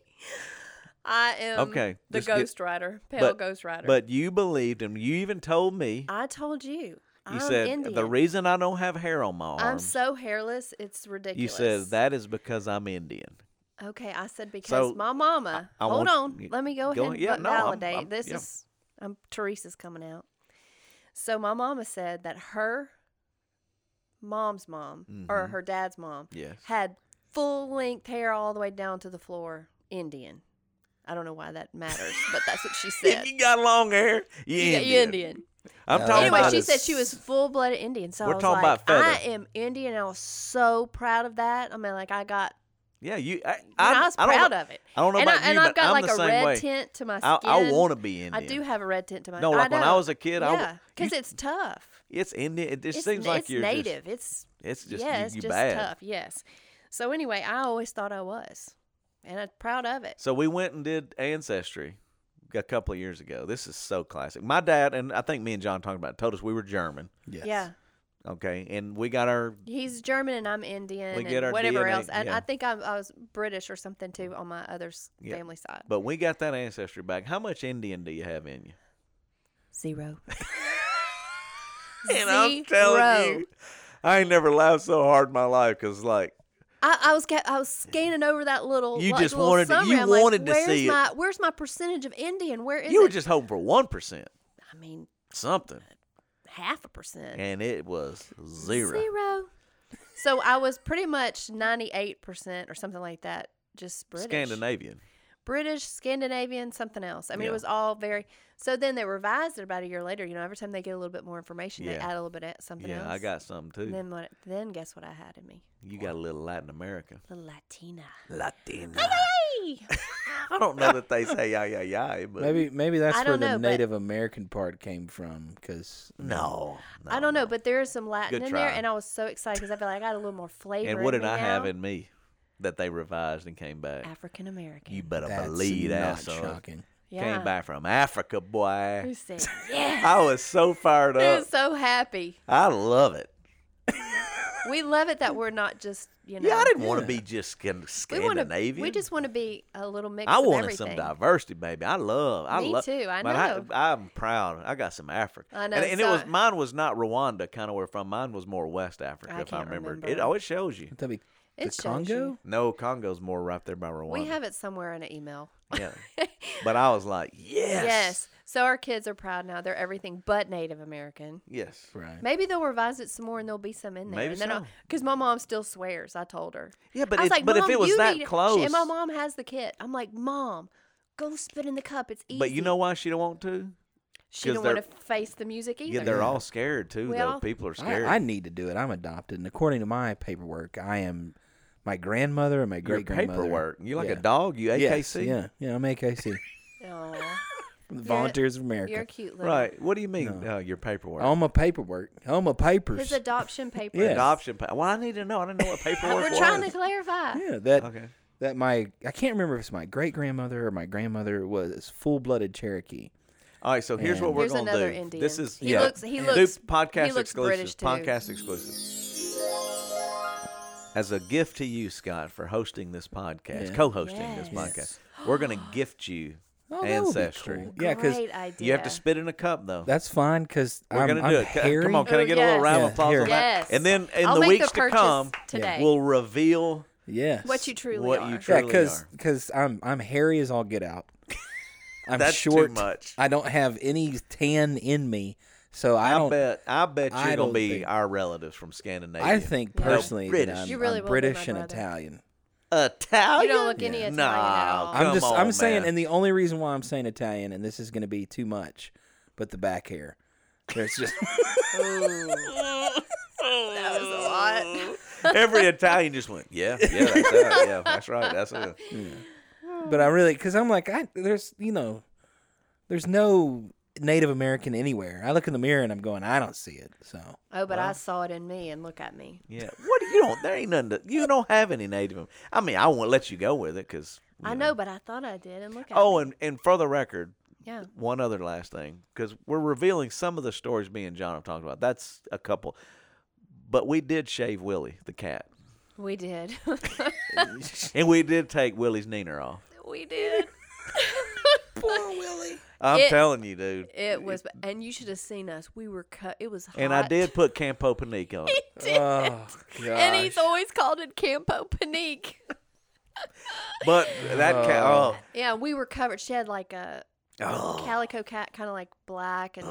Speaker 2: I am
Speaker 1: Okay,
Speaker 2: the
Speaker 1: just get-
Speaker 2: Ghost Rider, pale
Speaker 1: but-
Speaker 2: Ghost Rider.
Speaker 1: But you believed him. You even told me.
Speaker 2: I told you,
Speaker 1: you
Speaker 2: I'm
Speaker 1: said
Speaker 2: Indian.
Speaker 1: the reason I don't have hair on my arms.
Speaker 2: I'm so hairless, it's ridiculous.
Speaker 1: you said that is because I'm Indian.
Speaker 2: Okay, I said because
Speaker 1: So,
Speaker 2: my mama.
Speaker 1: I
Speaker 2: hold
Speaker 1: want-
Speaker 2: on, let me go,
Speaker 1: go-
Speaker 2: ahead and
Speaker 1: yeah,
Speaker 2: va-
Speaker 1: no, I'm-
Speaker 2: validate.
Speaker 1: I'm-
Speaker 2: this
Speaker 1: yeah.
Speaker 2: is, I'm Teresa's coming out. So my mama said that her mom's mom or her dad's mom
Speaker 1: Mm-hmm. Yes.
Speaker 2: had full length hair all the way down to the floor, Indian. I don't know why that matters, but that's what she said.
Speaker 1: If you got long hair, you
Speaker 2: You got-
Speaker 1: Indian.
Speaker 2: you Indian.
Speaker 1: I'm
Speaker 3: Uh,
Speaker 1: talking
Speaker 2: anyway,
Speaker 1: about
Speaker 2: she
Speaker 1: his-
Speaker 2: said she was full blooded Indian. So
Speaker 1: We're
Speaker 2: I was
Speaker 1: talking
Speaker 2: like,
Speaker 1: about feather.
Speaker 2: I am Indian. I was so proud of that. I mean, like I got,
Speaker 1: Yeah, you. I,
Speaker 2: you know,
Speaker 1: I'm-
Speaker 2: I was
Speaker 1: don't
Speaker 2: proud
Speaker 1: know-
Speaker 2: of it.
Speaker 1: I don't know
Speaker 2: and
Speaker 1: about
Speaker 2: I,
Speaker 1: you,
Speaker 2: and
Speaker 1: but
Speaker 2: I've got
Speaker 1: I'm
Speaker 2: like
Speaker 1: the
Speaker 2: a
Speaker 1: same
Speaker 2: red
Speaker 1: way.
Speaker 2: tint to my
Speaker 1: I,
Speaker 2: skin.
Speaker 1: I want to be Indian.
Speaker 2: I do have a red tint to my.
Speaker 1: No, like when I
Speaker 2: know.
Speaker 1: was a kid, I
Speaker 2: yeah,
Speaker 1: w-
Speaker 2: because
Speaker 1: you-
Speaker 2: it's tough.
Speaker 1: It's Indian. It just
Speaker 2: It's,
Speaker 1: seems like
Speaker 2: it's
Speaker 1: you're
Speaker 2: native.
Speaker 1: Just,
Speaker 2: it's
Speaker 1: it's just
Speaker 2: yeah,
Speaker 1: you,
Speaker 2: it's
Speaker 1: you
Speaker 2: just
Speaker 1: bad.
Speaker 2: tough. Yes. So anyway, I always thought I was, and I'm proud of it.
Speaker 1: So we went and did ancestry a couple of years ago. This is so classic. My dad and I think me and John talked about it, told us we were German.
Speaker 3: Yes.
Speaker 2: Yeah,
Speaker 1: Okay, and we got our
Speaker 2: he's German and I'm Indian
Speaker 1: We
Speaker 2: and
Speaker 1: get our
Speaker 2: whatever
Speaker 1: DNA,
Speaker 2: else. And
Speaker 1: yeah.
Speaker 2: I think I'm, I was British or something too on my other s
Speaker 1: Yeah.
Speaker 2: family side.
Speaker 1: but we got that ancestry back. How much Indian do you have in you?
Speaker 2: Zero.
Speaker 1: And I'm telling
Speaker 2: Zero.
Speaker 1: you, I ain't never laughed so hard in my life because like
Speaker 2: I, I was ca- I was scanning over that little.
Speaker 1: You
Speaker 2: like,
Speaker 1: just
Speaker 2: little
Speaker 1: wanted to-
Speaker 2: summary.
Speaker 1: you
Speaker 2: I'm like,
Speaker 1: wanted to
Speaker 2: "Where's
Speaker 1: see it."
Speaker 2: my, Where's my percentage of Indian? Where is
Speaker 1: you
Speaker 2: it?
Speaker 1: were just hoping for one percent
Speaker 2: I mean,
Speaker 1: something,
Speaker 2: half a percent.
Speaker 1: and it was zero.
Speaker 2: Zero. So I was pretty much ninety eight percent or something like that, just British.
Speaker 1: Scandinavian.
Speaker 2: British, Scandinavian, something else. I mean,
Speaker 1: Yeah.
Speaker 2: it was all very. So then they revised it about a year later. You know, every time they get a little bit more information, they
Speaker 1: Yeah.
Speaker 2: add a little bit of something
Speaker 1: Yeah,
Speaker 2: else.
Speaker 1: I got something
Speaker 2: And
Speaker 1: too.
Speaker 2: then what? Then guess what I had in me?
Speaker 1: You got a little Latin America.
Speaker 2: The Latina.
Speaker 1: Latina.
Speaker 2: Hey!
Speaker 1: I don't know that they say yeah, yeah, yeah, but
Speaker 3: Maybe maybe that's
Speaker 2: I
Speaker 3: where
Speaker 2: don't
Speaker 3: the
Speaker 2: know, but-
Speaker 3: Native American part came from because
Speaker 1: no, no.
Speaker 2: I don't know, but there is some Latin
Speaker 1: Good
Speaker 2: in
Speaker 1: try.
Speaker 2: there, and I was so excited because I feel like I got a little more flavor.
Speaker 1: And what
Speaker 2: in
Speaker 1: did
Speaker 2: me
Speaker 1: I
Speaker 2: now.
Speaker 1: have in me that they revised and came back?
Speaker 2: African American?
Speaker 1: You better
Speaker 3: that's
Speaker 1: believe that.
Speaker 3: not
Speaker 1: son.
Speaker 3: shocking.
Speaker 2: yeah.
Speaker 1: Came back from Africa,
Speaker 2: You
Speaker 1: boy.
Speaker 2: said yeah.
Speaker 1: I was so fired
Speaker 2: I
Speaker 1: up.
Speaker 2: was so happy.
Speaker 1: I love it.
Speaker 2: We love it that we're not just you know.
Speaker 1: Yeah, I didn't want to
Speaker 3: Yeah.
Speaker 1: be just Scan-
Speaker 2: we wanna-
Speaker 1: Scandinavian.
Speaker 2: We just want to be a little mix.
Speaker 1: I
Speaker 2: of
Speaker 1: wanted
Speaker 2: everything.
Speaker 1: some diversity, baby. I love. I
Speaker 2: Me
Speaker 1: love.
Speaker 2: too, I know.
Speaker 1: I, am proud. I got some Africa.
Speaker 2: I know,
Speaker 1: And, and it was
Speaker 2: so-
Speaker 1: mine was not Rwanda, kind of where from. Mine was more West Africa,
Speaker 2: I
Speaker 1: if I
Speaker 2: can't
Speaker 1: remember. It
Speaker 2: remember.
Speaker 1: always shows you.
Speaker 3: Would that be
Speaker 2: It
Speaker 3: the
Speaker 2: shows
Speaker 3: Congo?
Speaker 2: you.
Speaker 1: No, Congo's more right there by Rwanda.
Speaker 2: We have it somewhere in an email.
Speaker 1: Yeah. but I was like, yes.
Speaker 2: So our kids are proud now. They're everything but Native American.
Speaker 1: Yes.
Speaker 3: Right.
Speaker 2: Maybe they'll revise it some more, and there'll be some in there.
Speaker 1: Maybe
Speaker 2: and then
Speaker 1: so.
Speaker 2: Because my mom still swears. I told her.
Speaker 1: Yeah, but
Speaker 2: I was
Speaker 1: it,
Speaker 2: like,
Speaker 1: but if
Speaker 2: "Mom,
Speaker 1: it was
Speaker 2: you
Speaker 1: that
Speaker 2: need it." She-
Speaker 1: close,
Speaker 2: and my mom has the kit. I'm like, Mom, go spit in the cup. It's easy.
Speaker 1: but you know why she don't want to?
Speaker 2: she
Speaker 1: 'cause
Speaker 2: don't want to
Speaker 1: they're-
Speaker 2: face the music either.
Speaker 1: Yeah, they're all scared too. though
Speaker 2: Well,
Speaker 1: people are scared.
Speaker 3: I, I need to do it. I'm adopted, and according to my paperwork, I am my grandmother and my
Speaker 1: Your
Speaker 3: great grandmother.
Speaker 1: paperwork. You like
Speaker 3: Yeah.
Speaker 1: a dog? You AKC?
Speaker 3: Yes, yeah, yeah. I'm AKC,
Speaker 2: Aw,
Speaker 3: from the Volunteers of America.
Speaker 2: you're cute little.
Speaker 1: Right. What do you mean? Uh, your paperwork.
Speaker 3: All my paperwork. All my papers.
Speaker 2: His adoption papers.
Speaker 3: Yeah.
Speaker 1: Adoption. Pa- well, I need to know. I didn't know what
Speaker 2: Uh,
Speaker 1: paperwork
Speaker 2: We're
Speaker 1: was.
Speaker 2: trying to clarify.
Speaker 3: yeah, that
Speaker 1: Okay.
Speaker 3: that my I can't remember if it's my great grandmother or my grandmother was full blooded Cherokee.
Speaker 1: All right, so here's what
Speaker 3: And-
Speaker 1: we're
Speaker 2: Here's
Speaker 1: gonna
Speaker 2: another
Speaker 1: do.
Speaker 2: Indian.
Speaker 1: This is
Speaker 2: He
Speaker 1: yeah.
Speaker 2: looks- he
Speaker 1: New
Speaker 2: looks-
Speaker 1: podcast
Speaker 2: he looks
Speaker 1: exclusive.
Speaker 2: British, too.
Speaker 1: Podcast exclusive. As a gift to you, Scott, for hosting this podcast,
Speaker 3: Yeah.
Speaker 1: co-hosting this
Speaker 2: Yes.
Speaker 1: podcast, we're gonna gift you
Speaker 3: Oh, that would be
Speaker 1: ancestry.
Speaker 3: cool. Yeah, 'cause
Speaker 2: Great idea.
Speaker 1: You have to spit in a cup though.
Speaker 3: That's fine because
Speaker 1: we're
Speaker 3: I'm,
Speaker 1: gonna
Speaker 3: I'm
Speaker 1: do it. C-
Speaker 3: hairy.
Speaker 1: Come on, can I
Speaker 2: Ooh,
Speaker 1: get a little
Speaker 2: yes.
Speaker 1: round of
Speaker 3: Yeah,
Speaker 1: applause
Speaker 3: here.
Speaker 1: on that?
Speaker 2: Oh, Yes.
Speaker 1: And then in
Speaker 2: I'll
Speaker 1: the
Speaker 2: make the
Speaker 1: weeks to
Speaker 2: purchase
Speaker 1: come,
Speaker 2: today.
Speaker 1: we'll reveal
Speaker 3: Yes.
Speaker 2: What you truly
Speaker 1: what
Speaker 2: are.
Speaker 1: you
Speaker 3: Yeah,
Speaker 1: truly
Speaker 3: because
Speaker 1: are.
Speaker 3: because I'm I'm hairy as all get out. I'm
Speaker 1: That's too
Speaker 3: short.
Speaker 1: much.
Speaker 3: I don't have any tan in me, so I,
Speaker 1: I
Speaker 3: don't.
Speaker 1: bet I bet
Speaker 3: I
Speaker 1: you're gonna
Speaker 3: don't
Speaker 1: be
Speaker 3: think-
Speaker 1: our relatives from Scandinavia.
Speaker 3: I think
Speaker 2: Yeah.
Speaker 3: personally that
Speaker 1: British.
Speaker 3: I'm,
Speaker 1: You
Speaker 3: I'm
Speaker 2: really will be my
Speaker 3: British and
Speaker 2: brother.
Speaker 3: Italian.
Speaker 1: Italian.
Speaker 2: You don't look any Italian at
Speaker 1: Nah,
Speaker 2: all.
Speaker 1: come
Speaker 3: I'm just
Speaker 1: on,
Speaker 3: I'm saying,
Speaker 1: man.
Speaker 3: and the only reason why I'm saying Italian, and this is going to be too much, but the back hair. There's just
Speaker 2: That was a lot.
Speaker 1: Every Italian just went, yeah, yeah, that's it. yeah, that's right, that's it.
Speaker 3: but I really because I'm like I there's you know there's no Native American anywhere. I look in the mirror and I'm going I don't see it. So
Speaker 2: Oh, but I saw it in me, and look at me.
Speaker 1: Yeah, what do you don't? There ain't nothing. To, you don't have any Native. Am- I mean, I won't let you go with it because.
Speaker 2: I know, but I thought I did, and look at
Speaker 1: Oh,
Speaker 2: me.
Speaker 1: and and for the record,
Speaker 2: yeah.
Speaker 1: one other last thing because we're revealing some of the stories me and John have talked about. That's a couple, but we did shave Willie the cat,
Speaker 2: We did.
Speaker 1: and we did take Willie's neener off.
Speaker 2: we did.
Speaker 1: I'm
Speaker 2: It-
Speaker 1: telling you, dude.
Speaker 2: It was, and you should have seen us. We were cut. It was hot.
Speaker 1: And I did put Campo Panique on. it.
Speaker 3: oh
Speaker 2: And he's
Speaker 3: gosh.
Speaker 2: always called it Campo Panique.
Speaker 1: But that cat,
Speaker 3: Uh,
Speaker 1: oh,
Speaker 2: Yeah, we were covered. She had like a
Speaker 1: oh.
Speaker 2: calico cat, kind of like black and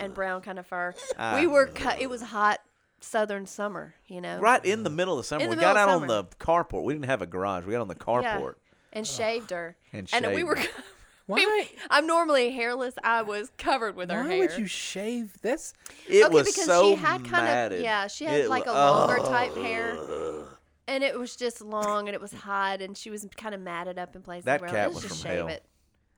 Speaker 2: and brown kind of fur.
Speaker 1: Ah.
Speaker 2: we were cut. It was hot southern summer, you know.
Speaker 1: Right in the middle of the summer,
Speaker 2: In the
Speaker 1: we got out
Speaker 2: middle of
Speaker 1: on the carport. We didn't have a garage. We got on the carport.
Speaker 2: Yeah. And shaved her.
Speaker 1: And
Speaker 2: we
Speaker 1: shaved
Speaker 2: were.
Speaker 1: her.
Speaker 2: co- we-
Speaker 3: Why
Speaker 2: I'm normally hairless. I was covered with her
Speaker 3: why
Speaker 2: hair.
Speaker 3: would you shave this?
Speaker 1: It
Speaker 2: okay,
Speaker 1: was
Speaker 2: because
Speaker 1: so
Speaker 2: she had kind
Speaker 1: matted.
Speaker 2: of yeah, she had
Speaker 1: It
Speaker 2: like a
Speaker 1: wa-
Speaker 2: longer
Speaker 1: oh.
Speaker 2: type hair, and it was just long and it was hot, and she was kind of matted up in places.
Speaker 1: That
Speaker 2: where,
Speaker 1: cat
Speaker 2: Let's
Speaker 1: was
Speaker 2: just
Speaker 1: from
Speaker 2: shave
Speaker 1: hell.
Speaker 2: It.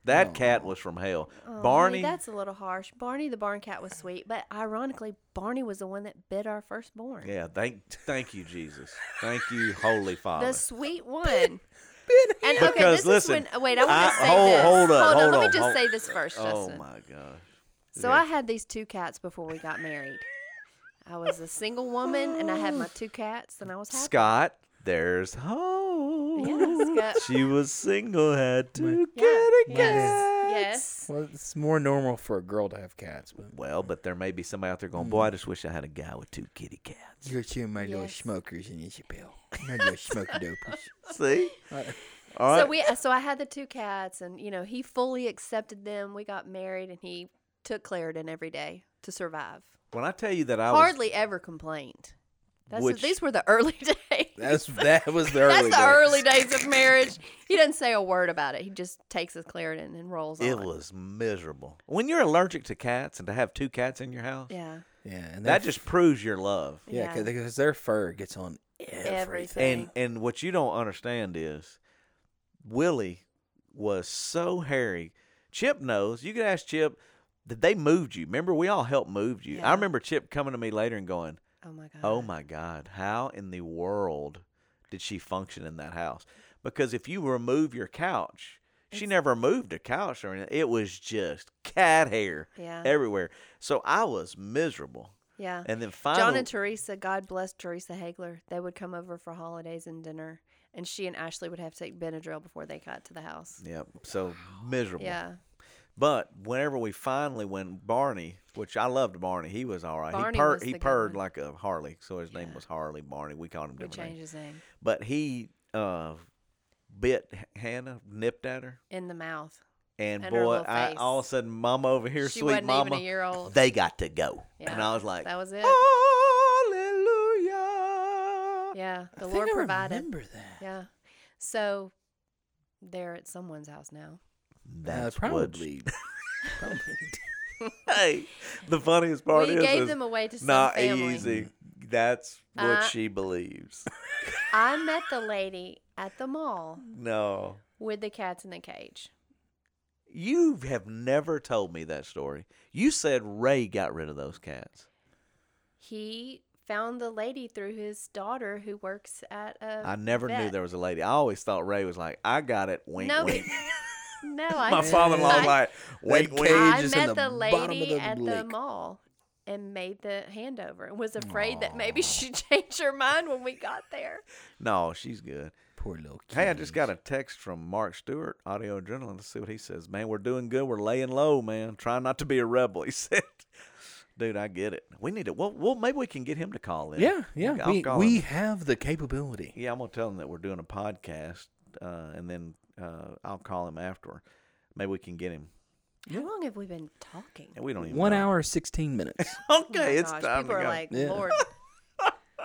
Speaker 1: That cat was from hell.
Speaker 2: Oh,
Speaker 1: Barney,
Speaker 2: that's a little harsh. Barney the barn cat was sweet, but ironically, Barney was the one that bit our firstborn.
Speaker 1: yeah. Thank, thank you, Jesus. Thank you, Holy Father.
Speaker 2: The sweet one. And okay,
Speaker 1: Because,
Speaker 2: this
Speaker 1: listen,
Speaker 2: is when. Wait, I want
Speaker 1: I-
Speaker 2: to say
Speaker 1: hold-
Speaker 2: this.
Speaker 1: hold up,
Speaker 2: on,
Speaker 1: hold
Speaker 2: let me
Speaker 1: on,
Speaker 2: just
Speaker 1: hold-
Speaker 2: say this first,
Speaker 1: oh
Speaker 2: Justin.
Speaker 1: my gosh.
Speaker 2: So
Speaker 1: Yeah.
Speaker 2: I had these two cats before we got married. I was a single woman, and I had my two cats, and I was happy.
Speaker 1: Scott, there's hope.
Speaker 2: Yeah, Scott.
Speaker 1: She was single, had to
Speaker 2: Yeah.
Speaker 1: get a cat.
Speaker 2: Yes. Yes.
Speaker 3: Well, it's more normal for a girl to have cats, but
Speaker 1: Well, but there may be somebody out there going, "Boy, I just wish I had a guy with two kitty cats."
Speaker 3: you're two my
Speaker 2: little Yes.
Speaker 3: smokers in Isabel. My little smoker dopers.
Speaker 1: See. All right.
Speaker 2: So we uh, so I had the two cats and you know, he fully accepted them. We got married and he took Claritin every day to survive.
Speaker 1: when I tell you that I was
Speaker 2: Hardly ever complained. That's
Speaker 1: Which-
Speaker 2: these were the early days.
Speaker 3: That's that was the
Speaker 2: That's
Speaker 3: early.
Speaker 2: the early days of marriage. He doesn't say a word about it. He just takes his Claritin and rolls
Speaker 1: It
Speaker 2: on.
Speaker 1: was miserable. When you're allergic to cats and to have two cats in your house,
Speaker 2: Yeah.
Speaker 3: Yeah, and
Speaker 1: that
Speaker 3: that
Speaker 1: just proves your love.
Speaker 3: yeah,
Speaker 2: Yeah.
Speaker 3: because their fur gets on everything.
Speaker 2: Everything.
Speaker 1: And and what you don't understand is Willie was so hairy. Chip knows. You can ask Chip that they moved you. Remember, we all helped move you. I
Speaker 2: Yeah.
Speaker 1: remember Chip coming to me later and going,
Speaker 2: Oh my god.
Speaker 1: "Oh my God, how in the world did she function in that house?" Because if you remove your couch, she never moved a couch or anything. It was just cat hair
Speaker 2: Yeah.
Speaker 1: everywhere. So I was miserable.
Speaker 2: yeah.
Speaker 1: And then finally,
Speaker 2: John and Teresa, God bless Teresa Hagler, they would come over for holidays and dinner, and she and Ashley would have to take Benadryl before they got to the house.
Speaker 1: Yep. So miserable.
Speaker 2: Yeah.
Speaker 1: But whenever we finally, when Barney, which I loved Barney, he was all right.
Speaker 2: Barney
Speaker 1: he purred,
Speaker 2: was
Speaker 1: he
Speaker 2: the good
Speaker 1: purred
Speaker 2: one.
Speaker 1: like a Harley, so his name
Speaker 2: Yeah.
Speaker 1: was Harley Barney. We called him
Speaker 2: We
Speaker 1: different
Speaker 2: changed
Speaker 1: names.
Speaker 2: his name.
Speaker 1: But he uh, bit H- Hannah, nipped at her,
Speaker 2: In the mouth.
Speaker 1: and,
Speaker 2: And her
Speaker 1: boy,
Speaker 2: little
Speaker 1: I,
Speaker 2: face.
Speaker 1: all of a sudden, Mama over here,
Speaker 2: she
Speaker 1: sweet
Speaker 2: wasn't
Speaker 1: Mama,
Speaker 2: even a year old.
Speaker 1: they got to go, and
Speaker 2: Yeah,
Speaker 1: I was like, "Oh,
Speaker 2: that was it.
Speaker 1: Hallelujah.
Speaker 2: Yeah. The
Speaker 3: I
Speaker 2: Lord
Speaker 3: think I
Speaker 2: provided.
Speaker 3: remember that. Uh,
Speaker 2: Yeah. So they're at someone's house now.
Speaker 3: Uh,
Speaker 1: That's what. she-
Speaker 3: probably. probably
Speaker 1: Hey, the funniest part
Speaker 2: we
Speaker 1: is,
Speaker 2: gave
Speaker 1: is
Speaker 2: them away to some
Speaker 1: not
Speaker 2: family.
Speaker 1: easy. That's what
Speaker 2: Uh,
Speaker 1: she believes.
Speaker 2: I met the lady at the mall
Speaker 1: No.
Speaker 2: with the cats in the cage.
Speaker 1: You have never told me that story. You said Ray got rid of those cats.
Speaker 2: He found the lady through his daughter who works at a
Speaker 1: I never knew
Speaker 2: vet.
Speaker 1: there was a lady. I always thought Ray was like, I got it, wink,
Speaker 2: No,
Speaker 1: wink.
Speaker 2: No, I
Speaker 1: My
Speaker 2: didn't.
Speaker 1: father in law
Speaker 2: I-
Speaker 1: was like, wink,
Speaker 3: That
Speaker 1: wink.
Speaker 3: cage-
Speaker 2: I
Speaker 3: is in
Speaker 2: met the,
Speaker 3: the bottom of
Speaker 2: lady
Speaker 3: the
Speaker 2: at the
Speaker 3: lake.
Speaker 2: mall and made the handover and was afraid that maybe she changed her mind when we got there.
Speaker 1: No, she's good.
Speaker 3: poor little. Kitties.
Speaker 1: Hey, I just got a text from Mark Stewart, Audio Adrenaline. Let's see what he says. Man, we're doing good. We're laying low, man. Trying not to be a rebel. He said, Dude, I get it. We need to. Well, well maybe we can get him to call in.
Speaker 3: Yeah, yeah.
Speaker 1: I'll
Speaker 3: we
Speaker 1: call
Speaker 3: we
Speaker 1: him.
Speaker 3: have the capability.
Speaker 1: Yeah, I'm gonna tell him that we're doing a podcast, uh, and then uh, I'll call him after. Maybe we can get him.
Speaker 2: How long have we been talking?
Speaker 1: And we don't even
Speaker 3: One
Speaker 1: know.
Speaker 3: hour sixteen minutes.
Speaker 2: Oh my
Speaker 1: Okay, it's
Speaker 2: gosh,
Speaker 1: time
Speaker 2: people
Speaker 1: to
Speaker 2: are
Speaker 1: go.
Speaker 2: like,
Speaker 3: Yeah.
Speaker 2: Lord,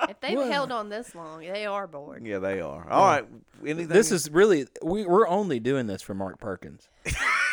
Speaker 2: if they've
Speaker 3: Well-
Speaker 2: held on this long, they are bored.
Speaker 1: yeah, they are. All right. Anything?
Speaker 3: this is really we, we're only doing this for Mark Perkins.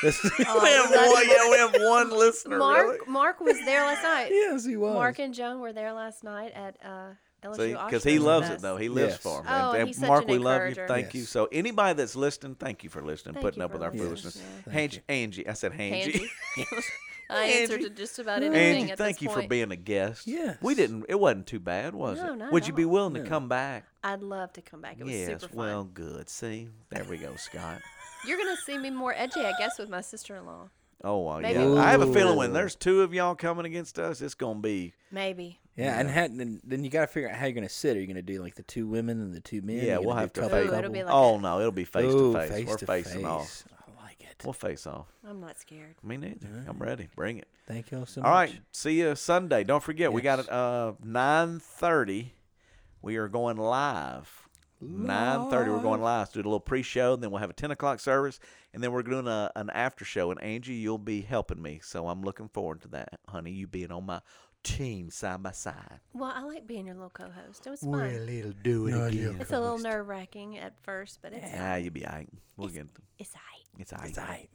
Speaker 3: This is,
Speaker 2: Oh,
Speaker 1: We have,
Speaker 2: that's-
Speaker 1: one, yeah, we have one listener.
Speaker 2: Mark,
Speaker 1: really.
Speaker 2: Mark was there last night.
Speaker 3: yes, he was.
Speaker 2: Mark and Joan were there last night at uh, LSU.
Speaker 1: See, because
Speaker 2: Oshkosh
Speaker 1: he
Speaker 2: with
Speaker 1: loves
Speaker 2: us.
Speaker 1: it though. He lives
Speaker 3: Yes.
Speaker 1: for him.
Speaker 2: Oh,
Speaker 1: and, and
Speaker 2: he's such
Speaker 1: Mark,
Speaker 2: an
Speaker 1: we love you.
Speaker 2: encourager.
Speaker 1: Thank
Speaker 3: Yes.
Speaker 1: you. So anybody that's listening, thank you for listening,
Speaker 2: Thank
Speaker 1: putting
Speaker 2: you
Speaker 1: up
Speaker 2: for
Speaker 1: with our
Speaker 2: listening,
Speaker 1: foolishness.
Speaker 2: yeah.
Speaker 1: Hangie, Angie, I said Hangie.
Speaker 2: Angie. I answered
Speaker 1: Angie.
Speaker 2: to just about anything
Speaker 1: Angie,
Speaker 2: at
Speaker 1: thank
Speaker 2: this
Speaker 1: you
Speaker 2: point.
Speaker 1: for being a guest.
Speaker 3: Yes.
Speaker 1: we didn't. It wasn't too bad, was
Speaker 2: No,
Speaker 1: it?
Speaker 2: not
Speaker 1: Would
Speaker 2: at
Speaker 1: you be
Speaker 2: all.
Speaker 1: willing to
Speaker 3: No.
Speaker 1: come back?
Speaker 2: I'd love to come back. It was
Speaker 1: yes.
Speaker 2: super fun.
Speaker 1: Well, good. See, there we go, Scott.
Speaker 2: You're gonna see me more edgy, I guess, with my sister-in-law.
Speaker 1: Oh well,
Speaker 2: Maybe
Speaker 1: yeah. I have a feeling when
Speaker 3: Ooh.
Speaker 1: there's two of y'all coming against us, it's gonna be
Speaker 2: Maybe.
Speaker 3: yeah, and, had, and then you got to figure out how you're going to sit. Are you going to do like the two women and the two men?
Speaker 1: yeah.
Speaker 3: You're
Speaker 1: We'll
Speaker 3: gonna
Speaker 1: have
Speaker 3: do
Speaker 1: to
Speaker 3: couple,
Speaker 1: face.
Speaker 2: Ooh, it'll
Speaker 3: couple?
Speaker 2: be like
Speaker 1: oh no, it'll be face
Speaker 3: Ooh,
Speaker 1: to face. We're
Speaker 3: to
Speaker 1: facing off.
Speaker 3: face. I like it.
Speaker 1: We'll face off.
Speaker 2: I'm not scared.
Speaker 1: Me neither. I'm ready. Bring it.
Speaker 3: Thank y'all so much.
Speaker 1: All right. See you Sunday. Don't forget, we got
Speaker 3: Yes.
Speaker 1: uh 9:30. We are going live. 9:30. We're going live. So do a little pre-show, then we'll have a 10 o'clock service, and then we're doing a, an after show. And Angie, you'll be helping me, so I'm looking forward to that, honey. You being on my team side by side.
Speaker 2: Well, I like being your little co-host. It was
Speaker 1: We're a
Speaker 2: fun.
Speaker 1: little do it
Speaker 3: No,
Speaker 1: again.
Speaker 3: you-
Speaker 2: It's a little nerve-wracking at first, but it's
Speaker 1: Ah, you'll be all right. We'll get
Speaker 2: it's aight.
Speaker 1: it's all right.
Speaker 3: All right.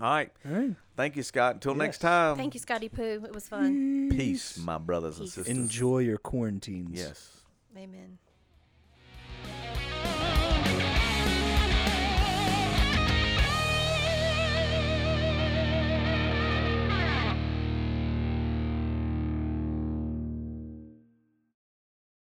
Speaker 1: All right.
Speaker 3: All right.
Speaker 1: Thank you, Scott. Until next
Speaker 3: Yes.
Speaker 1: time.
Speaker 2: Thank you, Scotty Pooh. It was fun.
Speaker 1: Peace, my brothers and
Speaker 2: Peace.
Speaker 1: sisters.
Speaker 3: Enjoy your quarantines.
Speaker 1: Yes.
Speaker 2: Amen.